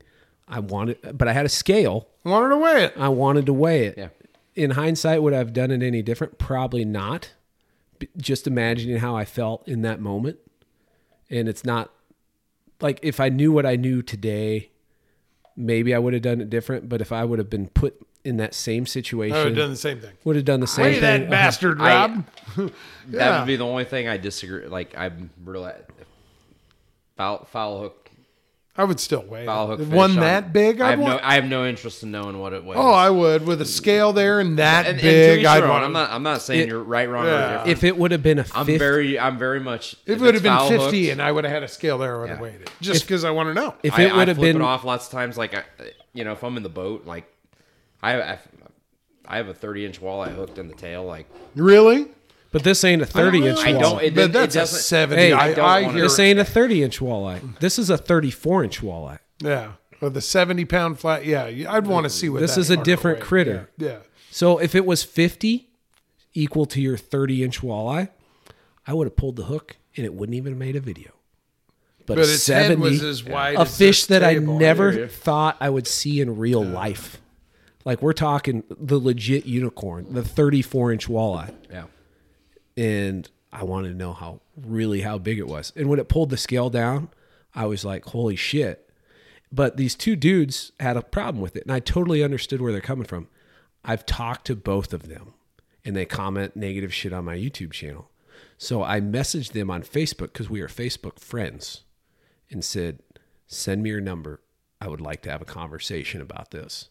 I wanted, but I had a scale.
Wanted to weigh it.
I wanted to weigh it. In hindsight, would I have done it any different? Probably not. B- Just imagining how I felt in that moment. And it's not like if I knew what I knew today, maybe I would have done it different. But if I would have been put in that same situation,
I would have Oh, done the same thing.
would have done the same
Hey,
thing.
<laughs>
that bastard,
I-
Rob.
That
<laughs> Yeah.
would be the only thing I disagree. Like I'm really foul, foul hook.
I would still weigh
Foul hook.
it.
finish
One
on-
that big,
I
I'd
have
want.
no. I have no interest in knowing what it was.
<laughs> oh, I would with a scale there and that
and, and to
big.
each
I'd
their own.
want.
I'm not. I'm not saying
It-
you're right, wrong,
Yeah.
or different.
Uh-huh. If it would have been a 50,
I'm very. I'm very much.
it
if
would
it's
have been
foul
50,
hooked,
and I would have had a scale there. I would have
Yeah.
weighed it just because I want to know.
if
I,
it would
I
have
flip
been
it off lots of times. Like I, you know, if I'm in the boat, like I, I, I have a 30 inch walleye hooked in the tail. Like
really?
but this ain't a 30 inch
I
walleye.
don't- it-
but
it
that's a
doesn't-
70.
Hey,
I don't
I, I
wanna-
hear.
this ain't a 30 inch walleye.
<laughs>
This is a 34 inch walleye.
Yeah. With the 70 pound flat. Yeah. you- I'd want to see what
This
that
is a
fucker
different
weighed.
critter.
Yeah.
So if it was 50 equal to your 30 inch walleye, I would have pulled the hook and it wouldn't even have made a video. But,
But
a
its head
70,
was as wide
a
as
fish
this
that I
table.
never thought I would see in real life. Like we're talking the legit unicorn, the 34 inch walleye.
yeah.
And I wanted to know how really how big it was. And when it pulled the scale down, I was like, holy shit. But these two dudes had a problem with it. And I totally understood where they're coming from. I've talked to both of them and they comment negative shit on my YouTube channel. So I messaged them on Facebook because we are Facebook friends and said, send me your number. I would like to have a conversation about this.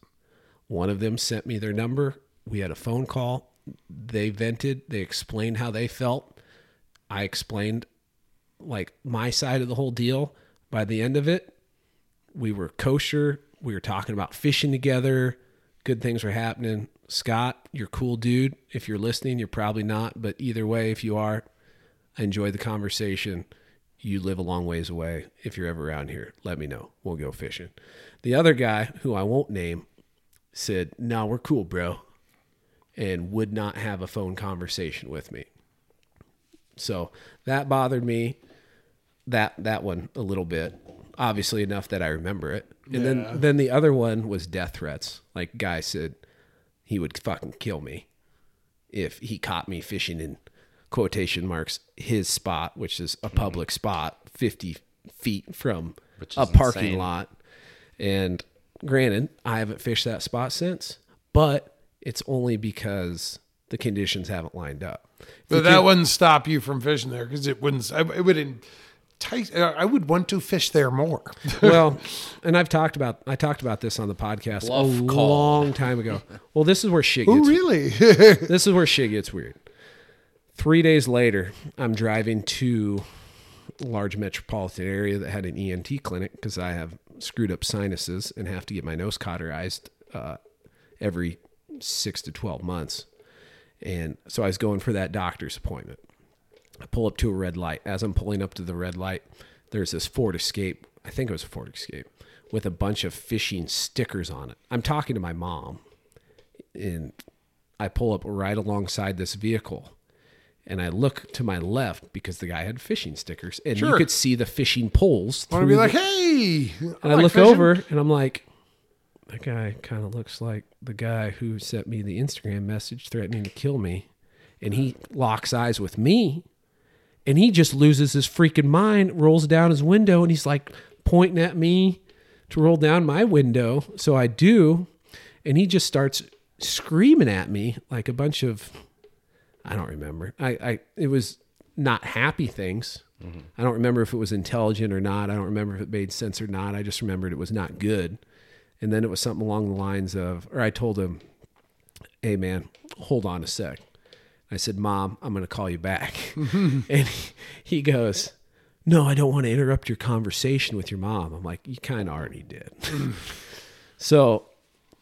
One of them sent me their number. We had a phone call. They vented. They explained how they felt. I explained like my side of the whole deal. By the end of it, we were kosher. We were talking about fishing together. Good things were happening. Scott, you're a cool dude. If you're listening, you're probably not, but either way, if you are, I enjoy the conversation. You live a long ways away. If you're ever around here, let me know. We'll go fishing. The other guy, who I won't name, said, No, we're cool, bro. And would not have a phone conversation with me. So that bothered me. That that one a little bit. Obviously enough that I remember it. And then then the other one was death threats. Like guy said he would fucking kill me if he caught me fishing in quotation marks his spot, which is a public spot, fifty feet from a parking
insane.
lot. And granted, I haven't fished that spot since, but it's only because the conditions haven't lined up.
But that wouldn't stop you from fishing there because it wouldn't. I, it would entice. I would want to fish there
<laughs>
more.
well, and I've talked about I talked about this on the podcast a
Bluff call.
long time ago. Well, this is where shit
Oh,
gets
<laughs> really?
this is where shit gets weird. Three days later, I'm driving to a large metropolitan area that had an ENT clinic because I have screwed up sinuses and have to get my nose cauterized uh, every six to 12 months. And so I was going for that doctor's appointment. I pull up to a red light. As I'm pulling up to the red light, there's this Ford Escape. I think it was a Ford Escape with a bunch of fishing stickers on it. I'm talking to my mom and I pull up right alongside this vehicle and I look to my left because the guy had fishing stickers and you
Sure.
could see the fishing poles.
Want to
through
be like,
the-
hey?
and I
like
look
fishing."
over and I'm like, that guy kind of looks like the guy who sent me the Instagram message threatening to kill me. And he locks eyes with me and he just loses his freaking mind, rolls down his window, and he's like pointing at me to roll down my window. So I do. and he just starts screaming at me like a bunch of I don't remember. I, I it was not happy things. I don't remember if it was intelligent or not. I don't remember if it made sense or not. I just remembered it was not good. And then it was something along the lines of, or I told him, "Hey man, hold on a sec." I said, "Mom, I'm going to call you back." <laughs> and he, he goes, "No, I don't want to interrupt your conversation with your mom." I'm like, "You kind of already did." so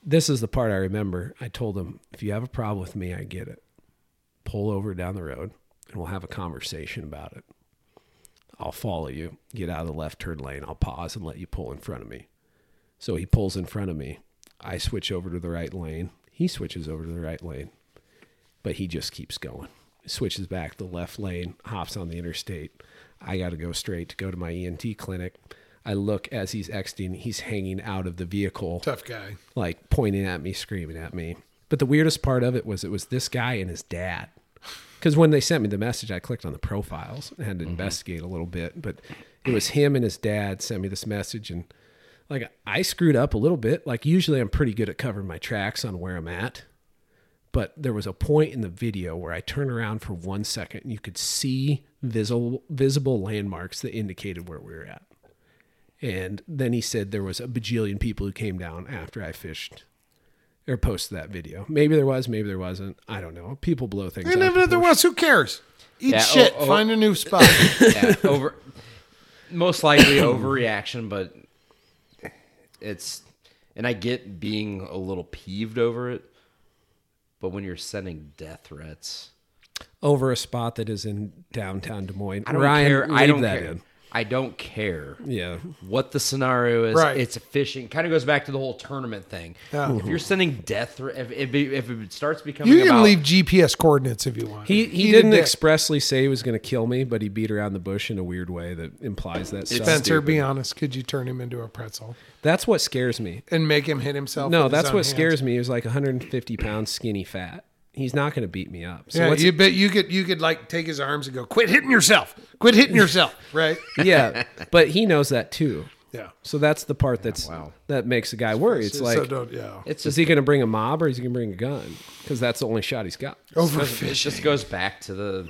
this is the part I remember. I told him, if you have a problem with me, I get it. Pull over down the road and we'll have a conversation about it. I'll follow you. Get out of the left turn lane. I'll pause and let you pull in front of me. So he pulls in front of me. I switch over to the right lane. He switches over to the right lane, but he just keeps going. Switches back the left lane, hops on the interstate. I got to go straight to go to my ENT clinic. I look as he's exiting, he's hanging out of the vehicle
Tough guy.
like pointing at me, screaming at me. But the weirdest part of it was it was this guy and his dad. Because when they sent me the message, I clicked on the profiles and had to investigate a little bit. But it was him and his dad sent me this message, and like I screwed up a little bit. Like usually I'm pretty good at covering my tracks on where I'm at, but there was a point in the video where I turned around for one second and you could see visible visible landmarks that indicated where we were at. And then he said there was a bajillion people who came down after I fished or posted that video. Maybe there was, maybe there wasn't. I don't know. People blow things
And
out
if
of
there was, who cares? Eat
Yeah,
shit.
oh, oh.
Find a <laughs> new spot.
Yeah, <laughs> over, most likely overreaction, but it's, and I get being a little peeved over it, but when you're sending death threats,
over a spot that is in downtown Des Moines.
I don't
Ryan,
care.
Leave
I don't
that
care.
in.
I don't care. <laughs>
Yeah.
what the scenario is.
Right.
It's fishing. Kind of goes back to the whole tournament thing. If
Mm-hmm.
you're sending death, thre- if it, be, if it starts becoming
You can
about,
leave GPS coordinates if you want.
He, he,
did
didn't
that.
expressly say he was going to kill me, but he beat around the bush in a weird way that implies that stuff.
Spencer, be honest. Could you turn him into a pretzel
That's what scares me.
and make him hit himself?
No,
with his
that's
own
what scares
hands?
me. He was like 150 pounds, skinny, fat. He's not going to beat me up. So
yeah,
what's,
you bet you could you could like take his arms and go, quit hitting yourself, quit hitting yourself, <laughs> right?
<laughs> yeah, but he knows that too.
Yeah.
So that's the part that's
wow.
that makes a guy worry. It's
So
like,
don't, yeah.
It's
is
just,
he going to bring a mob or is he going to bring a gun? Because that's the only shot he's got.
it
Overfishing.
just goes back to the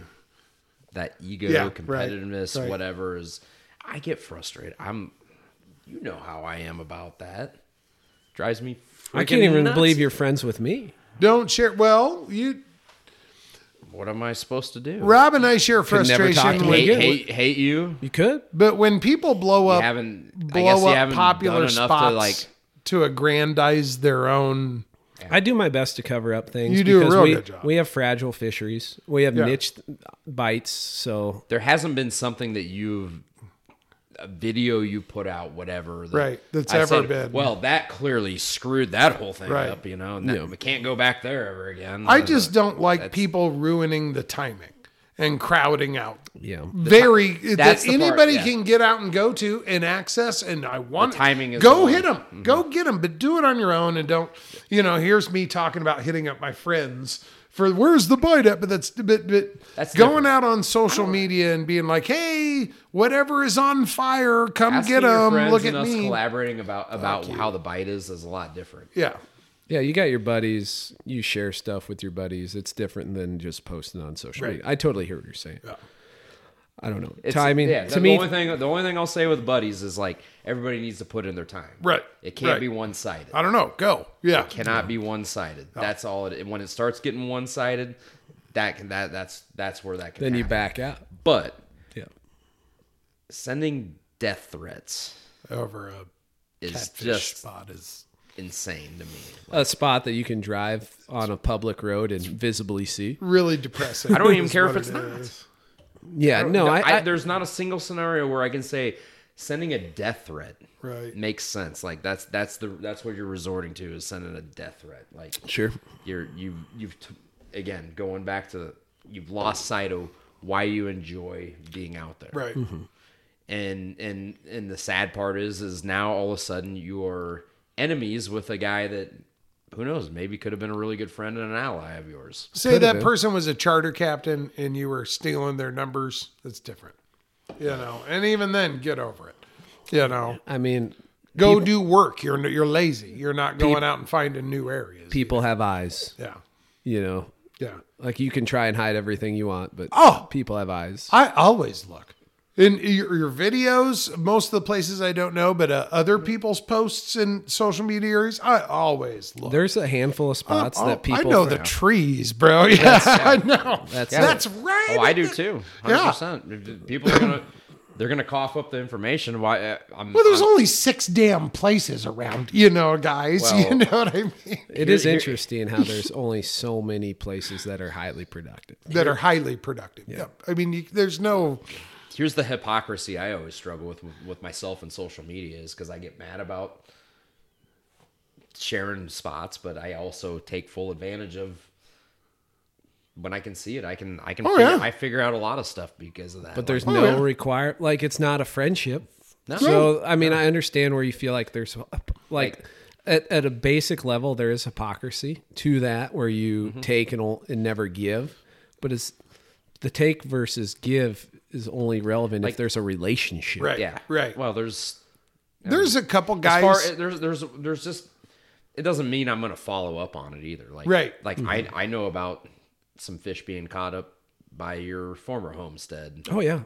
that ego,
Yeah, right,
competitiveness,
right.
whatever is. I get frustrated. I'm, you know how I am about that. Drives me.
I can't even
freaking
believe
nuts.
you're friends with me.
Don't share. Well, you
What am I supposed to do?
Rob and I share
never talk to
frustration
him
with
Hate,
again.
hate, hate you.
You could.
But when people blow up,
haven't- I
blow
guess you
up
haven't
popular
done enough to,
spots to,
like-
aggrandize their own.
I do my best to cover up things.
You do a
because
real
we,
good job.
We have fragile fisheries. We have
Yeah.
niche bites. So
there hasn't been something that you've a video you put out, whatever, that
Right, that's
I
ever been.
Well, that clearly screwed that whole thing
Right.
up, you know. And that, we can't go back there ever again.
I
Uh,
just don't like people ruining the timing and crowding out.
yeah,
Very
that's
that
the part,
anybody
yeah.
can get out and go to and access, and I want
timing is the
go
Mm-hmm.
hit them, go get them, but do it on your own and don't. You know, here's me talking about hitting up my friends for where's the bite at, but that's but, but
That's
going
different.
out on social media and being like, hey, whatever is on fire, come
asking
get
your
them.
friends
Look
and
at
us
me.
collaborating about about how the bite is is a lot different.
Yeah.
yeah. You got your buddies. You share stuff with your buddies. It's different than just posting on social media. I totally hear what you're saying. I don't know
It's,
timing.
yeah,
to
the
me,
only thing the only thing I'll say with buddies is like everybody needs to put in their time.
Right,
It can't
right.
be one sided.
I don't know. Go. Yeah.
Cannot be one sided. That's all. It, when it starts getting one sided, that can that that's that's where that can.
then you
happen.
back out.
But
Yeah,
sending death threats
Over a
is
catfish
just
spot is.
insane to me.
a spot that you can drive on a public road and visibly see.
Really depressing.
I don't even
<laughs> is
care
what
if it's
it
not.
is.
Yeah, no, I, I,
there's not a single scenario where I can say sending a death threat
Right.
makes sense. Like that's that's the that's what you're resorting to is sending a death threat. Like
sure.
you're you you've t- again going back to you've lost sight of why you enjoy being out there.
Right.
and and and the sad part is is now all of a sudden you're enemies with a guy that who knows maybe could have been a really good friend and an ally of
<laughs>
yours
Say that person was a charter captain and you were stealing their numbers. That's different. You know, and even then, get over it. You know,
I mean,
Go do work. You're you're lazy. You're not going out and finding new areas.
People have eyes,
Yeah,
you know.
yeah.
Like you can try and hide everything you want, but
Oh.
people have eyes.
I always look in your, your videos. Most of the places I don't know, but uh, other people's posts and social media areas, I always look.
There's a handful of spots
Oh,
that people
I know the trees, bro. <laughs> Yeah, I know. That's,
That's
right.
Oh, I
<laughs>
do too.
Yeah.
100%. People are gonna they're gonna cough up the information. Why? uh, I'm,
Well, there's
I'm-
only six damn places around, you know, guys. <laughs> you
Well-
know what I mean?
It is interesting
<laughs>
how there's only so many places that are highly productive.
That are highly productive. Yeah. I mean, you, there's no.
here's the hypocrisy I always struggle with with myself and social media is because I get mad about sharing spots, but I also take full advantage of when I can see it. I can I can
Oh,
figure,
yeah.
I figure out a lot of stuff because of that.
But there's
Like,
no
yeah.
require like it's not a friendship.
No.
So I mean, I understand where you feel like there's uh, like at, at a basic level there is hypocrisy to that where you take and, ol- and never give, but it's the take versus give is only relevant if there's a relationship.
Right.
yeah,
Right.
Well, there's
There's a couple guys.
as far as- there's there's there's just it doesn't mean I'm gonna follow up on it either. Like
Right.
like I I know about some fish being caught up by your former homestead.
Oh yeah.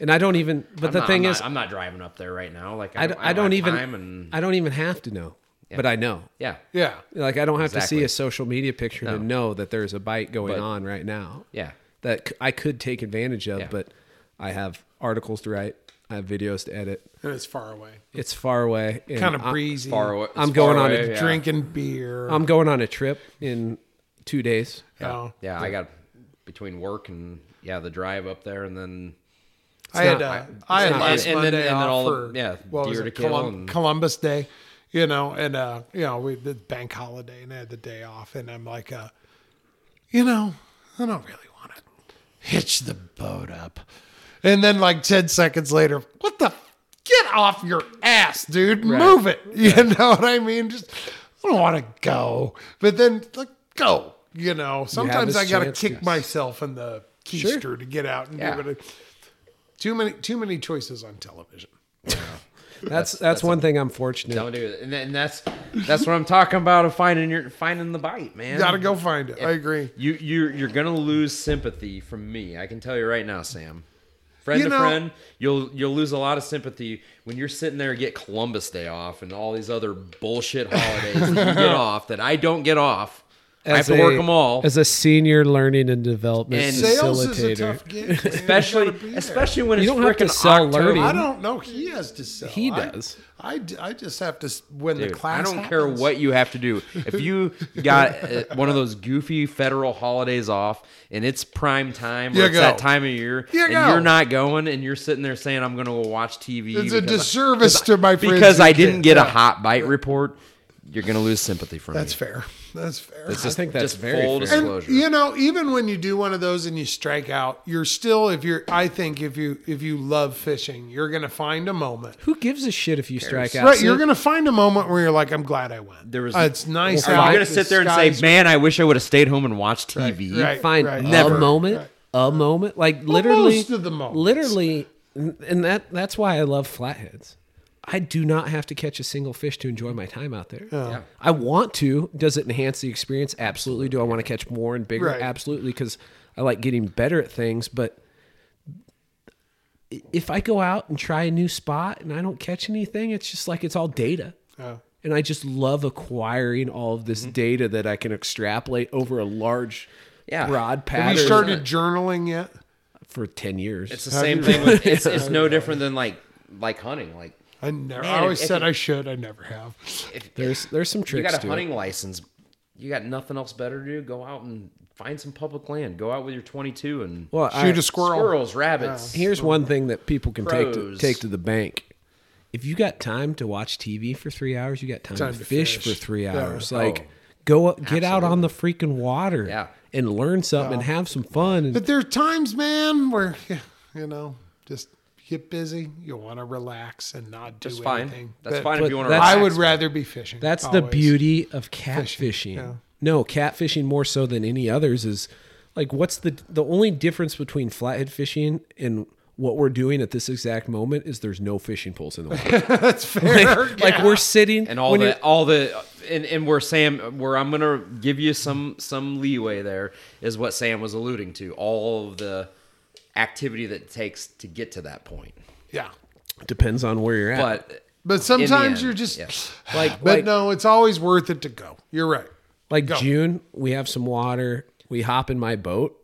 And I don't even. But
I'm
the
not-
thing
I'm
is,
not, I'm not driving up there right now. Like
I
I
d-
don't,
I don't
have
even.
time and
I don't even have to know, but I know.
yeah
yeah.
Like I don't have to see
Exactly.
a social media picture to know that there's a bite going
But-
on right now.
yeah.
That c- I could take advantage of,
Yeah.
but I have articles to write, I have videos to edit.
And it's far away.
It's far away. and
Kind of
I'm-
breezy.
Far away,
I'm
it's
going
far
on a
away, yeah. Um,
Drinking beer.
I'm going on a trip in two days.
you know.
Yeah, I got between work and yeah the drive up there and then
I had,
not-
uh, I had
not-
last
and- and then-
Monday
and then
off
all the-
for
yeah,
what was
deer
it,
to kill
Colum-
and-
Columbus Day, you know, and uh, you know, we did bank holiday and I had the day off, and I'm like, uh, you know, I don't really want to hitch the boat up, and then like ten seconds later, what the. f- Get off your ass, dude. Move it. You <laughs> know what I mean? Just I don't want to go. But then like go. You know, sometimes
this
I gotta
chance,
kick
yes.
myself in the keister to get out and
Yeah.
do it. Too many, too many choices on television.
That's that's, one thing I'm fortunate.
don't do it and, then, that's that's what I'm talking about of finding your finding the bite man.
Gotta go find it. I agree.
You you're you're gonna lose sympathy from me. I can tell you right now, Sam. Friend
You
to
know-
friend, you'll you'll lose a lot of sympathy when you're sitting there and get Columbus Day off and all these other
<laughs>
bullshit holidays that you get off that I don't get off. I have
as
to
a-
work them all.
as a senior learning and development
And-
Sales
facilitator.
is a tough gig, man. You
especially
gotta be there.
especially when
You
it's
don't have to
frickin'
sell
October.
learning.
I don't know. He has to sell.
He
I-
does.
I, d- I just have to s- when the
Dude,
class.
I don't care
happens.
what you have to do. If
<laughs>
you got uh, one of those goofy federal holidays off and it's prime time or
You
it's that
go.
time of year
You
and
go.
you're not going and you're sitting there saying I'm going to go watch TV
It's a
because I-
disservice to my friends
because
who
I didn't
can't.
get a
Yeah.
hot bite report, you're going to lose sympathy from
That's
me.
fair. That's fair.
I think that's
just
very
full
fair.
And,
disclosure.
you know, even when you do one of those and you strike out, you're still if you're. I think if you if you love fishing, you're gonna find a moment.
Who gives a shit if you strike out?
Right,
See,
you're gonna find a moment where you're like, I'm glad I went.
There was-
Uh, it's nice.
Are you
out.
going to
The
sit there and say,
skies-
"Man, I wish I would have stayed home and watched TV"?
right,
find
right, Um,
a
right,
moment,
right.
a moment, like literally,
most of the moments.
literally, and that that's why I love flatheads. I do not have to catch a single fish to enjoy my time out there. I want to. Does it enhance the experience? Absolutely. Do I want to catch more and bigger?
Right.
Absolutely, because I like getting better at things. But i- if I go out and try a new spot and I don't catch anything, it's just like it's all data. And I just love acquiring all of this data that I can extrapolate over a large,
Yeah.
broad pattern
Have you started journaling yet?
for ten years.
It's the same thing.
<laughs>
With, it's, it's no different than like like hunting. Like
I never.
Man,
I
if-
always
if
said
you-
I should. I never have.
if,
there's there's some
you
tricks
got a
to
hunting
it.
license you got nothing else better to do go out and find some public land go out with your 22 and
Well, I-
Shoot a squirrel. Uh,
squirrels rabbits
here's one thing that people can take to,
Crows.
take to the bank. If you got time to watch TV for three hours, you got time, to,
to
fish,
fish.
for three
Yeah.
hours. Like go get out on the freaking water
Oh, Yeah.
and learn something and have some fun. And
But there's times, man, where yeah, you know, just get busy. You want to relax and not do
that's fine
anything.
that's
But
fine if you want to
that's-
I
relax.
would rather be fishing.
That's the
always. <laughs>
beauty <laughs> of catfishing.
yeah.
No, catfishing more so than any others is like what's the the only difference between flathead fishing and what we're doing at this exact moment is there's no fishing poles in the
<laughs>
water.
That's fair.
Like
yeah.
we're sitting
and all
when
the
you're-
all the and, and where Sam where I'm gonna give you some some leeway there is what Sam was alluding to all of the activity that it takes to get to that point
yeah.
depends on where you're at.
but
But sometimes
end,
you're just <sighs>
yeah.
like,
Like-
but
like-
no, it's always worth it to go. You're right.
like
Go.
June, we have some water. We hop in my boat.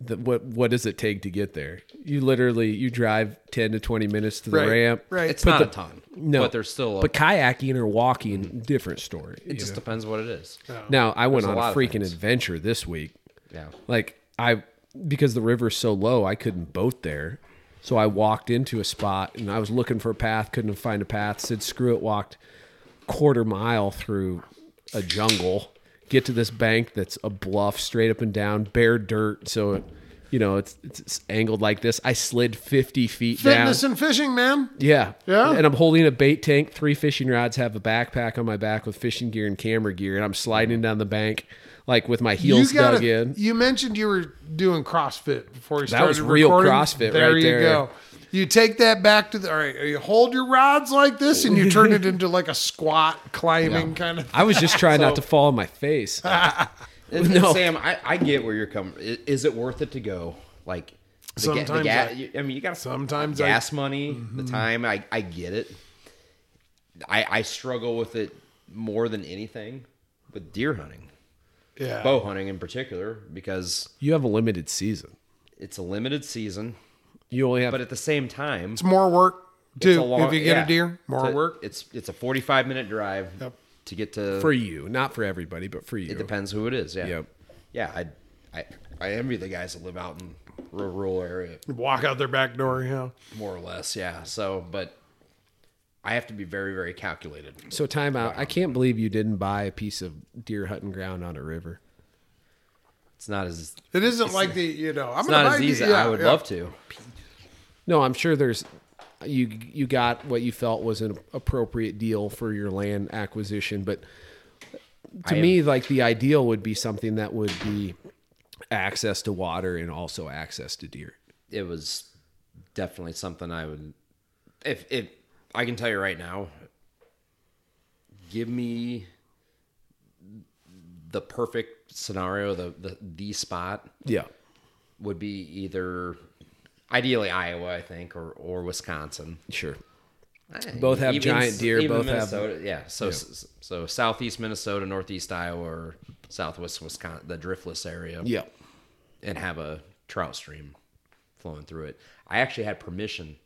The, what what does it take to get there? You literally you drive ten to twenty minutes to the
Right,
ramp.
right.
it's
But
not
the-
a ton
No,
but there's still a,
but kayaking or walking, different story. you
it just
know?
depends what it is
now I went
there's a
on a,
lot of
freaking
things.
adventure this week.
yeah
Like I because the river's so low, I couldn't boat there. So I walked into a spot and I was looking for a path, couldn't find a path. Said screw it, walked quarter mile through a jungle, get to this bank that's a bluff straight up and down, bare dirt, so it you know, it's, it's it's angled like this. I slid 50 feet down.
Fitness and fishing, man.
Yeah.
Yeah?
And I'm holding a bait tank, three fishing rods, have a backpack on my back with fishing gear and camera gear, and I'm sliding down the bank like with my heels
you gotta-
dug in.
You mentioned you were doing CrossFit before you started.
was real
recording.
CrossFit
There
right
you
there.
go. You take that back to the. All right, you hold your rods like this, and
<laughs>
you turn it into like a squat climbing kind of.
I was just trying not to fall on my face.
And- and
No.
Sam I, I get where you're coming i- is it worth it to go like the ga- the
Sometimes
ga-
I-
you- I mean you got
Sometimes I- Mm-hmm.
gas money the time I I get it I I struggle with it more than anything with deer hunting
Yeah.
bow hunting in particular because
You have a limited season.
it's a limited season,
You only have
but at the same time,
It's more work
it's a
too.
long-
if you get
yeah,
a deer, more
it's a-
work.
It's it's a forty-five minute drive
Yep.
to get to.
for you, not for everybody, but for you.
It depends who it is. Yeah,
Yep.
yeah. I, I I envy the guys that live out in rural, rural area
Walk out their back door. You know.
more or less. Yeah. So, but I have to be very very calculated.
So time out. I can't believe you didn't buy a piece of deer hunting ground on a river.
It's not as it's
It isn't like the you know. I'm
not
gonna buy
as
the-
easy.
yeah,
I would
yeah.
love to.
No, I'm sure there's you you got what you felt was an appropriate deal for your land acquisition, but to
I
me like the ideal would be something that would be access to water and also access to deer.
it was definitely something I would if if I can tell you right now give me the perfect scenario the the, the spot
Yeah.
would be either ideally Iowa I think or or Wisconsin
Sure. Both have giant
s-
deer, both have-
Minnesota, have yeah so s so southeast Minnesota northeast Iowa or southwest Wisconsin the driftless area
Yeah.
and have a trout stream flowing through it. I actually had permission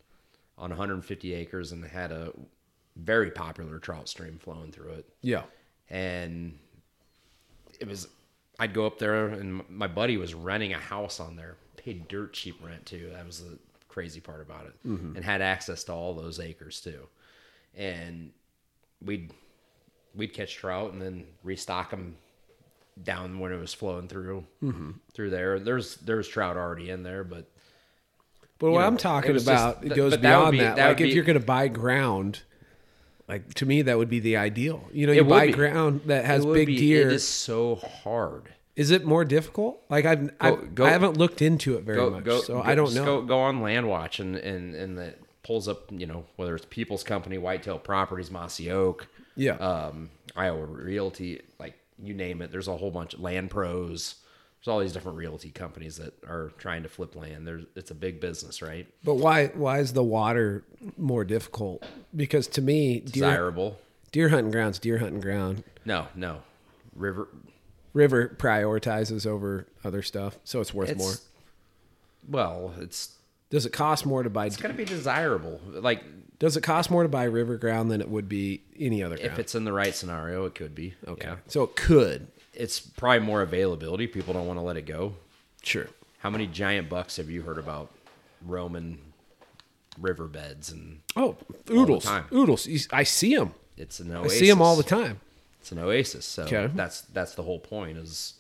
on 150 acres and had a very popular trout stream flowing through it.
Yeah.
And it was, I'd go up there and my buddy was renting a house on there, paid dirt cheap rent too. That was the crazy part about it,
Mm-hmm.
and had access to all those acres too. And we'd, we'd catch trout and then restock them down when it was flowing through
Mm-hmm.
through there. There's there's trout already in there, but
But what
know,
I'm
it
talking
was
about,
just-
it
th-
goes
but that would
beyond
be-
that.
that would
Like if
be-
you're going to buy ground, like to me that would be the ideal. You know,
It
you
would
buy
be.
ground that has
it would
big
be-
deer.
It is so hard.
Is it more difficult? Like I've, I've
go-
I haven't looked into it very
Go
much,
go.
so
go-
I don't
just
know.
Go, go on Land Watch and and and that pulls up. You know whether it's People's Company, Whitetail Properties, Mossy Oak,
Yeah.
um, Iowa Realty, like you name it. There's a whole bunch of Land Pros. There's all these different realty companies that are trying to flip land. There's it's a big business, right?
but why why is the water more difficult? Because to me, deer,
Desirable.
deer hunting grounds, deer hunting ground.
No, no. River
River prioritizes over other stuff, so it's worth
it's
more.
well, it's
Does it cost more to buy?
it's gonna be desirable. Like
Does it cost more to buy river ground than it would be any other ground?
if it's in the right scenario, it could be. Okay.
so it could,
It's probably more availability. People don't want to let it go.
sure.
How many giant bucks have you heard about roaming riverbeds and
Oh, oodles,
time.
oodles! You- I see them.
it's an
I
oasis.
see them all the time.
It's an oasis. So
Okay.
that's that's the whole point is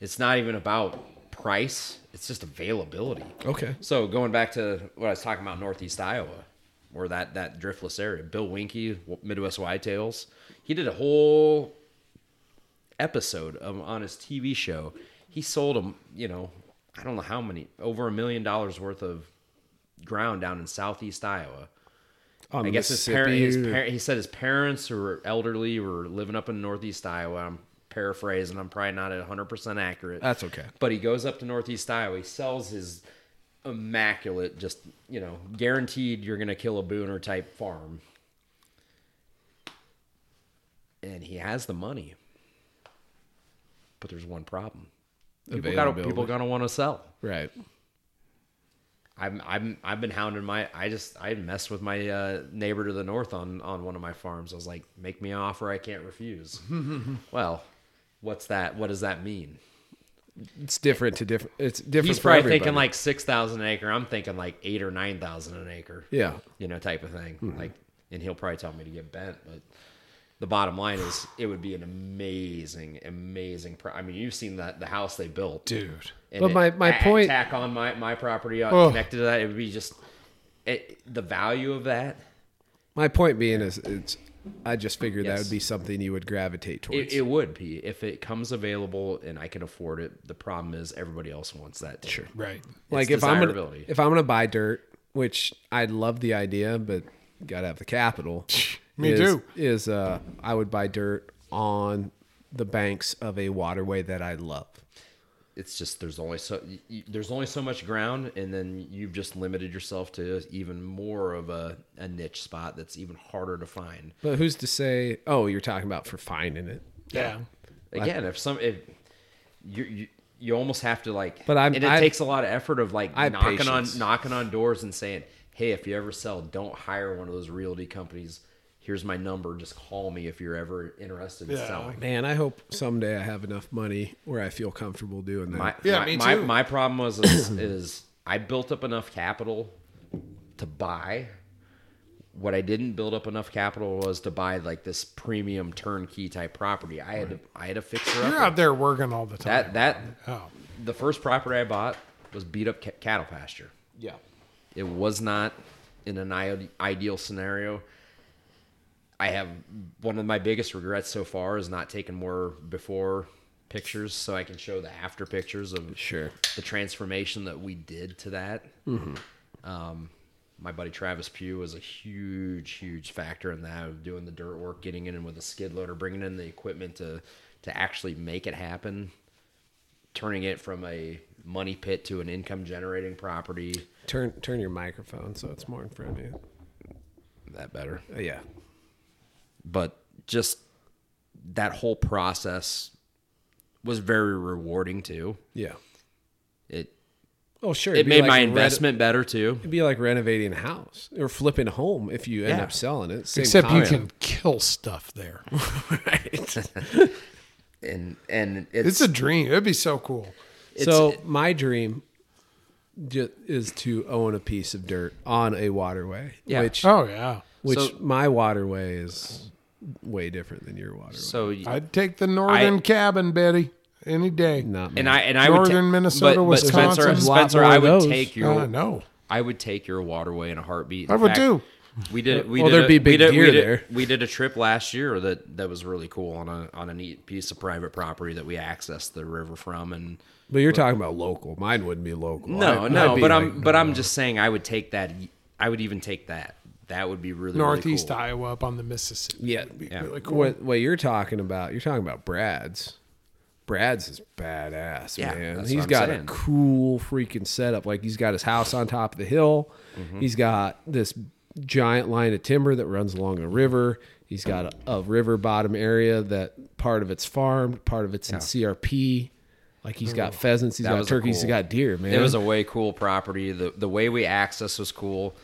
it's not even about price, it's just availability.
Okay.
So going back to what I was talking about, Northeast Iowa, or that that driftless area, Bill Winky, Midwest Whitetails, he did a whole episode of, on his TV show. He sold him, you know, I don't know how many, over a million dollars worth of ground down in southeast Iowa.
on
I guess his parent, his parent, he said his parents were elderly, were living up in Northeast Iowa. I'm paraphrasing. I'm probably not at 100% accurate.
That's okay.
But he goes up to Northeast Iowa. He sells his immaculate, just, you know, guaranteed you're going to kill a booner type farm. And he has the money. But there's one problem. People got people going to want to sell.
Right.
I'm I'm I've been hounding my I just I messed with my uh, neighbor to the north on on one of my farms. I was like, make me an offer I can't refuse. well, what's that? What does that mean?
It's different to different. It's different.
He's
for
probably
everybody.
thinking like six thousand an acre. I'm thinking like eight or nine thousand an acre.
Yeah. Hmm.
you know, type of thing. Like, and he'll probably tell me to get bent, but. The bottom line is, it would be an amazing, amazing. Pro- I mean, you've seen that the house they built,
dude.
And
But
it-
my- my
a-
point-
attack on my my property uh,
Oh.
connected to that it would be just it, the value of that
My point being is, it's. I just figured that
Yes.
would be something you would gravitate towards.
it, it would be if it comes available and I can afford it. The problem is everybody else wants that too. Sure,
Right.
like if I'm gonna,
desirability.
if I'm gonna buy dirt, which I love the idea, but gotta have the
<laughs>
capital.
Me
is,
too.
Is uh, I would buy dirt on the banks of a waterway that I love.
It's just there's only so y- y- there's only so much ground, and then you've just limited yourself to even more of a, a niche spot that's even harder to find.
But who's to say? Oh, you're talking about for finding it.
Yeah.
Again, if some if you. you you almost have to like,
But I'm-
and it
I-
takes a lot of effort of like
I have
knocking
patience.
on knocking on doors and saying, "Hey, if you ever sell, don't hire one of those realty companies. Here's my number. Just call me if you're ever interested in
Yeah.
selling."
Man, I hope someday I have enough money where I feel comfortable doing that.
My,
Yeah,
my,
me
my,
too.
my problem was
<coughs>
is, is I built up enough capital to buy. What I didn't build up enough capital was to buy like this premium turnkey type property. I had to I had to fix her
You're
up.
out there working all the time.
That that
oh.
the first property I bought was beat up ca- cattle pasture.
yeah.
It was not in an i- ideal scenario. I have one of my biggest regrets so far is not taking more before pictures so I can show the after pictures of
Sure. Mm-hmm.
the transformation that we did to that. Um, my buddy Travis Pugh was a huge, huge factor in that of doing the dirt work, getting in with a skid loader, bringing in the equipment to to actually make it happen, turning it from a money pit to an income generating property.
Turn turn your microphone so it's more in front of you.
That better.
Uh, Yeah.
but just that whole process was very rewarding too.
Yeah.
It
Oh sure.
it
it'd be
made
like
my
red-
investment better too.
it'd be like renovating a house or flipping a home if you end
Yeah.
up selling it. Same
Except you
concept.
can kill stuff
<laughs>
there.
<laughs>
And and
It's a dream. It'd be so cool.
so my dream ju- is to own a piece of dirt on a waterway,
Yeah.
which
Oh yeah.
which
So-
my waterway is way different than your waterway.
so y-
I'd take the northern cabin, Betty, any day.
Not
and
me.
I and I would
Northern Minnesota,
but,
Wisconsin.
But Spencer,
There's a lot
Spencer
more
I
of
would
those.
take your
Oh, no.
I would take your waterway in a heartbeat. In
I would too.
We did. We
Well,
did
there'd
a-
be
we
big
did- we
deer
did-
there.
We did a trip last year that that was really cool on a on a neat piece of private property that we accessed the river from and.
but you're talking about local. Mine wouldn't be local.
No,
I-
no,
I'd be
but
like,
I'm but I'm just saying I would take that. I would even take that. That would be really
Northeast
Really cool.
Iowa up on the Mississippi.
yeah.
Yeah.
Really cool.
What what you're talking about? You're talking about Brad's. Brad's is badass,
Yeah,
man.
that's
He's
what I'm
got a
saying.
cool freaking setup. Like he's got his house on top of the hill.
Mm-hmm.
He's got this giant line of timber that runs along a river. He's got a, a river bottom area that part of it's farmed, part of it's in CRP. Like he's got pheasants, he's
That
got
was a
turkeys, he's
cool-
got deer, man.
It was a way cool property. The the way we access was cool.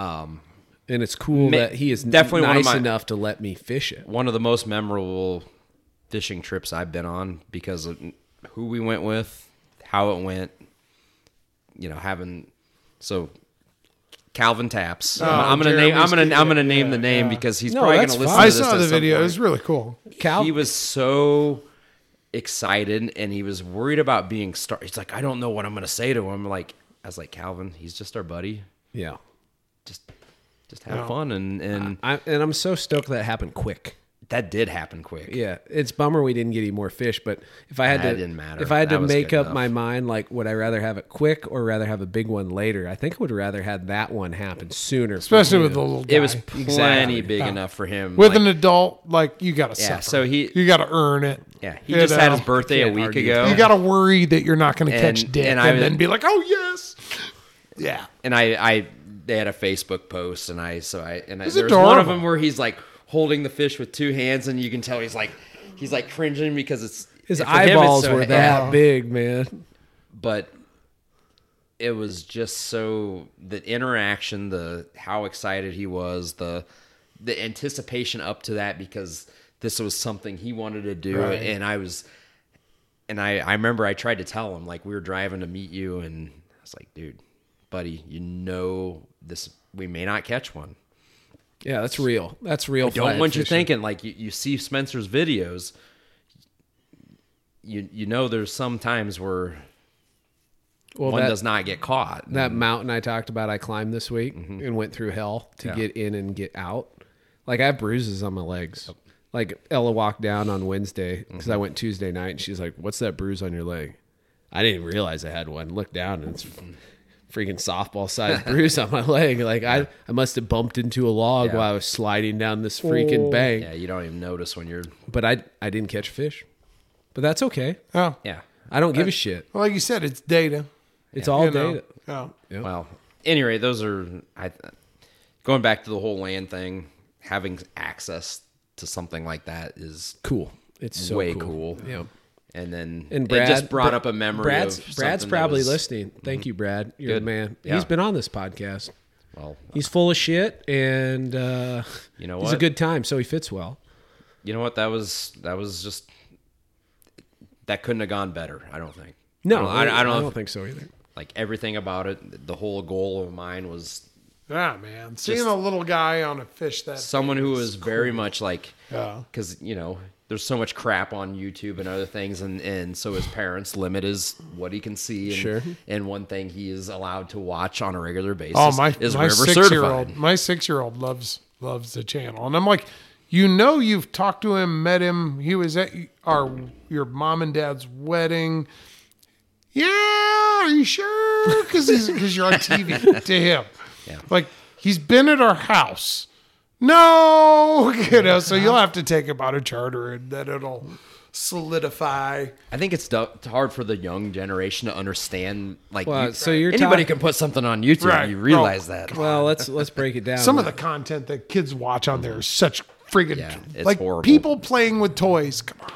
and it's cool
Ma-
that he is
definitely
definitely
one of
nice
my-
enough to let me fish it.
One of the most memorable fishing trips I've been on because of who we went with, how it went. You know, having so Calvin Taps. I'm gonna name. I'm
Jeremy's
gonna.
kid,
I'm gonna name
Oh, yeah,
the name
yeah.
because he's
No,
probably
that's
gonna listen.
fine.
to
I
this
saw
at
the
some
video. It
point.
was really cool.
Cal-
he was so excited and he was worried about being star. He's like, I don't know what I'm gonna say to him. Like, I was like, Calvin, he's just our buddy.
yeah.
Just, just have fun and and
I, and I'm so stoked that happened quick.
that did happen quick.
Yeah, it's bummer we didn't get any more fish. But if I had
That
to,
didn't matter.
If I had
That
to
was
make
good
up
enough.
my mind, like would I rather have it quick or rather have a big one later? I think I would rather had that one happen sooner, for
especially
you.
with the little guy.
It was plenty big enough for him.
with
like-
an adult, like you got to
Yeah,
suffer.
so he-
you got to earn it.
yeah, he
You
just had
know,
his birthday a
Can't
week
argue.
ago.
You got to worry that you're not going to
And-
catch dick,
and
and,
I was-
then be like, "Oh yes, yeah."
and I, I they had a Facebook post, and I so I and I,
It's
there was one of
adorable.
them where he's like holding the fish with two hands, and you can tell he's like he's like cringing because it's
His
for him, it's
eyeballs
so-
were
yeah,
that big, man.
but it was just so the interaction, the how excited he was, the the anticipation up to that because this was something he wanted to do, and I was. And I, I remember I tried to tell him like we were driving to meet you and I was like, dude, buddy, you know this we may not catch one.
Yeah, that's real. That's real.
Don't
flathead
want you
fishing.
thinking like you, you see Spencer's videos. You you know there's some times where
Well,
one
that,
does not get caught.
that mountain I talked about I climbed this week and went through hell to get in and get out. Like I have bruises on my legs. Like Ella walked down on Wednesday because I went Tuesday night and she's like, "What's that bruise on your leg?" I didn't realize I had one. Looked down and it's freaking softball sized bruise on my leg. Like I, I must have bumped into a log
Yeah.
while I was sliding down this freaking bank.
Yeah, you don't even notice when you're
But I, I didn't catch a fish. But that's okay.
Oh,
yeah.
I don't give a shit.
well, like you said, it's data.
It's all
you know.
data.
Oh.
Well, anyway, those are I going back to the whole land thing. Having access to something like that is
Cool. It's so
way
cool.
cool.
Yeah.
And then
And Brad
it just brought
Br-
up a memory.
Brad's
of
Brad's
something that
probably
was- Mm-hmm.
listening. Thank you, Brad. You're the
Good.
man.
Yeah.
He's been on this podcast.
Well,
He's full of shit, and uh,
You know
he's a
what?
good time, so he fits well.
you know what? That was that was just that couldn't have gone better. I don't think.
No,
I don't, I, I don't,
think so either.
like everything about it. The whole goal of mine was
Ah man, seeing a little guy on a fish that
someone who was very much like
Yeah.
because you know there's so much crap on youtube and other things and and so his parents limit is what he can see and,
Sure.
and one thing he is allowed to watch on a regular basis
oh my
is
my
river
six year old
certified
my six year old loves loves the channel, and I'm like, you know, you've talked to him, met him. He was at our your mom and dad's wedding. Yeah, are you sure? Because because you're on <laughs> TV to him. Like he's been at our house. No, <laughs> you know, so you'll have to take him on a charter, and then it'll solidify.
i think it's du- it's hard for the young generation to understand like
Well,
you-
so you're
anybody
talk-
can put something on youtube
Right.
you realize that
Well, let's let's break
<laughs>
it down.
some of the content that kids watch on there is such friggin'
Uh-huh. Yeah, it's
like
horrible.
people playing with toys. Come on,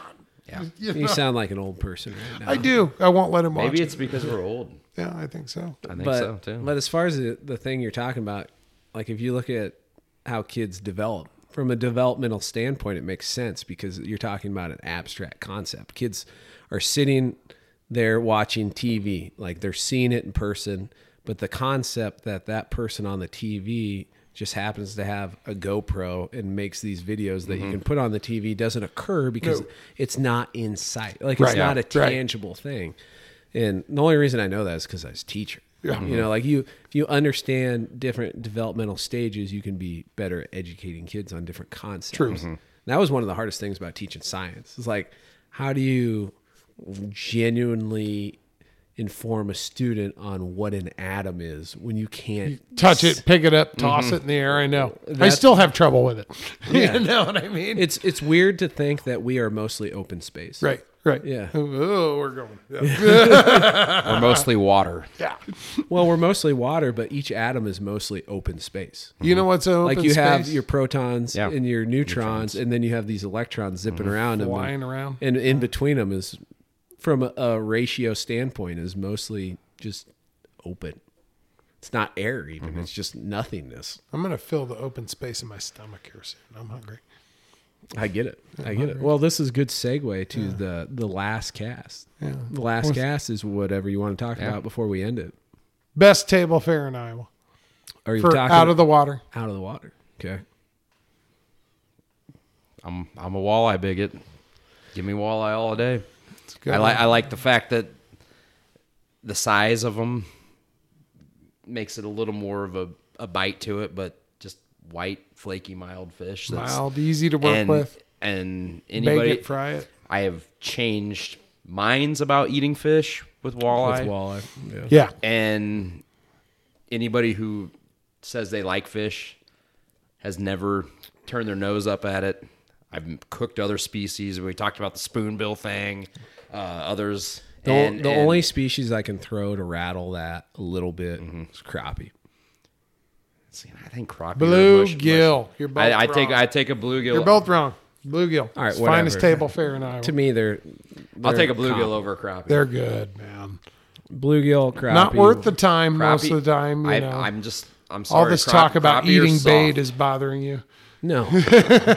yeah.
<laughs> You
you
<laughs>
know?
sound like an old person right now.
I do. I won't let him watch.
maybe
it.
it's because we're old
yeah, I think so.
i think
but
so too
but as far as the, the thing you're talking about, like if you look at how kids develop from a developmental standpoint, it makes sense because you're talking about an abstract concept. Kids are sitting there watching TV, like they're seeing it in person, but the concept that that person on the TV just happens to have a GoPro and makes these videos
Mm-hmm.
that you can put on the TV doesn't occur because it's not in sight. Like it's
Right.
not
Yeah.
a
Right.
tangible thing. And the only reason I know that is because I was a teacher. You know, like you, if you understand different developmental stages, you can be better at educating kids on different concepts. True. That was one of the hardest things about teaching science. It's like, how do you genuinely inform a student on what an atom is when you can't
Touch it, pick it up, toss
Mm-hmm.
it in the air. I know. I still have trouble with it. <laughs> you know what I mean?
It's it's weird to think that we are mostly open space.
right, right.
Yeah.
<laughs> Oh, we're going. Yeah.
<laughs> we're mostly water
Well, we're mostly water, but each atom is mostly open space.
You know what's open
like you have
space?
your protons
Yeah.
and your neutrons, and then you have these electrons
Mm-hmm.
zipping around and
Flying around.
and in between them is from a, a ratio standpoint is mostly just open it's not air even
Mm-hmm.
it's just nothingness
I'm gonna fill the open space in my stomach here soon. I'm hungry.
i get it i get it well this is good segue to the the last cast yeah. the last cast is whatever you want to talk about before we end it
Best table fare in Iowa
are you
for
talking
out of the water.
out of the water okay
i'm i'm a walleye bigot give me walleye all day
It's good.
I like I like the fact that the size of them makes it a little more of a, a bite to it, but just white, flaky, mild fish.
mild, easy to work
and
with.
and
Bake
anybody
it, fry it.
I have changed minds about eating fish with walleye.
With walleye. Yeah.
Yeah.
and anybody who says they like fish has never turned their nose up at it. I've cooked other species. We talked about the spoonbill thing, uh, others.
The,
and,
the
and
only species I can throw to rattle that a little bit
Mm-hmm.
is crappie.
see, I think crappie or mush-
Bluegill.
mush-
You're both
I, I take
wrong.
I take a bluegill.
You're both wrong. Bluegill. All
right,
it's finest
whatever.
table fare in Iowa.
To me, they're,
I'll
they're
take a bluegill
comp-
over a crappie.
They're good, man.
Bluegill, crappie.
Not worth the time most
Crappie-
of the time. You
I,
know,
I'm just I'm sorry.
all this
crap-
talk about
crappie are
eating bait
soft.
is bothering you. <laughs>
No.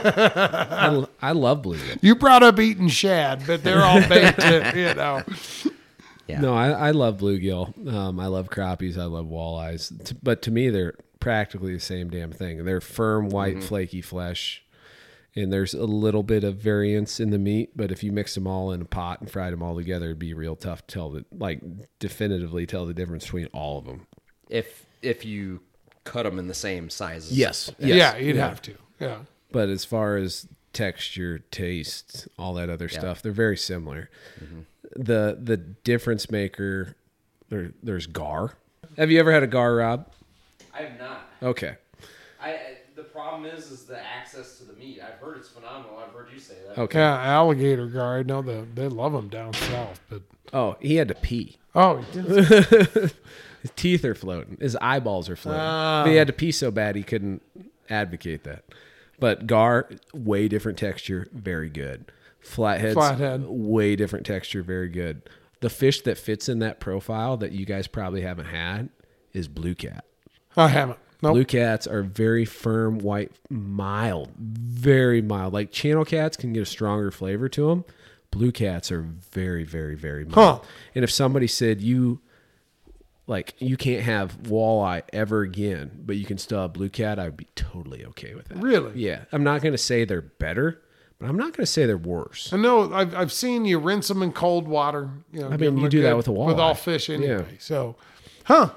I, l- I love bluegill.
You brought up eating shad, but they're all bait. too, you know,
Yeah.
No, I, I love bluegill. Um, I love crappies. I love walleyes. T- but to me, they're practically the same damn thing. They're firm, white,
Mm-hmm.
flaky flesh. And there's a little bit of variance in the meat, but if you mix them all in a pot and fried them all together, it'd be real tough to tell the like definitively tell the difference between all of them.
if if you cut them in the same sizes.
yeah, you'd have to. Yeah,
But as far as texture, taste, all that other stuff, they're very similar. The the difference maker there there's gar. Have you ever had a gar, Rob?
I have not.
Okay.
I, I- the problem is, is the access to the meat. I've heard it's phenomenal. I've heard you say that.
Okay.
yeah. Alligator guard. No, the, they love them down south, but
Oh, he had to pee.
oh, he did-
His teeth are floating. His eyeballs are floating. But he had to pee so bad he couldn't advocate that. But gar, way different texture, very good. Flatheads,
Flathead.
way different texture, very good. The fish that fits in that profile that you guys probably haven't had is blue cat.
I haven't. Nope.
Blue cats are very firm, white, mild, very mild. Like channel cats can get a stronger flavor to them. Blue cats are very, very, very mild.
Huh.
And if somebody said you like you can't have walleye ever again, but you can still have blue cat, I would be totally okay with that.
Really?
Yeah. I'm not gonna say they're better, but I'm not gonna say they're worse.
I know. I've, I've seen you rinse them in cold water. You know, I
mean, you do that with a
with all
walleye.
fish
Yeah.
anyway. So, huh?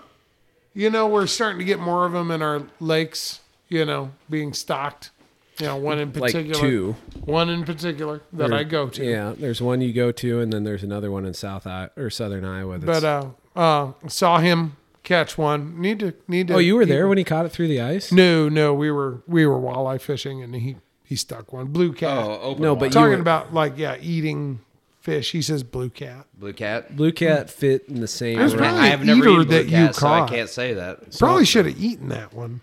You know, we're starting to get more of them in our lakes. You know, being stocked. You know, one in
Like
particular.
two.
One in particular that I go to.
Yeah, there's one you go to and then there's another one in South I- or Southern Iowa that's
But uh, uh, saw him catch one. Need to need to.
Oh, you were there when he caught it through the ice?
No, no, we were we were walleye fishing, and he he stuck one blue cat.
Oh, open
No,
wide.
but you
talking
were-
about like yeah, eating fish. He says blue cat.
blue cat.
Blue cat fit in the same.
There's
realm.
probably
I have never
eater
eaten blue
that you
cat, so I
caught.
can't say that.
Probably should have eaten that one.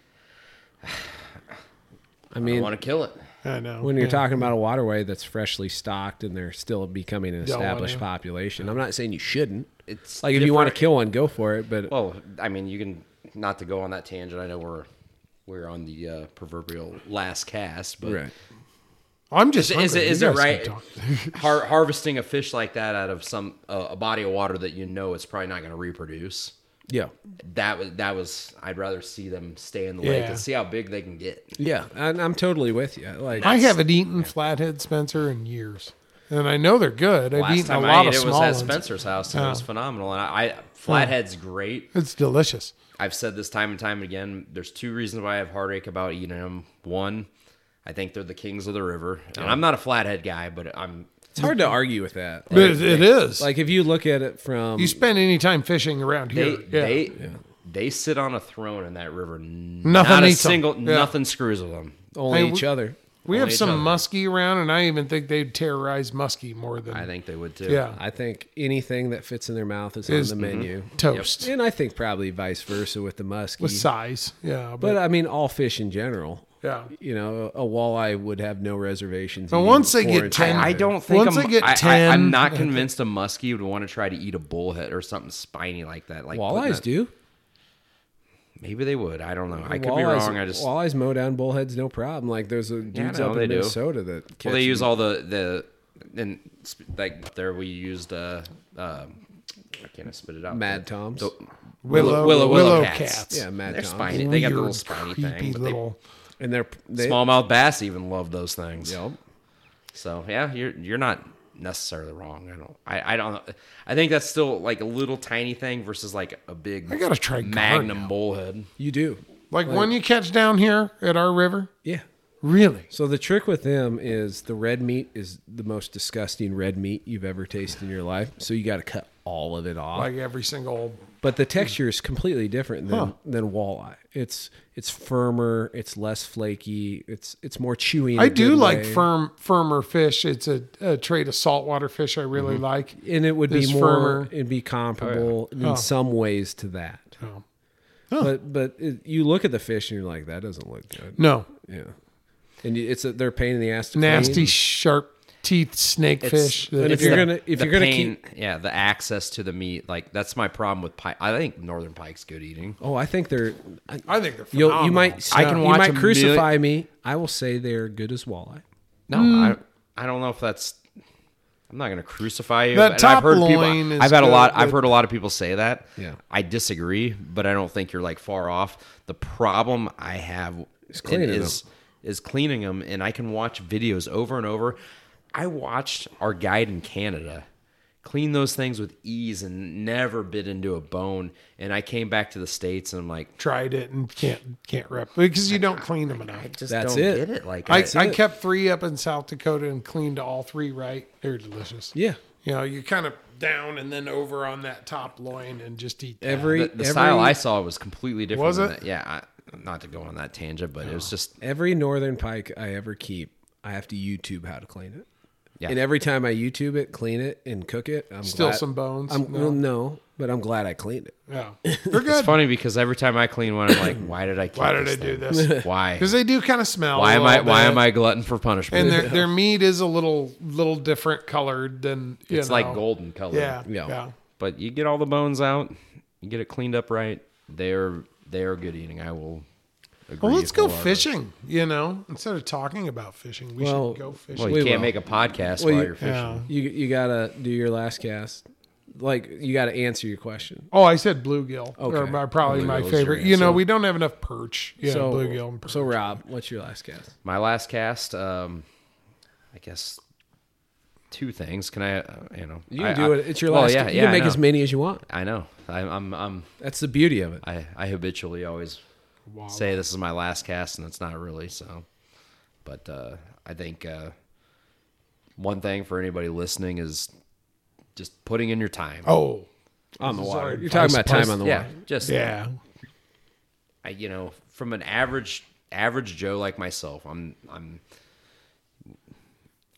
I
I
mean,
want to kill it.
I know.
when you're
yeah.
talking about a waterway that's freshly stocked and they're still becoming an
Don't wanna.
established population, I'm not saying you shouldn't.
It's
like if you want to
different-
kill one, go for it. But
Well, I mean, you can not to go on that tangent. I know we're we're on the uh, proverbial last cast, but
right,
I'm just
Is it- is
hungry.
it- is it
You guys can
right- <laughs>
talk.
har- harvesting a fish like that out of some uh, a body of water that you know it's probably not going to reproduce.
yeah,
That was that was. I'd rather see them stay in the lake
Yeah.
and see how big they can get.
yeah, and I'm totally with you. Like
I haven't eaten flathead Spencer in years, and I know they're good. I've
Last
eaten a
time
lot
I ate
of
it was
small
at
ones.
Spencer's house, and it was phenomenal. And I, I flathead's great.
It's delicious.
I've said this time and time again. There's two reasons why I have heartache about eating them. One, I think they're the kings of the river, and I'm not a flathead guy, but I'm
it's hard to argue with that. Like,
But it- it is. Like
like, if you look at it from
you spend any time fishing around
they
here, yeah.
they they sit on a throne in that river. Nothing
Nothing
not a
eats 'em.
single
Yeah.
nothing screws with them.
only
Hey,
each
we-
other,
we have
each
some
other.
muskie around, and I even think they'd terrorize muskie more than
I think they would too.
yeah
I think anything that fits in their mouth is,
Is-
on the menu.
toast
And I think probably vice versa with the muskie.
with size. Yeah, but,
but uh, I mean, all fish in general.
yeah.
you know, a walleye would have no reservations.
But
in
once they
eating
get
orange.
ten,
I don't think
once
a
they
mu-
get
I,
ten,
I, am not convinced a muskie would want to try to eat a bullhead or something spiny like that. Like putting
walleyes
a-
do.
Maybe they would. I don't know. I could be
walleyes,
wrong. I just well,
walleyes mow down bullheads, no problem. Like there's a dudes
no,
up
they
in
do.
Minnesota that catch
they use all the the and sp- like there we used uh um I can't spit it out.
mad toms.
willow,
willow, willow,
willow
cats.
cats.
Yeah, mad
They're
toms.
spiny. They got the little
Weird,
spiny
creepy
thing. but they-
little.
and they're they,
Smallmouth bass even love those things.
Yep.
So yeah, you're you're not necessarily wrong. I don't. I, I don't. I think that's still like a little tiny thing versus like a big.
I gotta try gar
Magnum
now.
bullhead.
You do.
Like, one you catch down here at our river,
Yeah.
Really?
So the trick with them is the red meat is the most disgusting red meat you've ever tasted in your life. So you got to cut all of it off.
Like every single.
but
Hmm.
the texture is completely different than, than walleye. It's it's firmer, it's less flaky, it's it's more chewy. in
I
a
do
good
like
way.
firm, firmer fish. It's a, a trait of saltwater fish I really like.
and Mm-hmm. it would
It's
be more
firmer. Oh,
it'd be comparable in some ways to that. But but it, you look at the fish and you're like that doesn't look good.
No,
Yeah. And you- it's a, they're a pain in the ass to
nasty,
clean.
sharp teeth snakefish.
And
that-
if you're gonna- if
the
you're gonna
pain- yeah, the access to the meat, like that's my problem with pike. I think northern pike's good eating.
Oh, I think they're
I think they're
You'll-
phenomenal.
you might
I can
you
watch a
might
mil-
crucify me. I will say they're good as walleye.
No, I, I don't know if that's. I'm not going to crucify you.
The
and
top
I've heard
loin is
people. I've had a
good,
lot. I've
but-
heard a lot of people say that.
Yeah.
I disagree, but I don't think you're like far off. The problem I have is
cleaning
is, is cleaning them, and I can watch videos over and over. I watched our guide in Canada clean those things with ease and never bit into a bone. And I came back to the states, and I'm like,
tried it and can't can't rep because you don't clean them enough.
I just
That's
don't
it.
get it. Like
I,
I-
I kept three up in South Dakota and cleaned all three right. They're delicious.
Yeah.
You know, you kind of down and then over on that top loin and just eat that.
Every
the, the
every,
style I saw was completely different.
Was
than
it?
That. Yeah, I, not to go on that tangent, but it was
Oh.
just
every northern pike I ever keep, I have to YouTube how to clean it.
Yeah.
And every time I YouTube it, clean it, and cook it, I'm
Still
glad-
some bones,
I'm,
no?
Well, no, but I'm glad I cleaned it. <laughs>
Yeah. They're
it's
good.
funny because every time I clean one,
<coughs>
I'm like, why did I? Keep
Why did I
<laughs>
do this?
Why?
Because they do kind of smell.
Why
a
am I?
little
Why
bit.
am I glutton for
And
punishment?
their their meat is a little little different colored than you
it's like
know.
golden color.
Yeah.
Yeah.
Yeah.
But you get all the bones out, you get it cleaned up right. They're they are good eating. I will. Agree
Well, let's go
wholeheartedly.
fishing. You know, instead of talking about fishing, we
Well,
should go fishing.
Well, you
We
can't
will.
make a podcast
Well,
while
you-
you, are fishing.
yeah.
You you gotta do your last cast. Like you gotta answer your question.
Oh, I said bluegill.
Okay.
Or my, probably my
Bluegill is
favorite.
your
You know,
answer.
we don't have enough perch. Yeah,
so
bluegill and perch.
so Rob, what's your last cast?
My last cast, um, I guess. Two things. Can I? Uh, you know,
You can
I-
do
I-
it. It's your
well,
last.
yeah,
cast.
yeah,
you can
I
make
know.
as many as you want.
I know. I'm. I'm. I'm
That's the beauty of it.
I, I habitually always say this is my last cast, and it's not really so. But uh, I think uh, one thing for anybody listening is just putting in your time.
Oh,
On the water.
already
You're talking about time on the
yeah,
water.
just
yeah.
I, you know, from an average average Joe like myself, I'm I'm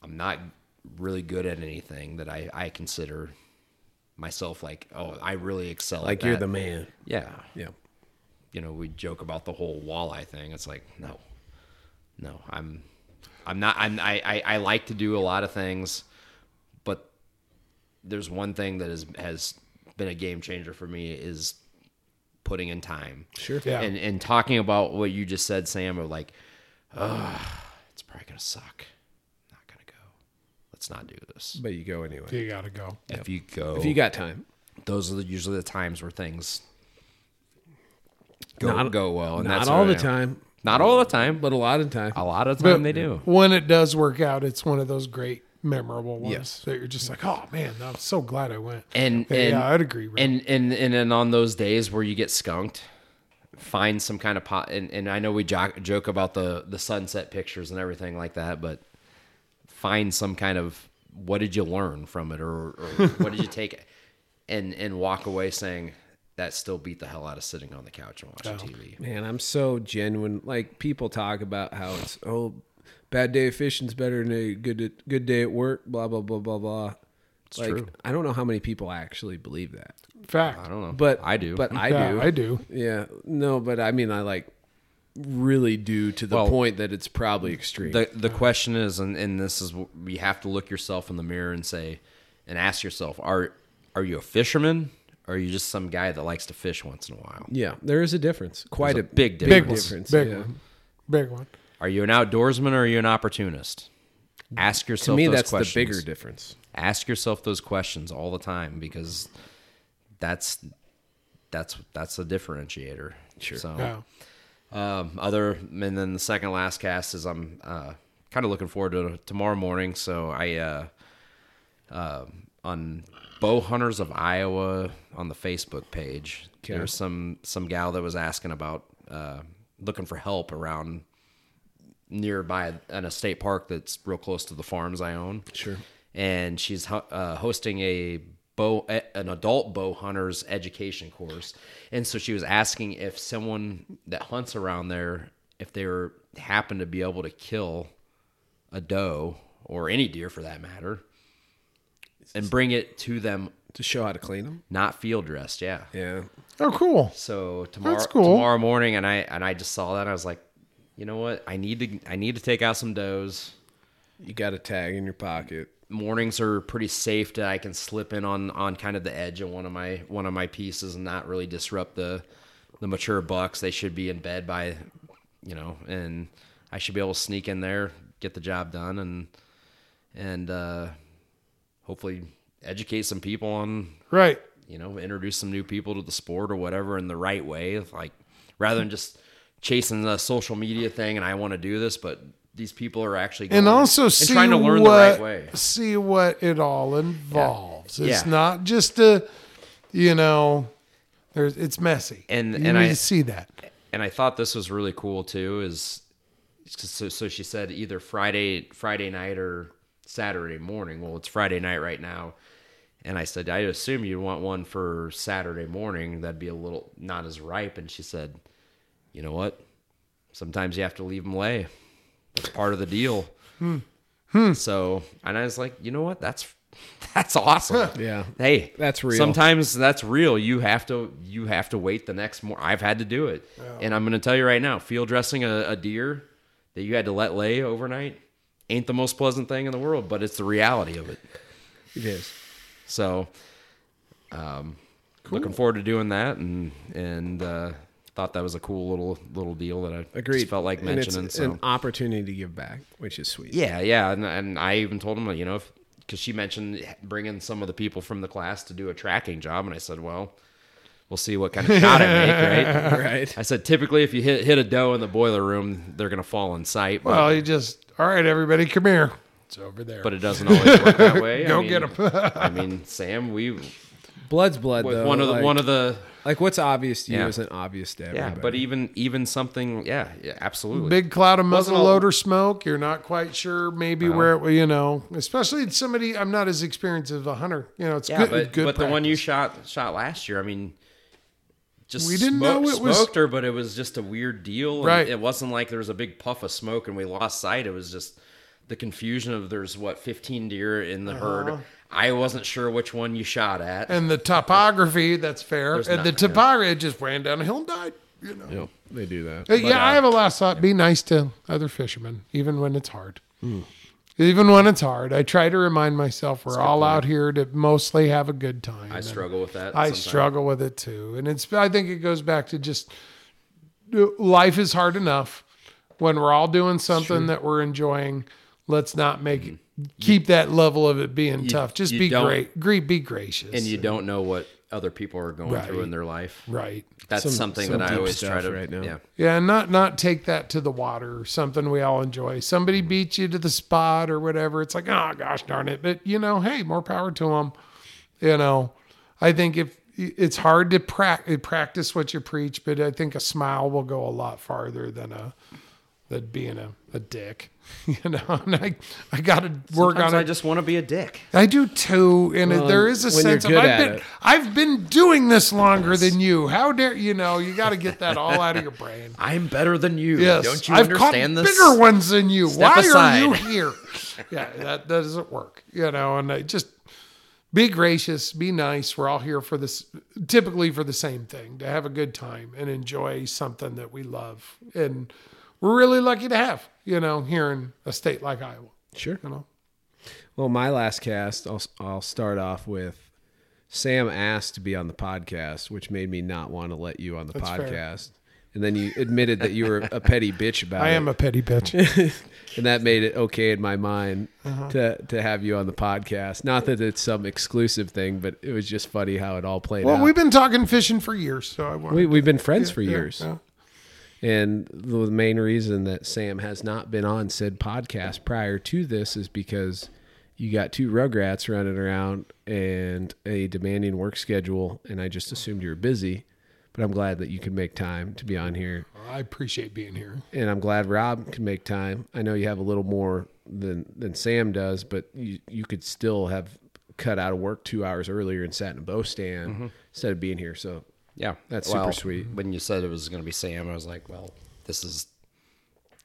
I'm not really good at anything that I I consider myself like oh I really excel at
Like you're
that.
the man.
yeah
Yeah.
you know, we joke about the whole walleye thing. It's like, no, no, I'm, I'm not, I'm, I, I, I like to do a lot of things, but there's one thing that is, has been a game changer for me is putting in time. Sure.
Yeah.
And, and talking about what you just said, Sam, of like, oh, it's probably going to suck. Not going to go. Let's not do this.
But you go anyway.
You gotta go.
If you go,
If you got time.
those are the, usually the times where things go,
Not-
go well. And
Not
that's
all
what I
the
am.
time,
Not all the time,
but a lot of time.
a lot of the
But
time they do.
When it does work out, it's one of those great memorable ones that you're just like, oh man, I'm so glad I went.
And
Yeah,
and
yeah, I'd agree, Rob.
And and and then on those days where you get skunked, find some kind of pot. And, and I know we jo- joke about the the sunset pictures and everything like that, but find some kind of what did you learn from it or, <laughs> or what did you take and and walk away saying that still beat the hell out of sitting on the couch and watching
Oh.
TV.
Man, I'm so genuine. Like people talk about how it's oh, bad day of fishing's better than a good good day at work. Blah blah blah blah blah. It's like,
true.
I don't know how many people actually believe that,
Fact.
I don't know,
but
I do.
But I
yeah,
do.
I do.
Yeah. No, but I mean, I like really do to the
Well,
point that it's probably extreme.
the the question is and, and this is wh- you have to look yourself in the mirror and say and ask yourself are are you a fisherman or are you just some guy that likes to fish once in a while
yeah, there is a difference. Quite a,
a big
Big,
difference.
one.
difference,
Big
yeah.
one. Big one.
are you an outdoorsman or are you an opportunist ask
To
yourself
me,
those
that's
questions.
the bigger difference.
ask yourself those questions all the time because that's that's that's a differentiator sure so
Yeah.
Um, other and then the second last cast is I'm uh, kind of looking forward to tomorrow morning. So I uh, uh, on Bow Hunters of Iowa on the Facebook page. There's some some gal that was asking about uh, looking for help around nearby an estate park that's real close to the farms I own. Sure. And she's ho- uh, hosting a bow, eh, an adult bow hunters education course, and so she was asking if someone that hunts around there, if they were happen to be able to kill a doe or any deer for that matter, and bring it to them,
to show how to clean them.
not field dressed. Yeah.
Yeah.
Oh, cool.
So tomorrow,
That's cool.
tomorrow morning, and I and I just saw that. and I was like, you know what? I need to I need to take out some does.
You got a tag in your pocket.
Mornings are pretty safe that I can slip in on on kind of the edge of one of my one of my pieces and not really disrupt the the mature bucks. They should be in bed by you know, and I should be able to sneak in there, get the job done, and and uh, hopefully educate some people on
Right.
you know, introduce some new people to the sport or whatever in the right way. Like rather than just chasing the social media thing and I want to do this, but these people are actually going
and also
and
see
trying to learn
what,
the right way.
See what it all involves. It's
Yeah.
not just a, you know, there's it's messy,
And-
you
and
need
I-
to see that.
And I thought this was really cool too. Is so, so she said either Friday Friday night or Saturday morning. Well, it's Friday night right now. And I said, I assume you'd want one for Saturday morning. That'd be a little not as ripe. And she said, you know what? Sometimes you have to leave them lay. That's part of the deal. So, and I was like, you know what? That's <laughs> that's awesome.
Yeah.
Hey,
That's real.
Sometimes that's real. You have to you have to wait the next morning. I've had to do it, and I'm going to tell you right now, field dressing a, a deer that you had to let lay overnight ain't the most pleasant thing in the world, but it's the reality of it.
It is.
So, um, looking forward to doing that, and and uh, thought that was a cool little little deal that I just
Agreed.
felt like
And it's
mentioning. so
an opportunity to give back, which is sweet.
yeah, yeah, and, and I even told him, you know, because she mentioned bringing some of the people from the class to do a tracking job, and I said, well, we'll see what kind of shot
<laughs>
I make, right?
Right.
I said, typically, if you hit hit a doe in the boiler room, they're gonna fall in sight, but,
Well, you just all right, everybody, come here. It's over there.
but it doesn't always work that
<laughs>
way.
Go
I mean,
get 'em.
I mean, Sam, we
Blood's blood, though.
one of the
like,
one of the
like what's obvious to you
Yeah.
isn't obvious to
yeah,
everybody.
but even even something, yeah, yeah absolutely.
Big cloud of
Wasn't
muzzle
all-
loader smoke. You're not quite sure maybe where it, you know, especially it's somebody I'm not as experienced as a hunter. You know, it's
Yeah,
good.
but,
good
but the one you shot
practice.
shot last year, I mean, just
We didn't know
smoked-
it was-
smoked her, but it was just a weird deal. and
Right.
It wasn't like there was a big puff of smoke and we lost sight. It was just the confusion of there's what 15 deer in the herd. I wasn't sure which one you shot at.
Uh-huh. and the topography. That's fair. And
not-
the topography it just ran down a hill and died. You know.
Yep, they do that.
Uh, yeah, I have a last thought. Be nice to other fishermen, even when it's hard. Even when it's hard, I try to remind myself we're all out here to mostly have a good time.
I struggle with that.
I
sometimes.
struggle with it too, and it's. I think it goes back to just uh, life is hard enough when we're all doing something that we're enjoying. Let's not make it keep that level of it being tough. Just
Mm-hmm. you
be
don't-
great, great, be gracious,
And you don't know what other people are going through
Right.
in their life.
right.
That's
Some-
something
some
that I
deep
always try
stuff
to.
right now.
Yeah.
Yeah, and not not take that to the water, something we all enjoy.
Mm-hmm.
Somebody beat you to the spot or whatever. It's like, oh gosh darn it. But you know, hey, more power to them. You know, I think if it's hard to pra- practice what you preach, but I think a smile will go a lot farther than a than being a, a dick. <laughs> You know, and I I got to work
Sometimes
on it.
I just want to be a dick.
I do too, and it there is a
when you're
sense of
good
I've
at
been
it.
I've been doing this longer than you. How dare you know? You got to get that all out of your brain.
I'm better than you.
Yes,
Don't you
I've
understand
caught
this?
bigger ones than you.
Step
Why
aside.
are you here? <laughs> yeah, that, that doesn't work. You know, and I just be gracious, be nice. We're all here for this, typically for the same thing, to have a good time and enjoy something that we love, and we're really lucky to have. You know, here in a state like Iowa.
Sure.
You know,
Well, my last cast, I'll, I'll start off with Sam asked to be on the podcast, which made me not want to let you on the
fair.
podcast. And then you admitted that you were a petty bitch about
I
it.
am a petty bitch.
and that made it okay in my mind
Uh-huh.
to to have you on the podcast. Not that it's some exclusive thing, but it was just funny how it all played
<laughs> well,
out.
we've been talking fishing for years, so I want.
we, we've been friends for
Yeah,
years,
yeah.
and the main reason that Sam has not been on said podcast prior to this is because you got two rugrats running around and a demanding work schedule, and I just assumed you were busy. But I'm glad that you could make time to be on here,
I appreciate being here.
and I'm glad Rob could make time. I know you have a little more than than Sam does, but you you could still have cut out of work two hours earlier and sat in a bow stand instead of being here. So
Yeah,
That's super sweet.
When you said it was going to be Sam, I was like, well, this is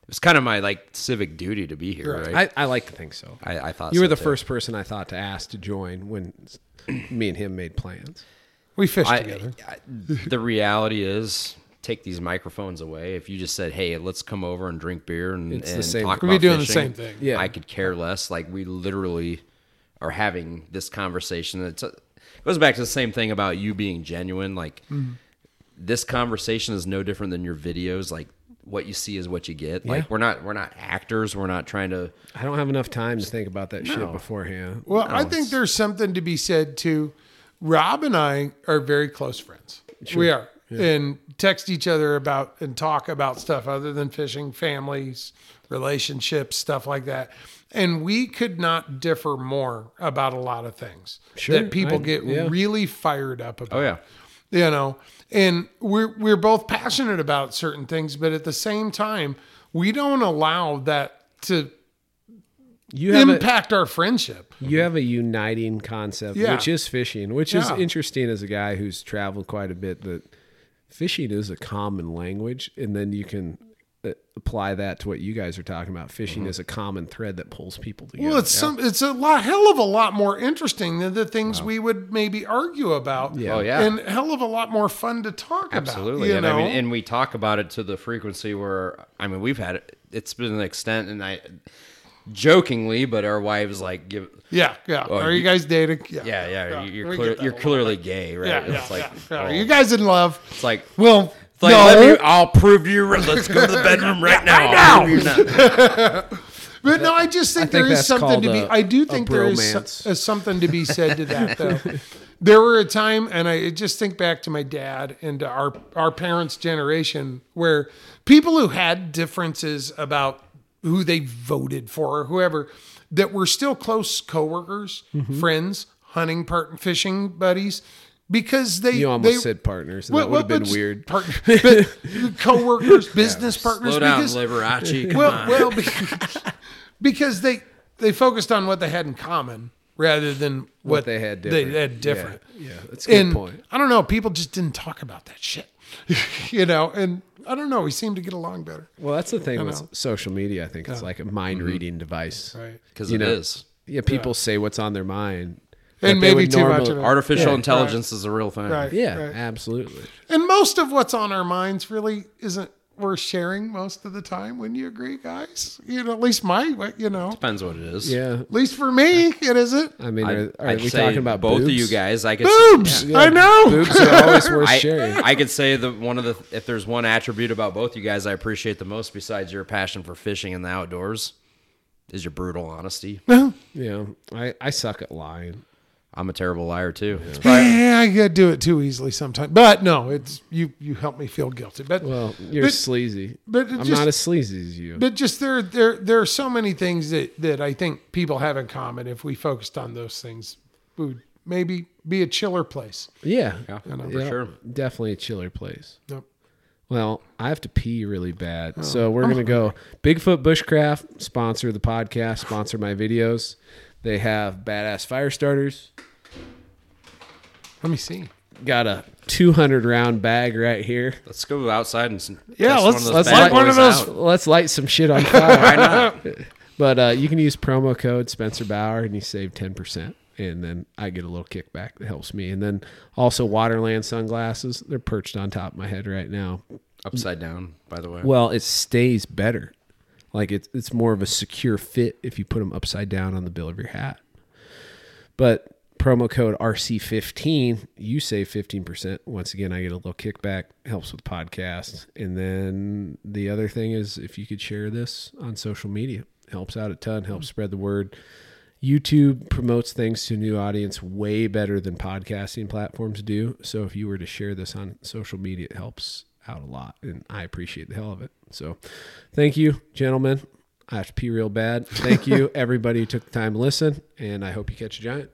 it's kind of my like civic duty to be here, right?
I, I like to think so.
I, I, thought
you
so,
were the
too.
first person I thought to ask to join when <clears throat> me and him made plans.
We fished
I,
together.
I, the reality is, take these microphones away. If you just said, "Hey, let's come over and drink beer and,
It's the
and
same.
talk
We'd
about
be doing the
fishing,"
same thing.
Yeah.
I could care less. Like we literally are having this conversation. It's it goes back to the same thing about you being genuine. Like this conversation is no different than your videos. Like what you see is what you get. Like we're not we're not actors. We're not trying to.
I don't have enough time to think about that shit beforehand.
Well, I think there's something to be said too. Rob and I are very close friends. We are. And text each other about and talk about stuff other than fishing, families, relationships, stuff like that. And we could not differ more about a lot of things
Sure,
that people
I-
get
yeah.
really fired up about
Oh yeah.
you know and we're we're both passionate about certain things but at the same time we don't allow that to
You have a,
impact our friendship
you have a uniting concept,
Yeah.
which is fishing, which is
Yeah.
interesting as a guy who's traveled quite a bit. That fishing is a common language, and then you can uh, apply that to what you guys are talking about. Fishing is a common thread that pulls people together.
Mm-hmm. well it's some it's a lot hell of a lot more interesting than the things we would maybe argue about
Oh yeah.
and hell of a lot more fun to talk
Absolutely. and
about you
I
know?
mean, and we talk about it to the frequency where, I mean, we've had it, it's been an extent and I jokingly, but our wives like give,
yeah yeah are you guys dating
yeah, yeah, you're,
we
clear,
get that
you're
a lot.
clearly gay, right?
yeah, yeah,
it's like,
yeah.
oh,
are you guys in love
it's like,
well
it's like,
no.
let me, I'll prove to you, right- let's go to
<laughs>
the bedroom right now. I'll prove you're not-
But no, I just think,
think
there is
that's
something
called
to be.
a-
I do
a
think there is so-
bromance.
uh, something to be said to that,
<laughs>
though. there were a time, and I just think back to my dad and to our our parents' generation, where people who had differences about who they voted for or whoever that were still close coworkers,
Mm-hmm.
friends, hunting, part, fishing buddies, because they
you almost
they,
said partners. And
Well,
that would have
well,
been
but-
weird.
partner-
<laughs>
but coworkers, business partners.
Slow down,
because,
Liberace. Come
well,
on.
<laughs>
well, because, because they they focused on what they had in common rather than what,
they had different.
They had different.
Yeah, that's a good
and
point.
I don't know. People just didn't talk about that shit, <laughs> you know. And I don't know. We seem to get along better.
Well, that's the thing
know. Mm-hmm.
with social media. I think it's like a mind reading device.
Right.
Cause
you
it
know,
is.
Yeah, people say what's on their mind.
And
that they
maybe
would
too much
normally-
of it.
Artificial
Yeah.
intelligence is a real thing.
Right.
Yeah,
Right.
absolutely.
And most of what's on our minds really isn't worth sharing most of the time. Wouldn't you agree, guys? You know, at least my, you know,
Depends what it is.
Yeah.
at least for me, it isn't.
I mean,
I,
are, are
I'd
we
say
talking about
both
boobs?
of you guys. I could
Boobs. I know.
Boobs are
<laughs>
always worth
I,
sharing.
I could say that one of the if there's one attribute about both you guys I appreciate the most besides your passion for fishing and the outdoors is your brutal honesty.
<laughs>
Yeah, I, I suck at lying.
I'm a terrible liar too.
Yeah, I could do it too easily sometimes. But no, it's you. You help me feel guilty. But
Well, you're
but,
sleazy.
but it
I'm
just-
not as sleazy as you.
but just there, there, there are so many things that that I think people have in common. If we focused on those things, we would maybe be a chiller place.
yeah,
Yeah, no, for sure.
Definitely a chiller place.
Nope.
Well, I have to pee really
Oh.
bad, so we're gonna go. Bigfoot Bushcraft sponsor the podcast, sponsor my videos. They have badass fire starters.
Let me see.
Got a 200 round bag right here.
Let's go outside and s-
Yeah,
test
let's-
one of those
let's
bad
light one
boys
of those-
out.
Let's light some shit
<laughs>
on fire. <laughs> But uh, you can use promo code Spencer Bauer and you save 10%. And then I get a little kickback that helps me. And then also Waterland sunglasses. They're perched on top of my head right now.
upside down. By the way,
Well, it stays better. Like it's it's more of a secure fit if you put them upside down on the bill of your hat. But promo code RC15, you save 15%. Once again, I get a little kickback, helps with podcasts. And then the other thing is if you could share this on social media, helps out a ton, helps spread the word. YouTube promotes things to a new audience way better than podcasting platforms do. So if you were to share this on social media, it helps out a lot. And I appreciate the hell of it. So thank you, gentlemen. I have to pee real bad. Thank you, everybody who took the time to listen. And I hope you catch a giant.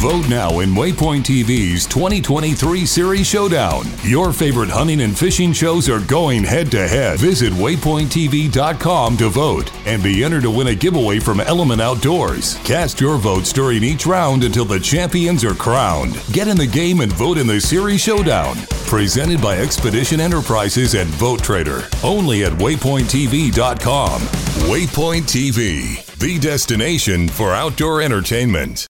Vote now in Waypoint TV's 2023 Series Showdown. Your favorite hunting and fishing shows are going head to head. Visit waypointtv.com to vote and be entered to win a giveaway from Element Outdoors. Cast your votes during each round until the champions are crowned. Get in the game and vote in the Series Showdown. Presented by Expedition Enterprises and Vote Trader. Only at waypointtv.com. Waypoint TV, the destination for outdoor entertainment.